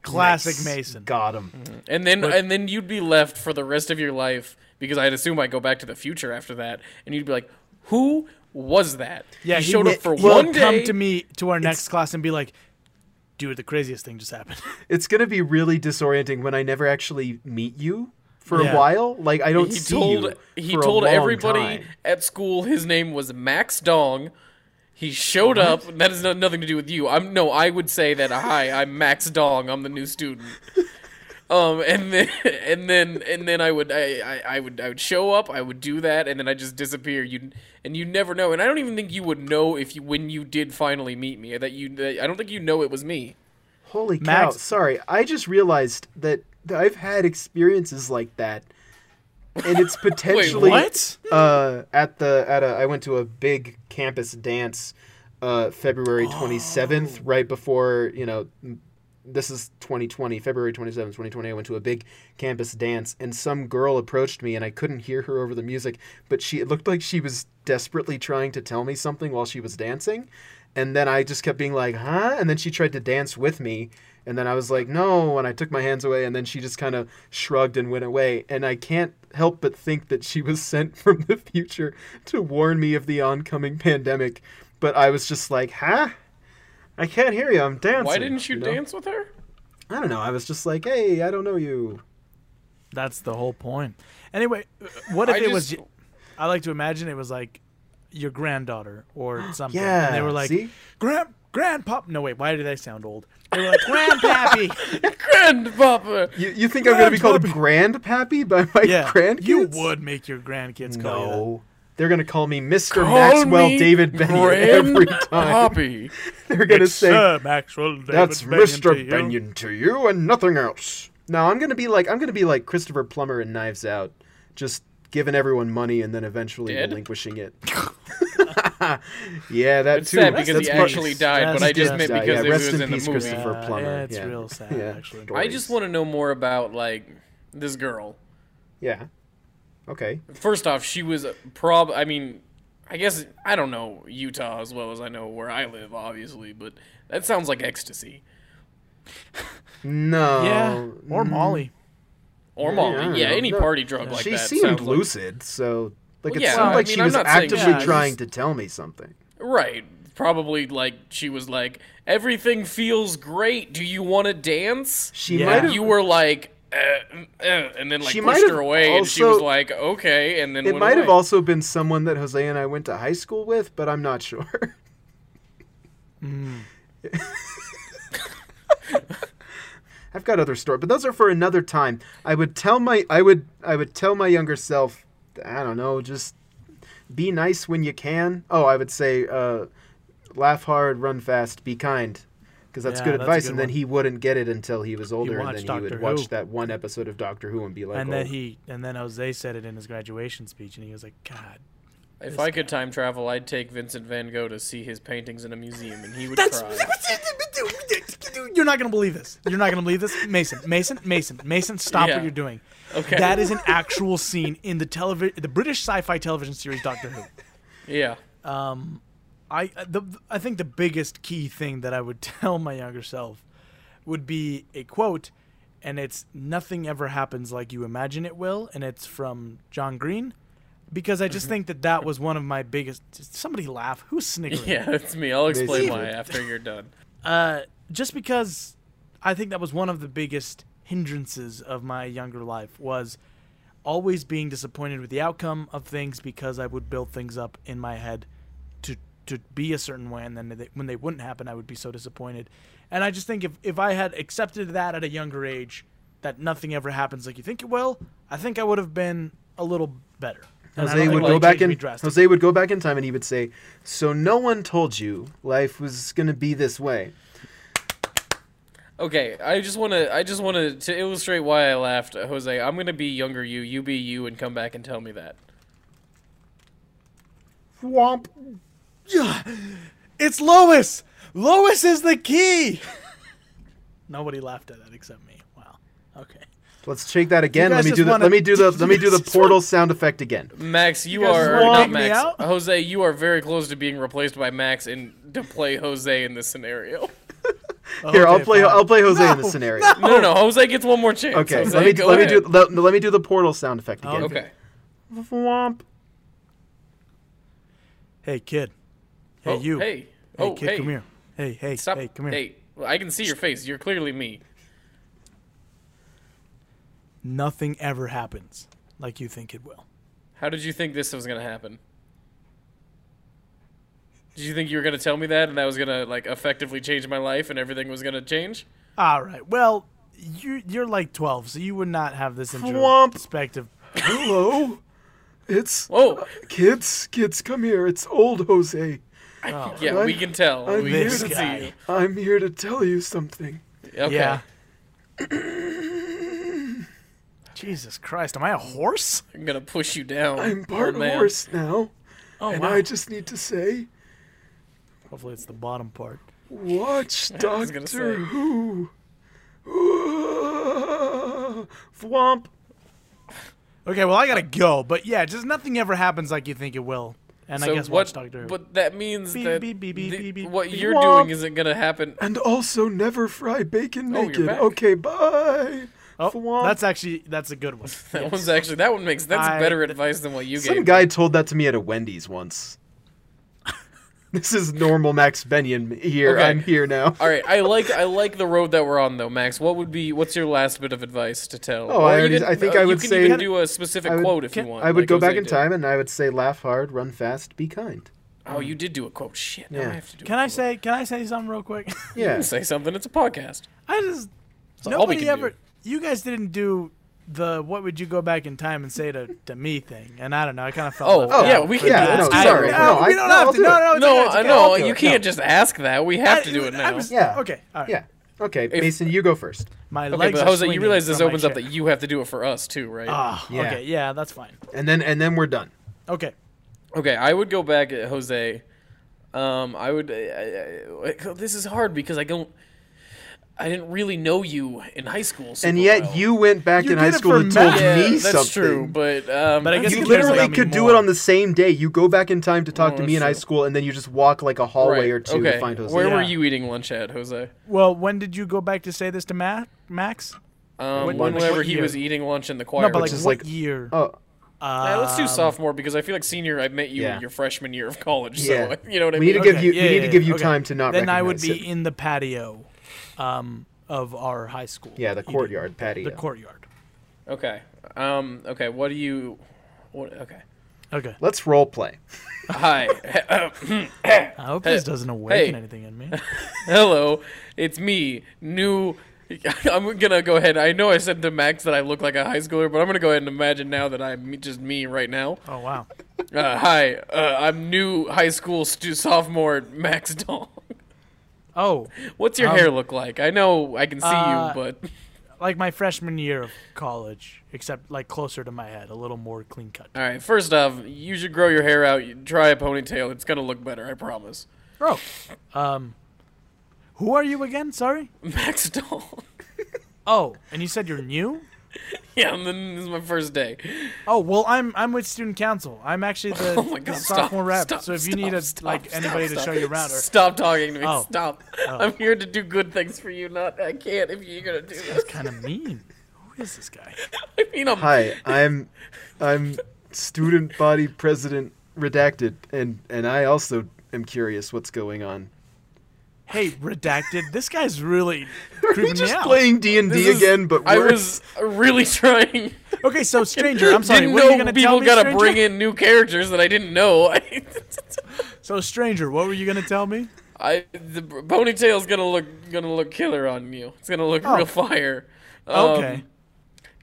Speaker 2: Classic
Speaker 1: Nice.
Speaker 2: Mason.
Speaker 1: Got him.
Speaker 3: And then, and then you'd be left for the rest of your life because I'd assume I'd go back to the future after that, and you'd be like, "Who was that?
Speaker 2: Yeah,
Speaker 3: he
Speaker 2: he
Speaker 3: showed
Speaker 2: would-
Speaker 3: up for
Speaker 2: he
Speaker 3: one
Speaker 2: would
Speaker 3: day.
Speaker 2: come to me to our next class and be like, "Dude, the craziest thing just happened."
Speaker 1: It's gonna be really disorienting when I never actually meet you for
Speaker 2: Yeah.
Speaker 1: a while. Like I don't
Speaker 3: He
Speaker 1: see
Speaker 3: told
Speaker 1: you.
Speaker 3: he
Speaker 1: for a
Speaker 3: told
Speaker 1: long
Speaker 3: everybody
Speaker 1: time.
Speaker 3: at school his name was Max Dong. He showed up. and That has no, nothing to do with you. I'm no. I would say that. Hi, I'm Max Dong. I'm the new
Speaker 1: [laughs]
Speaker 3: student. Um, and then and then and then I would I, I, I would I would show up. I would do that, and then I just disappear. You and you never know. And I don't even think you would know if you when you did finally meet me that you. That, I don't think you know it was me.
Speaker 1: Holy cow!
Speaker 2: Max-
Speaker 1: Sorry, I just realized that I've had experiences like that, and
Speaker 3: [laughs]
Speaker 1: it's potentially
Speaker 2: what?
Speaker 1: uh, at the at a I went to a big campus dance uh, February
Speaker 3: Oh.
Speaker 1: 27th right before you know m- this is 2020 February 27th 2020 I went to a big campus dance and some girl approached me and I couldn't hear her over the music but she it looked like she was desperately trying to tell me something while she was dancing and then I just kept being like huh and then she tried to dance with me and then I was like no and I took my hands away and then she just kind of shrugged and went away and I can't help but think that she was [laughs] sent from the future to warn me of the oncoming [laughs] pandemic but I was just like huh I can't hear you. I'm dancing.
Speaker 3: Why didn't you,
Speaker 1: know?
Speaker 3: dance with her?
Speaker 1: I don't know. I was just like, hey, I don't know you.
Speaker 2: That's the whole point. Anyway, uh, what if
Speaker 3: I
Speaker 2: it was?
Speaker 3: just-
Speaker 2: y- I like to imagine it was like your granddaughter or something. and they
Speaker 1: Yeah,
Speaker 2: were like,
Speaker 1: see?
Speaker 2: "Grand, grandpop." No, wait. Why do they sound old? They were like,
Speaker 1: [laughs]
Speaker 2: "Grandpappy."
Speaker 3: Grandpapa.
Speaker 1: You, you think [laughs] I'm going to be called Grandpappy by my
Speaker 2: yeah,
Speaker 1: grandkids?
Speaker 2: you would make your grandkids call you that.
Speaker 1: No. They're going to call me Mr.
Speaker 3: Call
Speaker 1: Maxwell
Speaker 3: me
Speaker 1: David Benyon every time.
Speaker 3: Grandpappy.
Speaker 1: They're going to
Speaker 2: It's
Speaker 1: say,
Speaker 2: Sir Maxwell David
Speaker 1: that's
Speaker 2: Benyon
Speaker 1: Mr.
Speaker 2: to you."
Speaker 1: Benyon to you and nothing else. No, I'm going to be like I'm going to be like Christopher Plummer in Knives Out, just giving everyone money and then eventually
Speaker 3: Dead?
Speaker 1: relinquishing
Speaker 3: [laughs]
Speaker 1: it. [laughs] yeah, that
Speaker 3: It's
Speaker 1: too.
Speaker 3: sad because he
Speaker 1: part-
Speaker 3: actually died,
Speaker 2: That's
Speaker 3: but I just
Speaker 2: just-
Speaker 3: meant
Speaker 1: yeah,
Speaker 3: because
Speaker 1: yeah,
Speaker 3: it
Speaker 1: rest
Speaker 3: was
Speaker 1: in
Speaker 3: in the
Speaker 1: peace,
Speaker 3: movie.
Speaker 1: Christopher. for
Speaker 2: Uh,
Speaker 1: plumber,
Speaker 2: yeah, it's
Speaker 1: yeah.
Speaker 2: real sad,
Speaker 1: Yeah.
Speaker 2: actually.
Speaker 1: Don't-
Speaker 3: I just want to know more about like this girl.
Speaker 1: Yeah. Okay.
Speaker 3: First off, she was a prob. I mean, I guess I don't know Utah as well as I know where I live, obviously, but that sounds like ecstasy
Speaker 1: No.
Speaker 2: Yeah, or
Speaker 1: mm,
Speaker 2: Molly.
Speaker 3: or
Speaker 1: Yeah,
Speaker 3: Molly.
Speaker 1: I
Speaker 3: Yeah,
Speaker 1: don't know.
Speaker 3: any
Speaker 1: No,
Speaker 3: party drug like
Speaker 1: she
Speaker 3: that.
Speaker 1: seemed
Speaker 3: sounds like-
Speaker 1: lucid, so like it
Speaker 3: yeah,
Speaker 1: seemed
Speaker 3: I
Speaker 1: like
Speaker 3: mean,
Speaker 1: she
Speaker 3: I'm
Speaker 1: was
Speaker 3: not saying-
Speaker 1: actively
Speaker 2: Yeah, it's-
Speaker 1: trying to tell me something.
Speaker 3: right. Probably like she was like everything feels great. Do you want to dance?
Speaker 1: She
Speaker 2: Yeah.
Speaker 1: might have.
Speaker 3: you were like. Uh, uh, and then like
Speaker 1: She might
Speaker 3: pushed
Speaker 1: have
Speaker 3: her away, and she
Speaker 1: also-
Speaker 3: was like, "Okay," and then
Speaker 1: it
Speaker 3: went
Speaker 1: might have
Speaker 3: away.
Speaker 1: also been someone that Jose and I went to high school with, but I'm not sure.
Speaker 2: Mm.
Speaker 1: [laughs] I've got other stories, but those are for another time. I would tell my I would I would tell my younger self, I don't know, just be nice when you can. Oh, I would say uh, laugh hard, run fast, be kind. Because that's
Speaker 2: Yeah,
Speaker 1: good
Speaker 2: that's a
Speaker 1: advice,
Speaker 2: good
Speaker 1: and then
Speaker 2: one.
Speaker 1: he wouldn't get it until he was older, and
Speaker 2: watched
Speaker 1: then he
Speaker 2: Doctor
Speaker 1: would watch
Speaker 2: Who.
Speaker 1: that one episode of Doctor Who and be like,
Speaker 2: And
Speaker 1: oh,
Speaker 2: then he, and then Jose said it in his graduation speech, and he was like, "God,
Speaker 3: If I could time travel, I'd take Vincent Van Gogh to see his paintings in a museum, and he would
Speaker 2: That's
Speaker 1: [laughs]
Speaker 3: cry.
Speaker 2: you're not gonna believe this. You're not gonna believe this, Mason. Mason, Mason, Mason. Stop
Speaker 3: Yeah.
Speaker 2: what you're doing.
Speaker 3: Okay.
Speaker 2: That is an actual scene in the television, the British sci-fi television series Doctor Who.
Speaker 3: Yeah.
Speaker 2: I uh, the I think the biggest key thing that I would [laughs] tell my younger self would be a quote, and it's nothing ever happens like you imagine it will, and it's from John Green, because I just think that that was one of my biggest. Somebody laugh. Who's snickering?
Speaker 3: Yeah, that's me. I'll explain
Speaker 1: Basically.
Speaker 3: why after you're done.
Speaker 2: uh, just because I think that was one of the biggest hindrances of my younger life was always being disappointed with the outcome of things because I would build things up in my head to to be a certain way, and then they, when they wouldn't happen, I would be so disappointed. And I just think if if I had accepted that at a younger age, that nothing ever happens like you think it will, I think I would have been a little better. And I
Speaker 1: Jose would
Speaker 2: don't think it
Speaker 1: go
Speaker 2: would
Speaker 1: back
Speaker 2: change me
Speaker 1: in
Speaker 2: drastically.
Speaker 1: Jose would go back in time and he would say, "So no one told you life was going to be this way."
Speaker 3: Okay, I just want to. I just want to to illustrate why I laughed, uh, Jose. I'm gonna be younger. You, you be you, and come back and tell me that.
Speaker 1: Womp.
Speaker 2: [sighs] It's Lois. [laughs] Lois is the key. Nobody laughed at that except me. Wow. Okay.
Speaker 1: Let's check that again. Let
Speaker 2: guys
Speaker 1: me
Speaker 2: just
Speaker 1: do the
Speaker 2: wanna-
Speaker 1: let me do the
Speaker 2: you
Speaker 1: let me
Speaker 2: [laughs]
Speaker 1: do the
Speaker 2: just
Speaker 1: portal sound effect
Speaker 2: [laughs]
Speaker 1: again.
Speaker 3: Max, you,
Speaker 2: You guys
Speaker 3: are
Speaker 2: wanna
Speaker 3: not
Speaker 2: take me
Speaker 3: Max.
Speaker 2: out?
Speaker 3: Jose, you are very close to being replaced by Max and to play Jose in this scenario.
Speaker 1: Here, I'll
Speaker 2: Okay,
Speaker 1: play
Speaker 2: fine.
Speaker 1: I'll play Jose in
Speaker 2: [laughs]
Speaker 1: this scenario.
Speaker 3: No, no, no. Jose gets one more chance.
Speaker 1: Oh. Okay,
Speaker 3: Jose,
Speaker 1: let me
Speaker 3: go
Speaker 1: let me do
Speaker 3: ahead.
Speaker 1: let, let me do the portal sound effect again.
Speaker 2: Okay.
Speaker 3: Okay.
Speaker 1: Womp.
Speaker 2: Hey, kid. Hey,
Speaker 3: Oh,
Speaker 2: you.
Speaker 3: Hey.
Speaker 2: Hey,
Speaker 3: Oh,
Speaker 2: kid,
Speaker 3: hey.
Speaker 2: come here. Hey, hey,
Speaker 3: Stop.
Speaker 2: hey, come here.
Speaker 3: Hey, well, I can see your face. You're clearly me.
Speaker 2: Nothing ever happens like you think it will.
Speaker 3: How did you think this was gonna happen? Did you think you were gonna tell me that, and that was gonna like effectively change my life, and everything was gonna change?
Speaker 2: All right. Well, you you're like 12, so you would not have this in your
Speaker 1: Thwomp.
Speaker 2: perspective.
Speaker 1: Hello. It's
Speaker 3: Whoa!
Speaker 1: kids, kids come here. It's old Jose.
Speaker 3: yeah, we can tell.
Speaker 1: I'm
Speaker 3: we
Speaker 1: this
Speaker 3: can
Speaker 2: guy.
Speaker 3: see you.
Speaker 1: I'm here to tell you something.
Speaker 3: Okay.
Speaker 2: Yeah. [coughs] Jesus Christ, am I a horse?
Speaker 3: I'm gonna push you down.
Speaker 1: I'm
Speaker 3: old
Speaker 1: part
Speaker 3: man.
Speaker 1: horse now,
Speaker 2: Oh,
Speaker 1: and
Speaker 2: wow.
Speaker 1: I just need to say,
Speaker 2: Hopefully it's the bottom part.
Speaker 3: [laughs]
Speaker 1: watch
Speaker 3: was gonna
Speaker 1: Doctor
Speaker 3: say.
Speaker 1: Who. [laughs] Thwomp.
Speaker 2: Okay, well, I gotta go, but yeah, just nothing ever happens like you think it will. And I
Speaker 3: So
Speaker 2: guess
Speaker 3: what?
Speaker 2: watch Doctor Who.
Speaker 3: But that means
Speaker 2: Beep,
Speaker 3: that
Speaker 2: beep, beep, beep,
Speaker 3: the-
Speaker 2: beep, beep,
Speaker 3: what
Speaker 2: beep.
Speaker 3: you're
Speaker 1: Womp.
Speaker 3: doing isn't gonna happen. [laughs]
Speaker 1: And also never fry bacon
Speaker 3: Oh, you're
Speaker 1: naked.
Speaker 3: back.
Speaker 1: Okay, bye.
Speaker 2: oh,
Speaker 1: Thwomp.
Speaker 2: that's actually that's a good one.
Speaker 3: That one's actually that one makes that's
Speaker 2: I-
Speaker 3: better advice than what you
Speaker 1: Some
Speaker 3: gave.
Speaker 1: guy told that to me at a Wendy's once. [laughs] this is normal Max Benyon here.
Speaker 3: Okay.
Speaker 1: I'm here now.
Speaker 3: All right, I like I like the road that we're on though, Max. What would be what's your last bit of advice to tell?
Speaker 1: Oh, I already-
Speaker 3: even-
Speaker 1: I think
Speaker 3: uh,
Speaker 1: I would
Speaker 3: you can
Speaker 1: say-
Speaker 3: even do a specific
Speaker 1: I would-
Speaker 3: quote if
Speaker 2: can-
Speaker 3: you want.
Speaker 1: I would
Speaker 3: like
Speaker 1: go
Speaker 3: Jose
Speaker 1: back in
Speaker 3: did.
Speaker 1: time and I would say, laugh hard, run fast, be kind.
Speaker 3: Oh, you did do a quote. Shit, now I
Speaker 1: Yeah.
Speaker 3: have to do.
Speaker 2: [laughs]
Speaker 3: a
Speaker 2: Can I
Speaker 3: quote.
Speaker 2: say can I say something real quick? [laughs]
Speaker 1: Yeah.
Speaker 3: say something? It's a podcast.
Speaker 2: I just
Speaker 3: all we
Speaker 2: nobody
Speaker 3: can do.
Speaker 2: ever. You guys didn't do the what would you go back in time and say to, to me thing, and I don't know. I kind of felt.
Speaker 3: Oh,
Speaker 2: left
Speaker 3: yeah,
Speaker 2: out
Speaker 3: we
Speaker 2: for
Speaker 3: can do
Speaker 2: that.
Speaker 3: that. Let's do
Speaker 2: I-
Speaker 3: that real
Speaker 2: no,
Speaker 1: quick.
Speaker 2: we don't
Speaker 1: No,
Speaker 2: have
Speaker 1: I'll
Speaker 2: to.
Speaker 1: do
Speaker 2: No,
Speaker 1: it.
Speaker 2: no, Oh, it's
Speaker 3: No,
Speaker 2: okay, it's
Speaker 3: I
Speaker 2: okay,
Speaker 3: know
Speaker 2: I'll do
Speaker 3: you
Speaker 2: it.
Speaker 3: can't just ask that. We have to do it
Speaker 2: I'm
Speaker 3: now.
Speaker 2: just-
Speaker 1: Yeah.
Speaker 2: Okay. All right.
Speaker 1: Yeah. Okay. Mason, you go first.
Speaker 2: My
Speaker 3: Okay,
Speaker 2: legs
Speaker 3: but
Speaker 2: are
Speaker 3: Jose, you
Speaker 2: swinging
Speaker 3: realize this
Speaker 2: from my
Speaker 3: opens up
Speaker 2: chair.
Speaker 3: that you have to do it for us too, right?
Speaker 2: Ah,
Speaker 1: Yeah.
Speaker 2: okay. Yeah, that's fine.
Speaker 1: And then and then we're done.
Speaker 2: Okay.
Speaker 3: Okay, I would go back at Jose. Um, I would. I, I, I- this is hard because I don't. I didn't really know you in high school. super
Speaker 1: And yet
Speaker 3: well.
Speaker 1: you went back
Speaker 2: You
Speaker 1: in
Speaker 2: did
Speaker 1: high
Speaker 2: it
Speaker 1: school
Speaker 2: for
Speaker 1: and told
Speaker 2: Matt.
Speaker 3: [laughs] Yeah,
Speaker 1: me
Speaker 3: that's
Speaker 1: something.
Speaker 3: true, but um,
Speaker 2: But I guess
Speaker 1: You
Speaker 2: Who cares
Speaker 1: literally
Speaker 2: about me
Speaker 1: could do
Speaker 2: more?
Speaker 1: it on the same day. You go back in time to talk
Speaker 3: Oh,
Speaker 1: to me in
Speaker 3: that's
Speaker 1: high
Speaker 3: true.
Speaker 1: school, and then you just walk like a hallway
Speaker 3: right,
Speaker 1: or two
Speaker 3: okay.
Speaker 1: to find Jose.
Speaker 3: Where were
Speaker 2: Yeah.
Speaker 3: you eating lunch at, Jose?
Speaker 2: Well, when did you go back to say this to Ma- Max?
Speaker 3: Um,
Speaker 2: What-
Speaker 3: when-
Speaker 2: what
Speaker 3: whenever he
Speaker 2: year?
Speaker 3: was eating lunch in the choir.
Speaker 2: No, but
Speaker 3: which
Speaker 2: like
Speaker 3: is-
Speaker 2: what
Speaker 1: is like-
Speaker 2: year?
Speaker 1: Oh,
Speaker 3: Yeah, let's do
Speaker 2: Um,
Speaker 3: sophomore because I feel like senior. I met you
Speaker 1: Yeah.
Speaker 3: your freshman year of college, so
Speaker 1: yeah.
Speaker 3: [laughs] you know what I
Speaker 1: we
Speaker 3: mean.
Speaker 1: need to
Speaker 2: Okay,
Speaker 1: give you.
Speaker 2: yeah,
Speaker 1: we need
Speaker 2: yeah,
Speaker 1: to give you
Speaker 2: okay.
Speaker 1: time to not.
Speaker 2: Then I would be
Speaker 1: recognize it.
Speaker 2: in the patio, um, of our high school.
Speaker 1: Yeah, the
Speaker 2: eating-
Speaker 1: courtyard patio.
Speaker 2: The courtyard.
Speaker 3: Okay. Um. Okay. What do you? What? Okay.
Speaker 2: Okay.
Speaker 1: Let's role play.
Speaker 3: Hi. [laughs] Um,
Speaker 2: I hope this doesn't awaken anything in me.
Speaker 3: Hello, it's me, new. [laughs] I'm gonna go ahead. I know I said to Max that I look like a high schooler, but I'm gonna go ahead and imagine now that I'm just me right now.
Speaker 2: Oh wow.
Speaker 3: Uh, hi, uh, I'm new high school stu- sophomore Max Dong. [laughs]
Speaker 2: Oh,
Speaker 3: What's your
Speaker 2: Um,
Speaker 3: hair look like? I know I can see
Speaker 2: uh,
Speaker 3: you, but
Speaker 2: like my freshman year of college, except like closer to my head, a little more clean cut.
Speaker 3: all right. First off, you should grow your hair out. You try a ponytail. It's gonna look better. I promise. [laughs]
Speaker 2: Bro, um, who are you again? Sorry.
Speaker 3: Max Dong. [laughs]
Speaker 2: Oh, and you said you're new.
Speaker 3: yeah, and then this is my first day.
Speaker 2: Oh well, I'm I'm with student council. I'm actually the,
Speaker 3: [laughs] Oh my
Speaker 2: the
Speaker 3: god! Stop!
Speaker 2: sophomore rep.
Speaker 3: stop,
Speaker 2: so if you
Speaker 3: stop,
Speaker 2: need a,
Speaker 3: stop,
Speaker 2: like
Speaker 3: stop,
Speaker 2: anybody
Speaker 3: stop.
Speaker 2: to show you around, or
Speaker 3: stop talking to me.
Speaker 2: Oh.
Speaker 3: Stop! I'm here to do good things for you. Not I can't if you're gonna do this. [laughs]
Speaker 2: kind of mean. Who is this guy?
Speaker 3: I mean, I'm,
Speaker 1: Hi, I'm I'm student body president redacted, and and I also am curious what's going on.
Speaker 2: Hey, redacted. This guy's
Speaker 3: [laughs]
Speaker 2: really creeping me
Speaker 1: Just
Speaker 2: out.
Speaker 1: playing D and
Speaker 3: this
Speaker 1: D
Speaker 3: is-
Speaker 1: again, but
Speaker 3: I
Speaker 1: worse.
Speaker 3: was really [laughs] trying.
Speaker 2: Okay, so stranger. I'm sorry.
Speaker 3: didn't
Speaker 2: What
Speaker 3: know
Speaker 2: are you gonna
Speaker 3: people
Speaker 2: tell me?
Speaker 3: gotta
Speaker 2: stranger?
Speaker 3: bring in new characters that I didn't know. [laughs] I,
Speaker 2: So stranger, what were you gonna tell me?
Speaker 3: I the ponytail's gonna look gonna look killer on you. It's gonna look real fire. Um,
Speaker 2: Oh. Okay.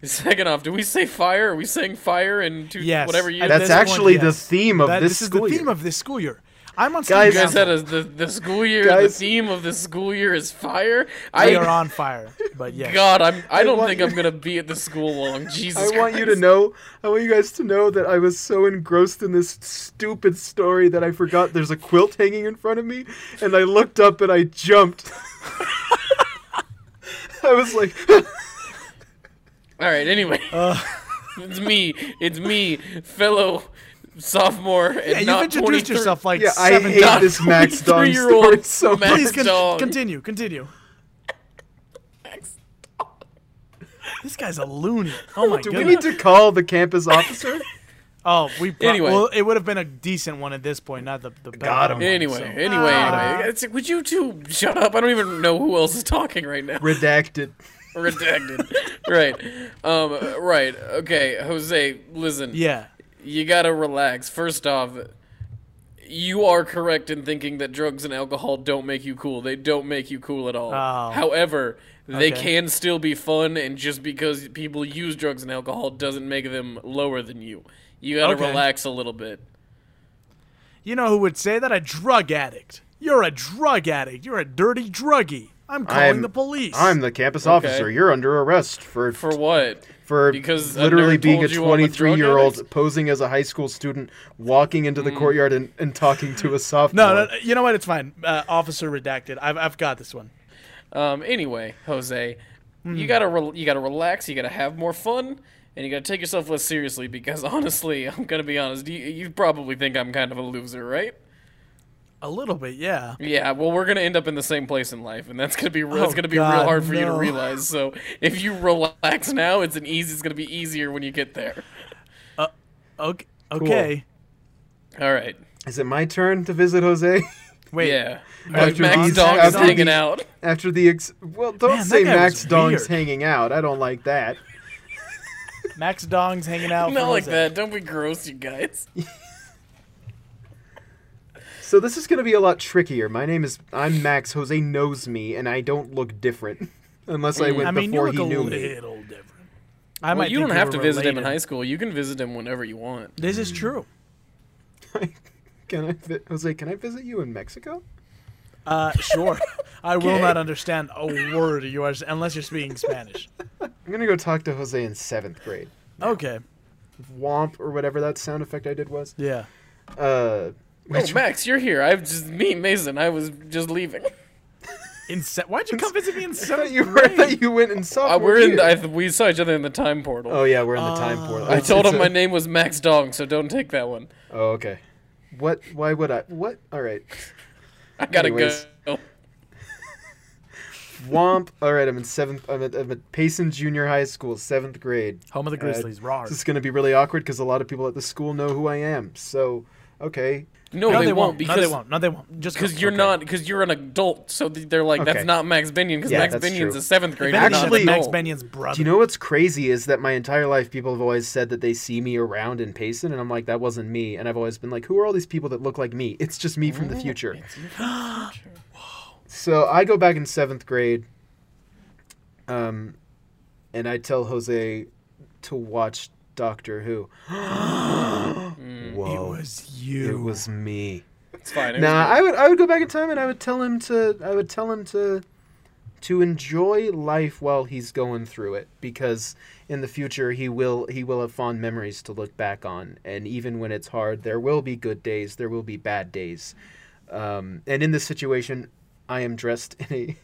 Speaker 3: Second off, do we say fire? Are we saying fire and two,
Speaker 2: Yes.
Speaker 3: whatever you?
Speaker 2: I-
Speaker 1: That's
Speaker 2: this one,
Speaker 1: actually the
Speaker 2: yes.
Speaker 1: theme of
Speaker 2: That-
Speaker 1: this,
Speaker 2: this is the
Speaker 1: school
Speaker 2: theme
Speaker 1: year.
Speaker 2: of this school year. I'm on
Speaker 1: Guys-
Speaker 2: student
Speaker 3: You guys
Speaker 2: council.
Speaker 3: had a, the the school year.
Speaker 1: Guys.
Speaker 3: The theme of the school year is fire.
Speaker 2: we
Speaker 3: I
Speaker 2: are on fire. But yes.
Speaker 3: God, I'm. I don't
Speaker 1: want
Speaker 3: think
Speaker 1: you-
Speaker 3: I'm gonna be at the school
Speaker 1: [laughs]
Speaker 3: long. Jesus.
Speaker 1: I want you to
Speaker 3: Christ.
Speaker 1: know. I want you guys to know that I was so engrossed in this stupid story that I forgot there's a quilt hanging in front of me, and I looked up and I [laughs] jumped. I was like,
Speaker 3: All right. Anyway,
Speaker 1: Uh,
Speaker 3: [laughs]
Speaker 2: Uh,
Speaker 3: it's me. It's me, fellow sophomore and
Speaker 2: Yeah,
Speaker 3: not
Speaker 2: you've introduced
Speaker 3: 23
Speaker 2: yourself
Speaker 1: [laughs]
Speaker 2: like
Speaker 1: Yeah, I
Speaker 2: seven
Speaker 1: hate
Speaker 3: [laughs]
Speaker 2: times.
Speaker 1: this Max Dong story
Speaker 3: 23-year-old
Speaker 1: so
Speaker 3: Max
Speaker 1: much.
Speaker 2: Please con-
Speaker 3: dog.
Speaker 2: continue, continue.
Speaker 3: [laughs]
Speaker 2: This guy's a loony. Oh my
Speaker 1: Do we
Speaker 2: goodness.
Speaker 1: need to call the campus officer?
Speaker 2: oh, we pro-
Speaker 3: Anyway.
Speaker 2: well, it would have been a decent one at this point, not the the
Speaker 1: Got
Speaker 2: bad
Speaker 1: him.
Speaker 2: one,
Speaker 3: Anyway,
Speaker 2: so-
Speaker 3: anyway,
Speaker 2: Ah.
Speaker 3: anyway. It's- would you two shut up? I don't even know who else is talking right now.
Speaker 1: Redacted.
Speaker 3: [laughs] Redacted. right. Um, right. Okay, Jose, listen.
Speaker 2: Yeah.
Speaker 3: You gotta relax. First off, you are correct in thinking that drugs and alcohol don't make you cool. They don't make you cool at all.
Speaker 2: Oh.
Speaker 3: However, they
Speaker 2: Okay.
Speaker 3: can still be fun, and just because people use drugs and alcohol doesn't make them lower than you. You gotta
Speaker 2: Okay.
Speaker 3: relax a little bit.
Speaker 2: You know who would say that? A drug addict. You're a drug addict. You're a dirty druggie. I'm calling
Speaker 1: I'm-
Speaker 2: the police.
Speaker 1: I'm the campus officer. You're under arrest for
Speaker 3: For what?
Speaker 1: for
Speaker 3: Because a
Speaker 1: literally
Speaker 3: nerd
Speaker 1: being a
Speaker 3: told you I'm a drug
Speaker 1: 23 year old
Speaker 3: addict?
Speaker 1: posing as a high school student, walking into
Speaker 3: Mm.
Speaker 1: the courtyard and, and talking to a sophomore.
Speaker 2: no, no, you know what? It's fine. Uh, officer redacted. I've, I've got this one.
Speaker 3: Um, anyway, Jose,
Speaker 2: Hmm.
Speaker 3: you gotta re- you gotta relax. You gotta have more fun, and you gotta take yourself less seriously. Because [laughs] honestly, I'm gonna be honest. You, you probably think I'm kind of a loser, right?
Speaker 2: A little bit, yeah.
Speaker 3: Yeah. Well, we're gonna end up in the same place in life, and that's gonna be re-
Speaker 2: Oh,
Speaker 3: that's gonna be real
Speaker 2: God,
Speaker 3: hard for you to
Speaker 2: no.
Speaker 3: realize. So if you relax now, it's an easy. It's gonna be easier when you get there.
Speaker 2: Okay. okay.
Speaker 3: All right.
Speaker 1: Is it my turn to visit Jose? [laughs]
Speaker 2: Wait.
Speaker 3: Yeah.
Speaker 1: After
Speaker 3: Max
Speaker 1: these-
Speaker 3: Dog is
Speaker 1: after
Speaker 3: hanging
Speaker 1: these-
Speaker 2: [laughs]
Speaker 3: out.
Speaker 1: After the ex. Well, don't
Speaker 2: Man, that
Speaker 1: say
Speaker 2: guy was
Speaker 1: Max Dong's
Speaker 2: weird.
Speaker 1: hanging out. I don't like that.
Speaker 2: Max Dong's hanging out.
Speaker 3: [laughs] Not
Speaker 2: for
Speaker 3: like
Speaker 2: Jose.
Speaker 3: that. Don't be gross, you guys.
Speaker 1: So this is going to be a lot trickier. My name is. I'm Max. Jose knows me, and I don't look different. [laughs] Unless I went
Speaker 2: I mean,
Speaker 1: before
Speaker 2: you
Speaker 1: he
Speaker 2: look
Speaker 1: knew [laughs]
Speaker 2: a
Speaker 1: me.
Speaker 2: little different. I
Speaker 3: Well,
Speaker 2: might
Speaker 3: you
Speaker 2: think
Speaker 3: don't have
Speaker 2: were
Speaker 3: to visit him in
Speaker 2: related.
Speaker 3: high school. You can visit him whenever you want.
Speaker 2: This is true.
Speaker 1: Can I, vi- Jose, can I visit you in Mexico?
Speaker 2: Uh,
Speaker 3: [laughs]
Speaker 2: sure. I will not understand a word you are unless you're speaking
Speaker 3: [laughs]
Speaker 2: Spanish.
Speaker 1: I'm going to go talk to Jose in seventh grade.
Speaker 2: Okay.
Speaker 1: Womp or whatever that sound effect I did was.
Speaker 2: Yeah.
Speaker 1: Uh,
Speaker 3: Oh, Max, you're here. I've just me, Mason. I was just leaving.
Speaker 2: In se- why'd you come visit me in
Speaker 1: I
Speaker 2: seventh
Speaker 1: thought you were, I thought you went in sophomore.
Speaker 3: Uh, we're in.
Speaker 1: year.
Speaker 3: I, we saw each other in the time portal.
Speaker 1: oh yeah, we're in the time
Speaker 2: Uh,
Speaker 1: portal.
Speaker 3: I
Speaker 1: It's-
Speaker 3: told
Speaker 1: it's
Speaker 3: him
Speaker 1: a-
Speaker 3: my name was Max Dong, so don't take that one.
Speaker 1: Oh okay. What? Why would I? What? All right.
Speaker 3: I gotta
Speaker 1: Anyways.
Speaker 3: go.
Speaker 1: Womp. All right. I'm in seventh. I'm at, I'm at Payson Junior High School, seventh grade.
Speaker 2: Home of the
Speaker 1: Uh,
Speaker 2: Grizzlies. Rawr.
Speaker 1: This is gonna be really awkward because a lot of people at the school know who I am. So okay.
Speaker 3: No,
Speaker 2: no,
Speaker 3: they, won't,
Speaker 2: no, they
Speaker 3: because
Speaker 2: won't. No, they won't. Just
Speaker 3: because
Speaker 2: go.
Speaker 3: you're
Speaker 2: Okay.
Speaker 3: not because you're an adult. So th- they're like,
Speaker 1: Okay.
Speaker 3: that's not Max Binion because
Speaker 1: Yeah,
Speaker 3: Max
Speaker 1: that's
Speaker 3: Binion's
Speaker 1: true.
Speaker 3: a seventh grader.
Speaker 1: anything,
Speaker 2: Actually,
Speaker 1: Actually-
Speaker 3: not an
Speaker 2: Max
Speaker 3: adult.
Speaker 2: Benion's brother.
Speaker 1: Do you know what's crazy is that my entire life people have always said that they see me around in Payson, and I'm like, that wasn't me. And I've always been like, who are all these people that look like me? [laughs] It's just me from the future. [gasps] So I go back in seventh grade, um, and I tell Jose to watch Doctor Who. [gasps]
Speaker 2: It
Speaker 1: Whoa!
Speaker 2: was you.
Speaker 1: oh, It was me.
Speaker 3: It's fine. it was
Speaker 1: Nah, I would I would go back in time and I would tell him to I would tell him to to enjoy life while he's going through it because in the future he will he will have fond memories to look back on and even when it's hard there will be good days there will be bad days um, and in this situation I am dressed [laughs] in a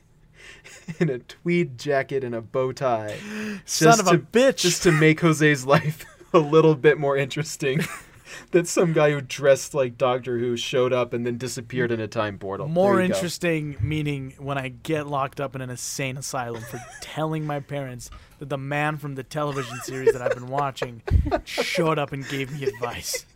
Speaker 1: in a tweed jacket and a bow tie
Speaker 2: Son of a bitch.
Speaker 1: just to make Jose's life [laughs] a little bit more interesting. [laughs] that some guy who dressed like Doctor Who showed up and then disappeared in a time portal.
Speaker 2: More
Speaker 1: There you go.
Speaker 2: interesting, meaning when I get locked up in an insane asylum
Speaker 1: [laughs]
Speaker 2: for telling my parents that the man from the television series that I've been watching showed up and gave me advice.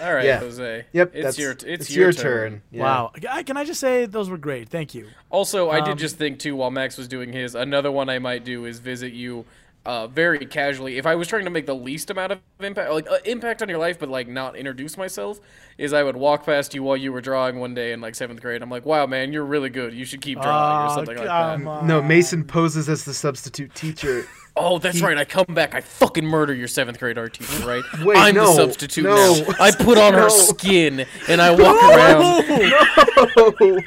Speaker 3: All right,
Speaker 1: Yeah.
Speaker 3: Jose.
Speaker 1: Yep,
Speaker 3: It's
Speaker 1: that's,
Speaker 3: your it's,
Speaker 1: your,
Speaker 3: your,
Speaker 1: turn. [laughs] Yeah.
Speaker 2: Wow. I, can I just say those were great? Thank you.
Speaker 3: Also, I
Speaker 2: Um,
Speaker 3: did just think too while Max was doing his, another one I might do is visit you uh, very casually. If I was trying to make the least amount of impact, like uh, impact on your life, but like not introduce myself, is I would walk past you while you were drawing one day in like seventh grade. I'm like, wow, man, you're really good. You should keep drawing
Speaker 1: Uh,
Speaker 2: Oh,
Speaker 3: or something like
Speaker 2: come
Speaker 3: that.
Speaker 2: on. [laughs]
Speaker 1: No, Mason poses as the substitute teacher. [laughs]
Speaker 3: Oh, that's right. I come back. I fucking murder your seventh grade art teacher, right?
Speaker 1: [laughs] Wait,
Speaker 3: I'm
Speaker 1: no,
Speaker 3: the substitute
Speaker 1: no.
Speaker 3: now. I put
Speaker 1: [laughs]
Speaker 3: on
Speaker 1: No.
Speaker 3: her skin
Speaker 1: [laughs]
Speaker 3: and I walk around.
Speaker 1: oh,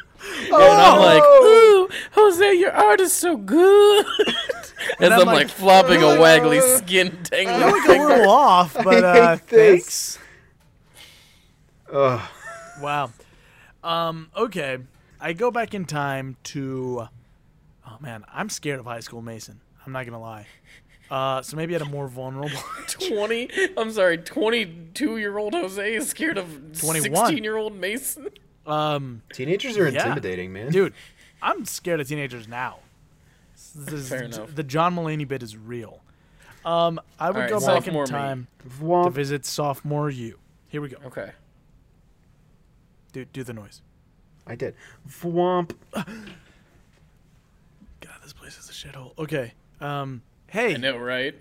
Speaker 3: And I'm like, ooh, Jose, your art is so good. [laughs] As I'm,
Speaker 2: I'm
Speaker 3: like,
Speaker 2: like,
Speaker 3: flopping a
Speaker 1: "Ugh."
Speaker 3: waggly skin dangling.
Speaker 2: I like a little off, but
Speaker 1: [laughs] I hate
Speaker 2: uh,
Speaker 1: this.
Speaker 2: thanks.
Speaker 1: Ugh.
Speaker 2: Wow. Um, okay. I go back in time to. Oh man, I'm scared of high school Mason. I'm not gonna lie. Uh, so maybe at a more vulnerable. [laughs]
Speaker 3: 20 i'm sorry 22 year old jose is scared of
Speaker 2: 21.
Speaker 3: 16 year old mason
Speaker 2: um,
Speaker 1: Teenagers are
Speaker 2: Yeah.
Speaker 1: intimidating, man.
Speaker 2: dude, I'm scared of teenagers now. This is-
Speaker 3: Fair enough.
Speaker 2: The John Mulaney bit is real. Um, I would
Speaker 3: All right,
Speaker 2: go back
Speaker 3: sophomore
Speaker 2: in
Speaker 3: me.
Speaker 2: time to
Speaker 1: Vwomp.
Speaker 2: visit sophomore you. Here we go.
Speaker 3: okay
Speaker 2: Do do the noise.
Speaker 1: I did. Vwomp.
Speaker 2: God, this place is a shithole. Okay. Um. Hey.
Speaker 3: i know right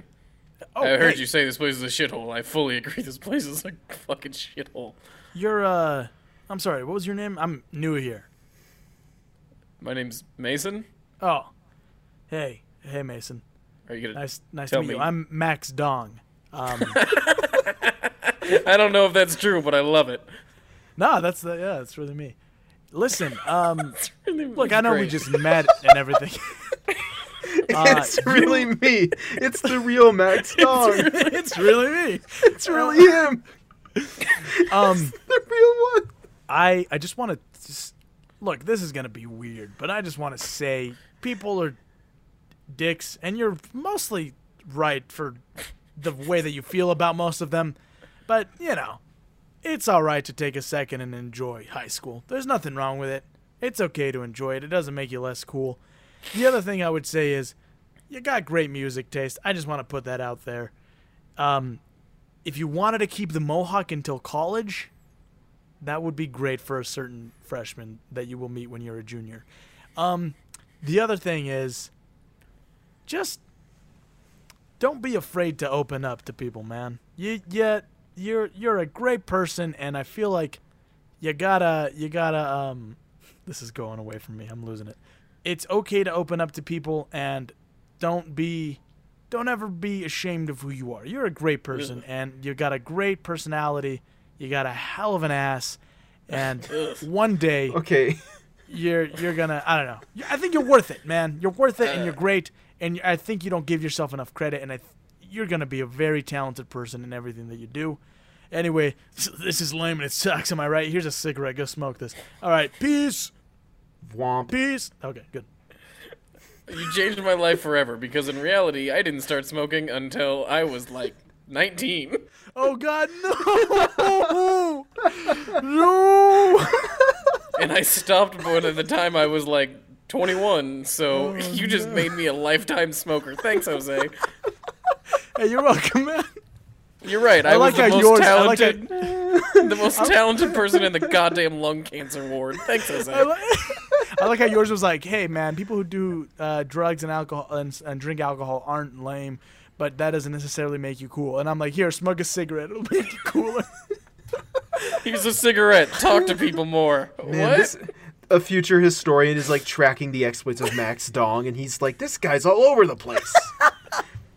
Speaker 2: Oh,
Speaker 3: i heard
Speaker 2: hey,
Speaker 3: you say this place is a shithole i fully agree this place is a fucking shithole
Speaker 2: You're uh. I'm sorry. What was your name? I'm new here.
Speaker 3: my name's mason
Speaker 2: Oh. Hey. Hey, Mason.
Speaker 3: are you gonna
Speaker 2: Nice. Nice
Speaker 3: Tell
Speaker 2: to meet you.
Speaker 3: me.
Speaker 2: I'm Max Dong. Um.
Speaker 3: i don't know if that's true but i love [laughs] it
Speaker 2: nah, that's the yeah. That's really me. Listen. Um. Look,
Speaker 3: look
Speaker 2: I know we just met and everything. [laughs]
Speaker 1: [laughs] it's really me. It's the real Max Dong.
Speaker 2: it's really me.
Speaker 1: It's really him. [laughs]
Speaker 2: Um.
Speaker 1: The real one.
Speaker 2: I I just want to look. This is gonna be weird, but I just want to say people are dicks, and you're mostly right for the way that you feel about most of them. But you know, it's all right to take a second and enjoy high school. There's nothing wrong with it. It's okay to enjoy it. It doesn't make you less cool. The other thing I would say is, you got great music taste. I just want to put that out there. Um, if you wanted to keep the mohawk until college, that would be great for a certain freshman that you will meet when you're a junior. Um, the other thing is just don't be afraid to open up to people, man. You yeah, you're you're a great person and I feel like you gotta you gotta um this is going away from me. I'm losing it. It's okay to open up to people and don't be don't ever be ashamed of who you are. You're a great person and you got a great personality. You got a hell of an ass and one day
Speaker 1: Okay.
Speaker 2: you're you're gonna I don't know. You- I think you're worth it, man. You're worth it, and you're great. And I think you don't give yourself enough credit, and I th- you're gonna be a very talented person in everything that you do. Anyway, [laughs] this is lame and it sucks. Am I right? Here's a cigarette. Go smoke this. All right, peace,
Speaker 1: Vwomp.
Speaker 2: peace. Okay, good.
Speaker 3: You changed my life forever because in reality, I didn't start smoking until I was like 19.
Speaker 2: Oh God, no, [laughs] no. [laughs]
Speaker 3: And I stopped when at the time I was like 21. So
Speaker 2: Oh,
Speaker 3: [laughs] you just made me a lifetime smoker. Thanks, Jose.
Speaker 2: Hey, you're welcome, man.
Speaker 3: You're right. I,
Speaker 2: I like
Speaker 3: was the
Speaker 2: how
Speaker 3: most
Speaker 2: yours. I like how,
Speaker 3: talented, [laughs]
Speaker 2: [laughs]
Speaker 3: the most talented person in the goddamn lung cancer ward. Thanks, Jose.
Speaker 2: I [laughs] like, I like how yours was like, "Hey, man, people who do uh, drugs and alcohol and, and drink alcohol aren't lame, but that doesn't necessarily make you cool." And I'm like, "Here, smoke a cigarette; [laughs] it'll make you cooler."
Speaker 3: Here's a cigarette. Talk to
Speaker 2: [laughs]
Speaker 3: people more.
Speaker 1: Man,
Speaker 3: what?
Speaker 1: this- a future historian is like tracking the exploits of
Speaker 2: [laughs]
Speaker 1: Max Dong, and he's like, this guy's all over the place.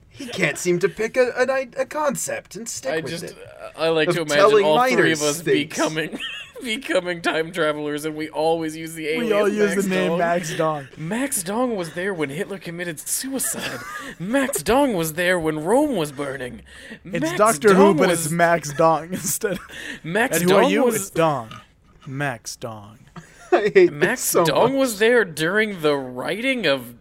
Speaker 1: he can't seem to pick a, an i- a concept and stick
Speaker 3: I
Speaker 1: with
Speaker 3: just
Speaker 1: it. [laughs]
Speaker 3: I like
Speaker 1: Of
Speaker 3: to
Speaker 1: telling
Speaker 3: imagine all three
Speaker 1: minors
Speaker 3: of us
Speaker 1: things.
Speaker 3: becoming [laughs] becoming time travelers, and we always use the alias.
Speaker 2: we all use
Speaker 3: Max
Speaker 2: the name
Speaker 3: Dong.
Speaker 2: Max Dong.
Speaker 3: Max Dong was there when Hitler committed suicide. Max Dong was there when Rome was burning.
Speaker 2: It's
Speaker 3: Max
Speaker 2: Doctor Who,
Speaker 3: Dong
Speaker 2: but
Speaker 3: was-
Speaker 2: it's Max Dong instead.
Speaker 3: [laughs]
Speaker 2: Of,
Speaker 3: Max
Speaker 2: and who are
Speaker 3: Dong
Speaker 2: you? It's
Speaker 3: was
Speaker 2: Dong. Max Dong.
Speaker 1: I hate
Speaker 3: Max
Speaker 1: this so
Speaker 3: Dong
Speaker 1: much.
Speaker 3: was there during the writing of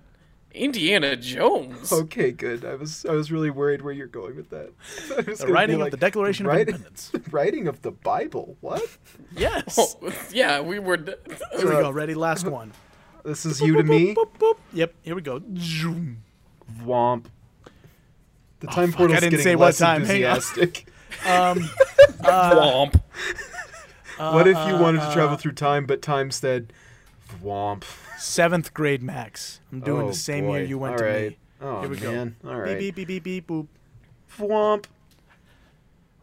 Speaker 3: Indiana Jones.
Speaker 2: Oh,
Speaker 1: Okay, good. I was I was really worried where you're going with that. [laughs] I was
Speaker 2: The
Speaker 1: gonna be
Speaker 2: writing
Speaker 1: like, Oh.
Speaker 2: of the Declaration
Speaker 1: writing-
Speaker 2: of Independence.
Speaker 1: [laughs] The writing of the Bible. What?
Speaker 2: Yes.
Speaker 3: [laughs] Oh, yeah, we were. d-
Speaker 2: Here we go. Ready?
Speaker 1: [laughs]
Speaker 2: Last one.
Speaker 1: This is you to me.
Speaker 2: [laughs] Boop, boop, boop. Yep. Here we go. Zoom.
Speaker 1: Womp. The time
Speaker 2: Oh, fuck,
Speaker 1: portal's
Speaker 2: I didn't
Speaker 1: getting
Speaker 2: say what
Speaker 1: less
Speaker 2: time. Hang on. [laughs]
Speaker 1: enthusiastic.
Speaker 2: Um.
Speaker 3: Womp.
Speaker 1: what if you wanted
Speaker 2: Uh,
Speaker 1: to travel through time, but time said, "Womp."
Speaker 2: Seventh grade max. I'm doing
Speaker 1: Oh,
Speaker 2: the same
Speaker 1: boy.
Speaker 2: year you went
Speaker 1: All
Speaker 2: to me.
Speaker 1: right. Oh
Speaker 2: Here we go.
Speaker 1: man. All
Speaker 2: Beep
Speaker 1: right.
Speaker 2: beep beep beep beep boop.
Speaker 1: Womp.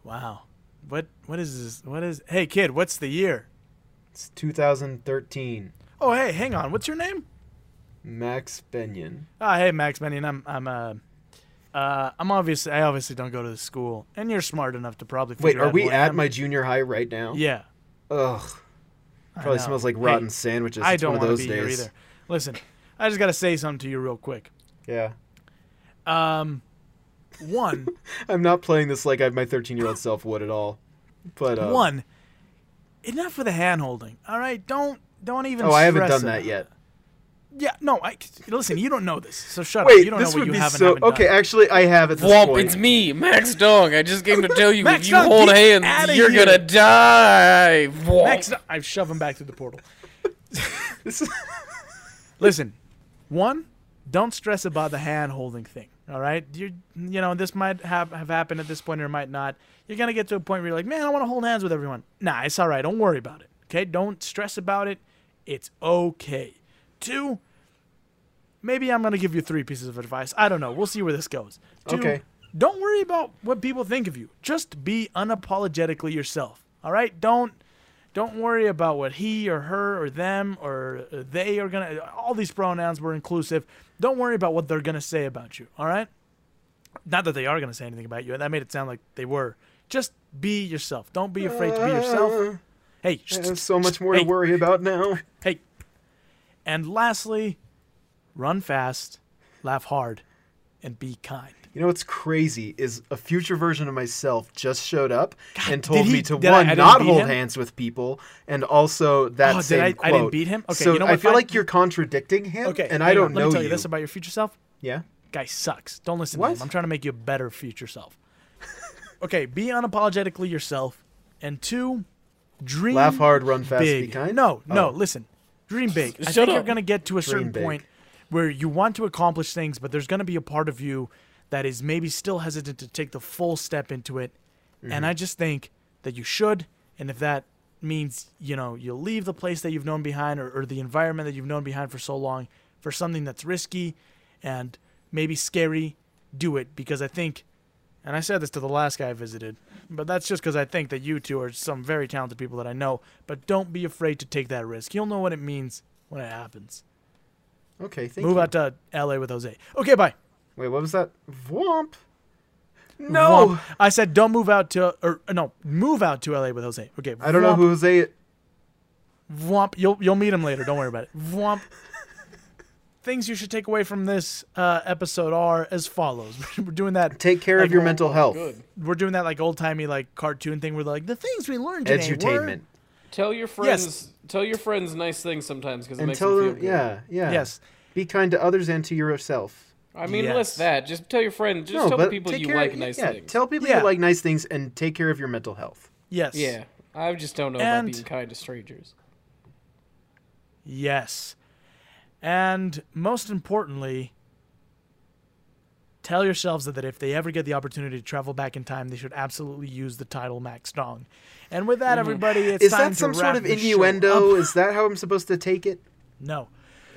Speaker 2: Wow. What what is this? What is hey kid, what's the year?
Speaker 1: It's 2013.
Speaker 2: Oh hey, hang on, what's your name?
Speaker 1: Max Benyon.
Speaker 2: Ah hey Max Benyon, I'm I'm uh uh, I'm obviously I obviously don't go to the school, and you're smart enough to probably.
Speaker 1: Wait,
Speaker 2: figure
Speaker 1: are
Speaker 2: out
Speaker 1: we
Speaker 2: who I
Speaker 1: at
Speaker 2: am.
Speaker 1: my junior high right now?
Speaker 2: Yeah,
Speaker 1: Ugh. Probably
Speaker 2: know.
Speaker 1: smells like
Speaker 2: Hey,
Speaker 1: rotten sandwiches.
Speaker 2: I
Speaker 1: It's
Speaker 2: don't
Speaker 1: one of
Speaker 2: want to
Speaker 1: those
Speaker 2: be here
Speaker 1: days.
Speaker 2: either. Listen, I just gotta say something to you real quick.
Speaker 1: Yeah.
Speaker 2: Um, one,
Speaker 1: I'm not playing this like I, my 13 year old self would at all. But [laughs] uh,
Speaker 2: one, enough with the hand holding. All right, don't don't even.
Speaker 1: Oh, I haven't
Speaker 2: stress
Speaker 1: done that
Speaker 2: about-
Speaker 1: yet.
Speaker 2: Yeah, no. I listen. You don't know this, so shut up.
Speaker 1: Wait,
Speaker 2: You don't
Speaker 1: this
Speaker 2: know what
Speaker 1: would
Speaker 2: you
Speaker 1: be
Speaker 2: have and
Speaker 1: so.
Speaker 2: haven't
Speaker 1: Okay,
Speaker 2: done.
Speaker 1: actually, I have at this
Speaker 3: Womp,
Speaker 1: point.
Speaker 3: it's me, Max Dong. I just came to tell you
Speaker 2: Max
Speaker 3: if you
Speaker 2: Dong,
Speaker 3: hold
Speaker 2: get
Speaker 3: hands,
Speaker 2: outta
Speaker 3: you're
Speaker 2: here.
Speaker 3: gonna die. Womp.
Speaker 2: Max, I shove him back through the portal.
Speaker 1: [laughs] This is- [laughs]
Speaker 2: Listen, one, don't stress about the hand holding thing. All right, you you know this might have have happened at this point or might not. You're gonna get to a point where you're like, man, I want to hold hands with everyone. Nah, it's all right. Don't worry about it. Okay, don't stress about it. It's okay. Two, maybe I'm gonna give you three pieces of advice. I don't know. We'll see where this goes. Two,
Speaker 1: Okay.
Speaker 2: Don't worry about what people think of you. Just be unapologetically yourself. All right. Don't don't worry about what he or her or them or they are going to all these pronouns were inclusive don't worry about what they're going to say about you all right not that they are going to say anything about you that made it sound like they were just be yourself don't be afraid to be yourself hey sh-
Speaker 1: I have so much more
Speaker 2: Hey.
Speaker 1: to worry about now.
Speaker 2: hey and lastly run fast laugh hard and be kind
Speaker 1: You know what's crazy is a future version of myself just showed up and
Speaker 2: did
Speaker 1: told
Speaker 2: he-
Speaker 1: me to
Speaker 2: did I- I
Speaker 1: one
Speaker 2: didn't
Speaker 1: not
Speaker 2: beat
Speaker 1: hold
Speaker 2: him?
Speaker 1: hands with people, and also that
Speaker 2: Oh, did
Speaker 1: same
Speaker 2: I- I
Speaker 1: quote.
Speaker 2: didn't beat him? Okay,
Speaker 1: so
Speaker 2: you know
Speaker 1: I
Speaker 2: what,
Speaker 1: feel
Speaker 2: fine.
Speaker 1: like you're contradicting him,
Speaker 2: okay
Speaker 1: and
Speaker 2: hang
Speaker 1: I
Speaker 2: on.
Speaker 1: don't
Speaker 2: let
Speaker 1: know
Speaker 2: me tell you this about your future self
Speaker 1: yeah,
Speaker 2: guy sucks. Don't listen
Speaker 1: What?
Speaker 2: to him. I'm trying to make you a better future self. [laughs] okay, be unapologetically yourself. And two, dream
Speaker 1: laugh hard, run fast,
Speaker 2: big.
Speaker 1: be kind. Oh.
Speaker 2: No, no, listen. Dream
Speaker 3: [laughs]
Speaker 2: big. I
Speaker 3: Shut
Speaker 2: think you're
Speaker 3: up.
Speaker 2: going to get to a certain
Speaker 1: big.
Speaker 2: point where you want to accomplish things, but there's going to be a part of you that is maybe still hesitant to take the full step into it. And I just think that you should. And if that means, you know, you'll leave the place that you've known behind or, or the environment that you've known behind for so long for something that's risky and maybe scary, do it. Because I think and I said this to the last guy I visited, but that's just because I think that you two are some very talented people that I know. But don't be afraid to take that risk. You'll know what it means when it happens.
Speaker 1: Oh, Okay, thank
Speaker 2: Move
Speaker 1: you.
Speaker 2: out to LA with Jose. Okay, bye.
Speaker 1: Wait, what was that? Vwomp. No,
Speaker 2: Womp. I said don't move out to or uh, no, move out to LA with Jose. Okay.
Speaker 1: I don't know who Jose.
Speaker 2: Vwomp. You'll you'll meet him later. Don't worry about it.
Speaker 1: [laughs]
Speaker 2: Vwomp. Things you should take away from this uh, episode are as follows. [laughs] We're doing that.
Speaker 1: Take care of your mental health.
Speaker 3: Good.
Speaker 2: We're doing that like old timey like cartoon thing. Where like the things we learned today. were-
Speaker 1: Edutainment.
Speaker 3: Tell your friends. Tell your friends nice things sometimes because it
Speaker 1: And
Speaker 3: makes
Speaker 1: tell
Speaker 3: them feel
Speaker 1: them,
Speaker 3: good.
Speaker 1: yeah, yeah.
Speaker 2: Yes.
Speaker 1: Be kind to others and to yourself.
Speaker 3: I mean,
Speaker 2: Yes.
Speaker 3: less that. Just tell your friends. Just
Speaker 1: No,
Speaker 3: tell
Speaker 1: but
Speaker 3: people
Speaker 1: take
Speaker 3: you
Speaker 1: care-
Speaker 3: like nice
Speaker 1: yeah,
Speaker 3: things.
Speaker 1: Tell people
Speaker 2: Yeah.
Speaker 1: you like nice things and take care of your mental health.
Speaker 2: Yes.
Speaker 3: yeah, I just don't know
Speaker 2: And-
Speaker 3: about being kind to strangers.
Speaker 2: Yes. And most importantly, tell yourselves that, that if they ever get the opportunity to travel back in time, they should absolutely use the title Max Dong. And with that, everybody,
Speaker 1: Mm-hmm.
Speaker 2: it's
Speaker 1: Is
Speaker 2: time
Speaker 1: that some
Speaker 2: to
Speaker 1: sort
Speaker 2: wrap
Speaker 1: of
Speaker 2: the show
Speaker 1: innuendo?
Speaker 2: up.
Speaker 1: Is that how I'm supposed to take it? [laughs]
Speaker 2: No.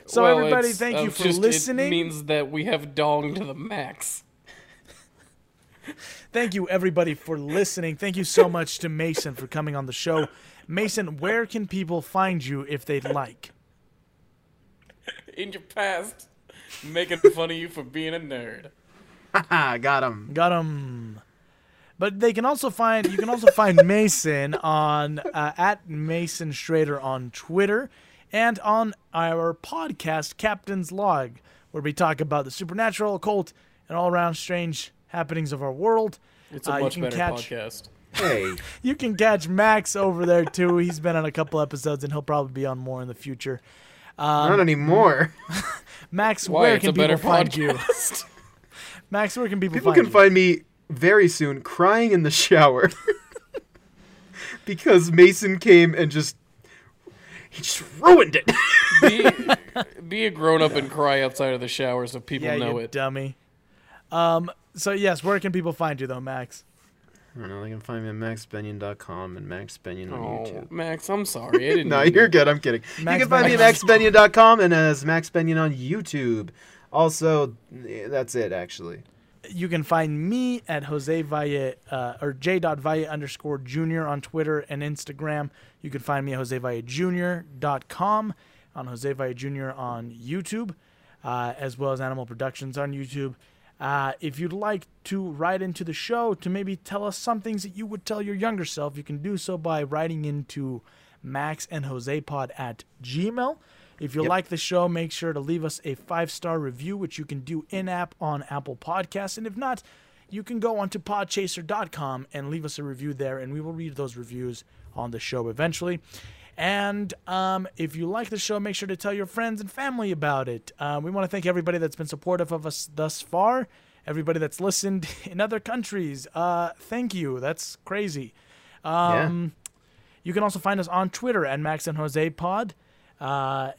Speaker 2: So
Speaker 3: Well,
Speaker 2: everybody,
Speaker 3: it's,
Speaker 2: thank
Speaker 3: uh,
Speaker 2: you for
Speaker 3: just- It
Speaker 2: listening.
Speaker 3: means that we have dong to the max.
Speaker 2: Thank you everybody for listening. Thank you so much to Mason for coming on the show. Mason, where can people find you if they'd like?
Speaker 3: In your past, making fun of you for being a nerd.
Speaker 1: Ah, got him.
Speaker 2: Got 'em. But they can also find you can also
Speaker 3: [laughs]
Speaker 2: find Mason on uh, at Mason Schrader on Twitter and on our podcast Captain's Log, where we talk about the supernatural, occult, and all around strange happenings of our world.
Speaker 3: It's a
Speaker 2: Uh, you
Speaker 3: much
Speaker 2: can
Speaker 3: better
Speaker 2: catch- [laughs]
Speaker 3: podcast.
Speaker 1: Hey,
Speaker 2: You can catch Max over there too. He's been on a couple episodes, and he'll probably be on more in the future. Um,
Speaker 1: not
Speaker 2: [laughs]
Speaker 1: anymore. [laughs]
Speaker 2: Max,
Speaker 3: Why?
Speaker 2: where
Speaker 3: it's
Speaker 2: can
Speaker 3: a better
Speaker 2: people find you?
Speaker 3: podcast.
Speaker 2: [laughs] Max, where can people,
Speaker 1: People
Speaker 2: find
Speaker 1: can
Speaker 2: you?
Speaker 1: find me very soon crying in the shower [laughs] because Mason came and just he just ruined it. [laughs]
Speaker 3: be, be a grown up and cry outside of the shower so people
Speaker 2: yeah,
Speaker 3: know
Speaker 2: you
Speaker 3: it.
Speaker 2: dummy. Um. So yes, where can people find you though, Max?
Speaker 1: I don't know. They can find me at maxbenion.com and maxbenion on
Speaker 3: Oh,
Speaker 1: YouTube.
Speaker 3: Max, I'm sorry. I
Speaker 2: [laughs]
Speaker 3: didn't.
Speaker 1: No, [laughs]
Speaker 3: mean
Speaker 1: you're
Speaker 3: to.
Speaker 1: good. I'm kidding. you can find me at maxbenion.com and as Max Benyon on YouTube. Also, eh, that's it actually.
Speaker 2: you can find me at Jose Valle uh, or j.valle underscore junior on Twitter and Instagram. You can find me at josevallejr.com on Jose Valle Jr. on YouTube, uh, as well as Animal Productions on YouTube. Uh, if you'd like to write into the show to maybe tell us some things that you would tell your younger self, you can do so by writing into max and josepod at gmail. If you like the show, make sure to leave us a five star review, which you can do in app on Apple Podcasts. And if not, you can go on to podchaser.com and leave us a review there, and we will read those reviews on the show eventually. And um, if you like the show, make sure to tell your friends and family about it. Uh, we want to thank everybody that's been supportive of us thus far, everybody that's listened [laughs] in other countries. Uh, thank you. That's crazy. Um, You can also find us on Twitter at Max and Jose Pod, uh,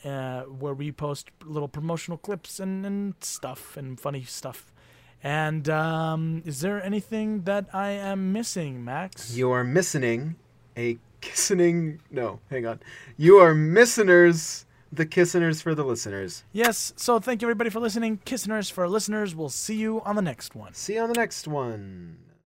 Speaker 2: uh, where we post little promotional clips and, and stuff and funny stuff. And um, is there anything that I am missing, Max?
Speaker 1: You are missing a kissening. No, hang on. You are missioners, the kisseners for the listeners.
Speaker 2: Yes. So thank you everybody for listening. Kissiners for our listeners. We'll see you on the next one.
Speaker 1: See you on the next one.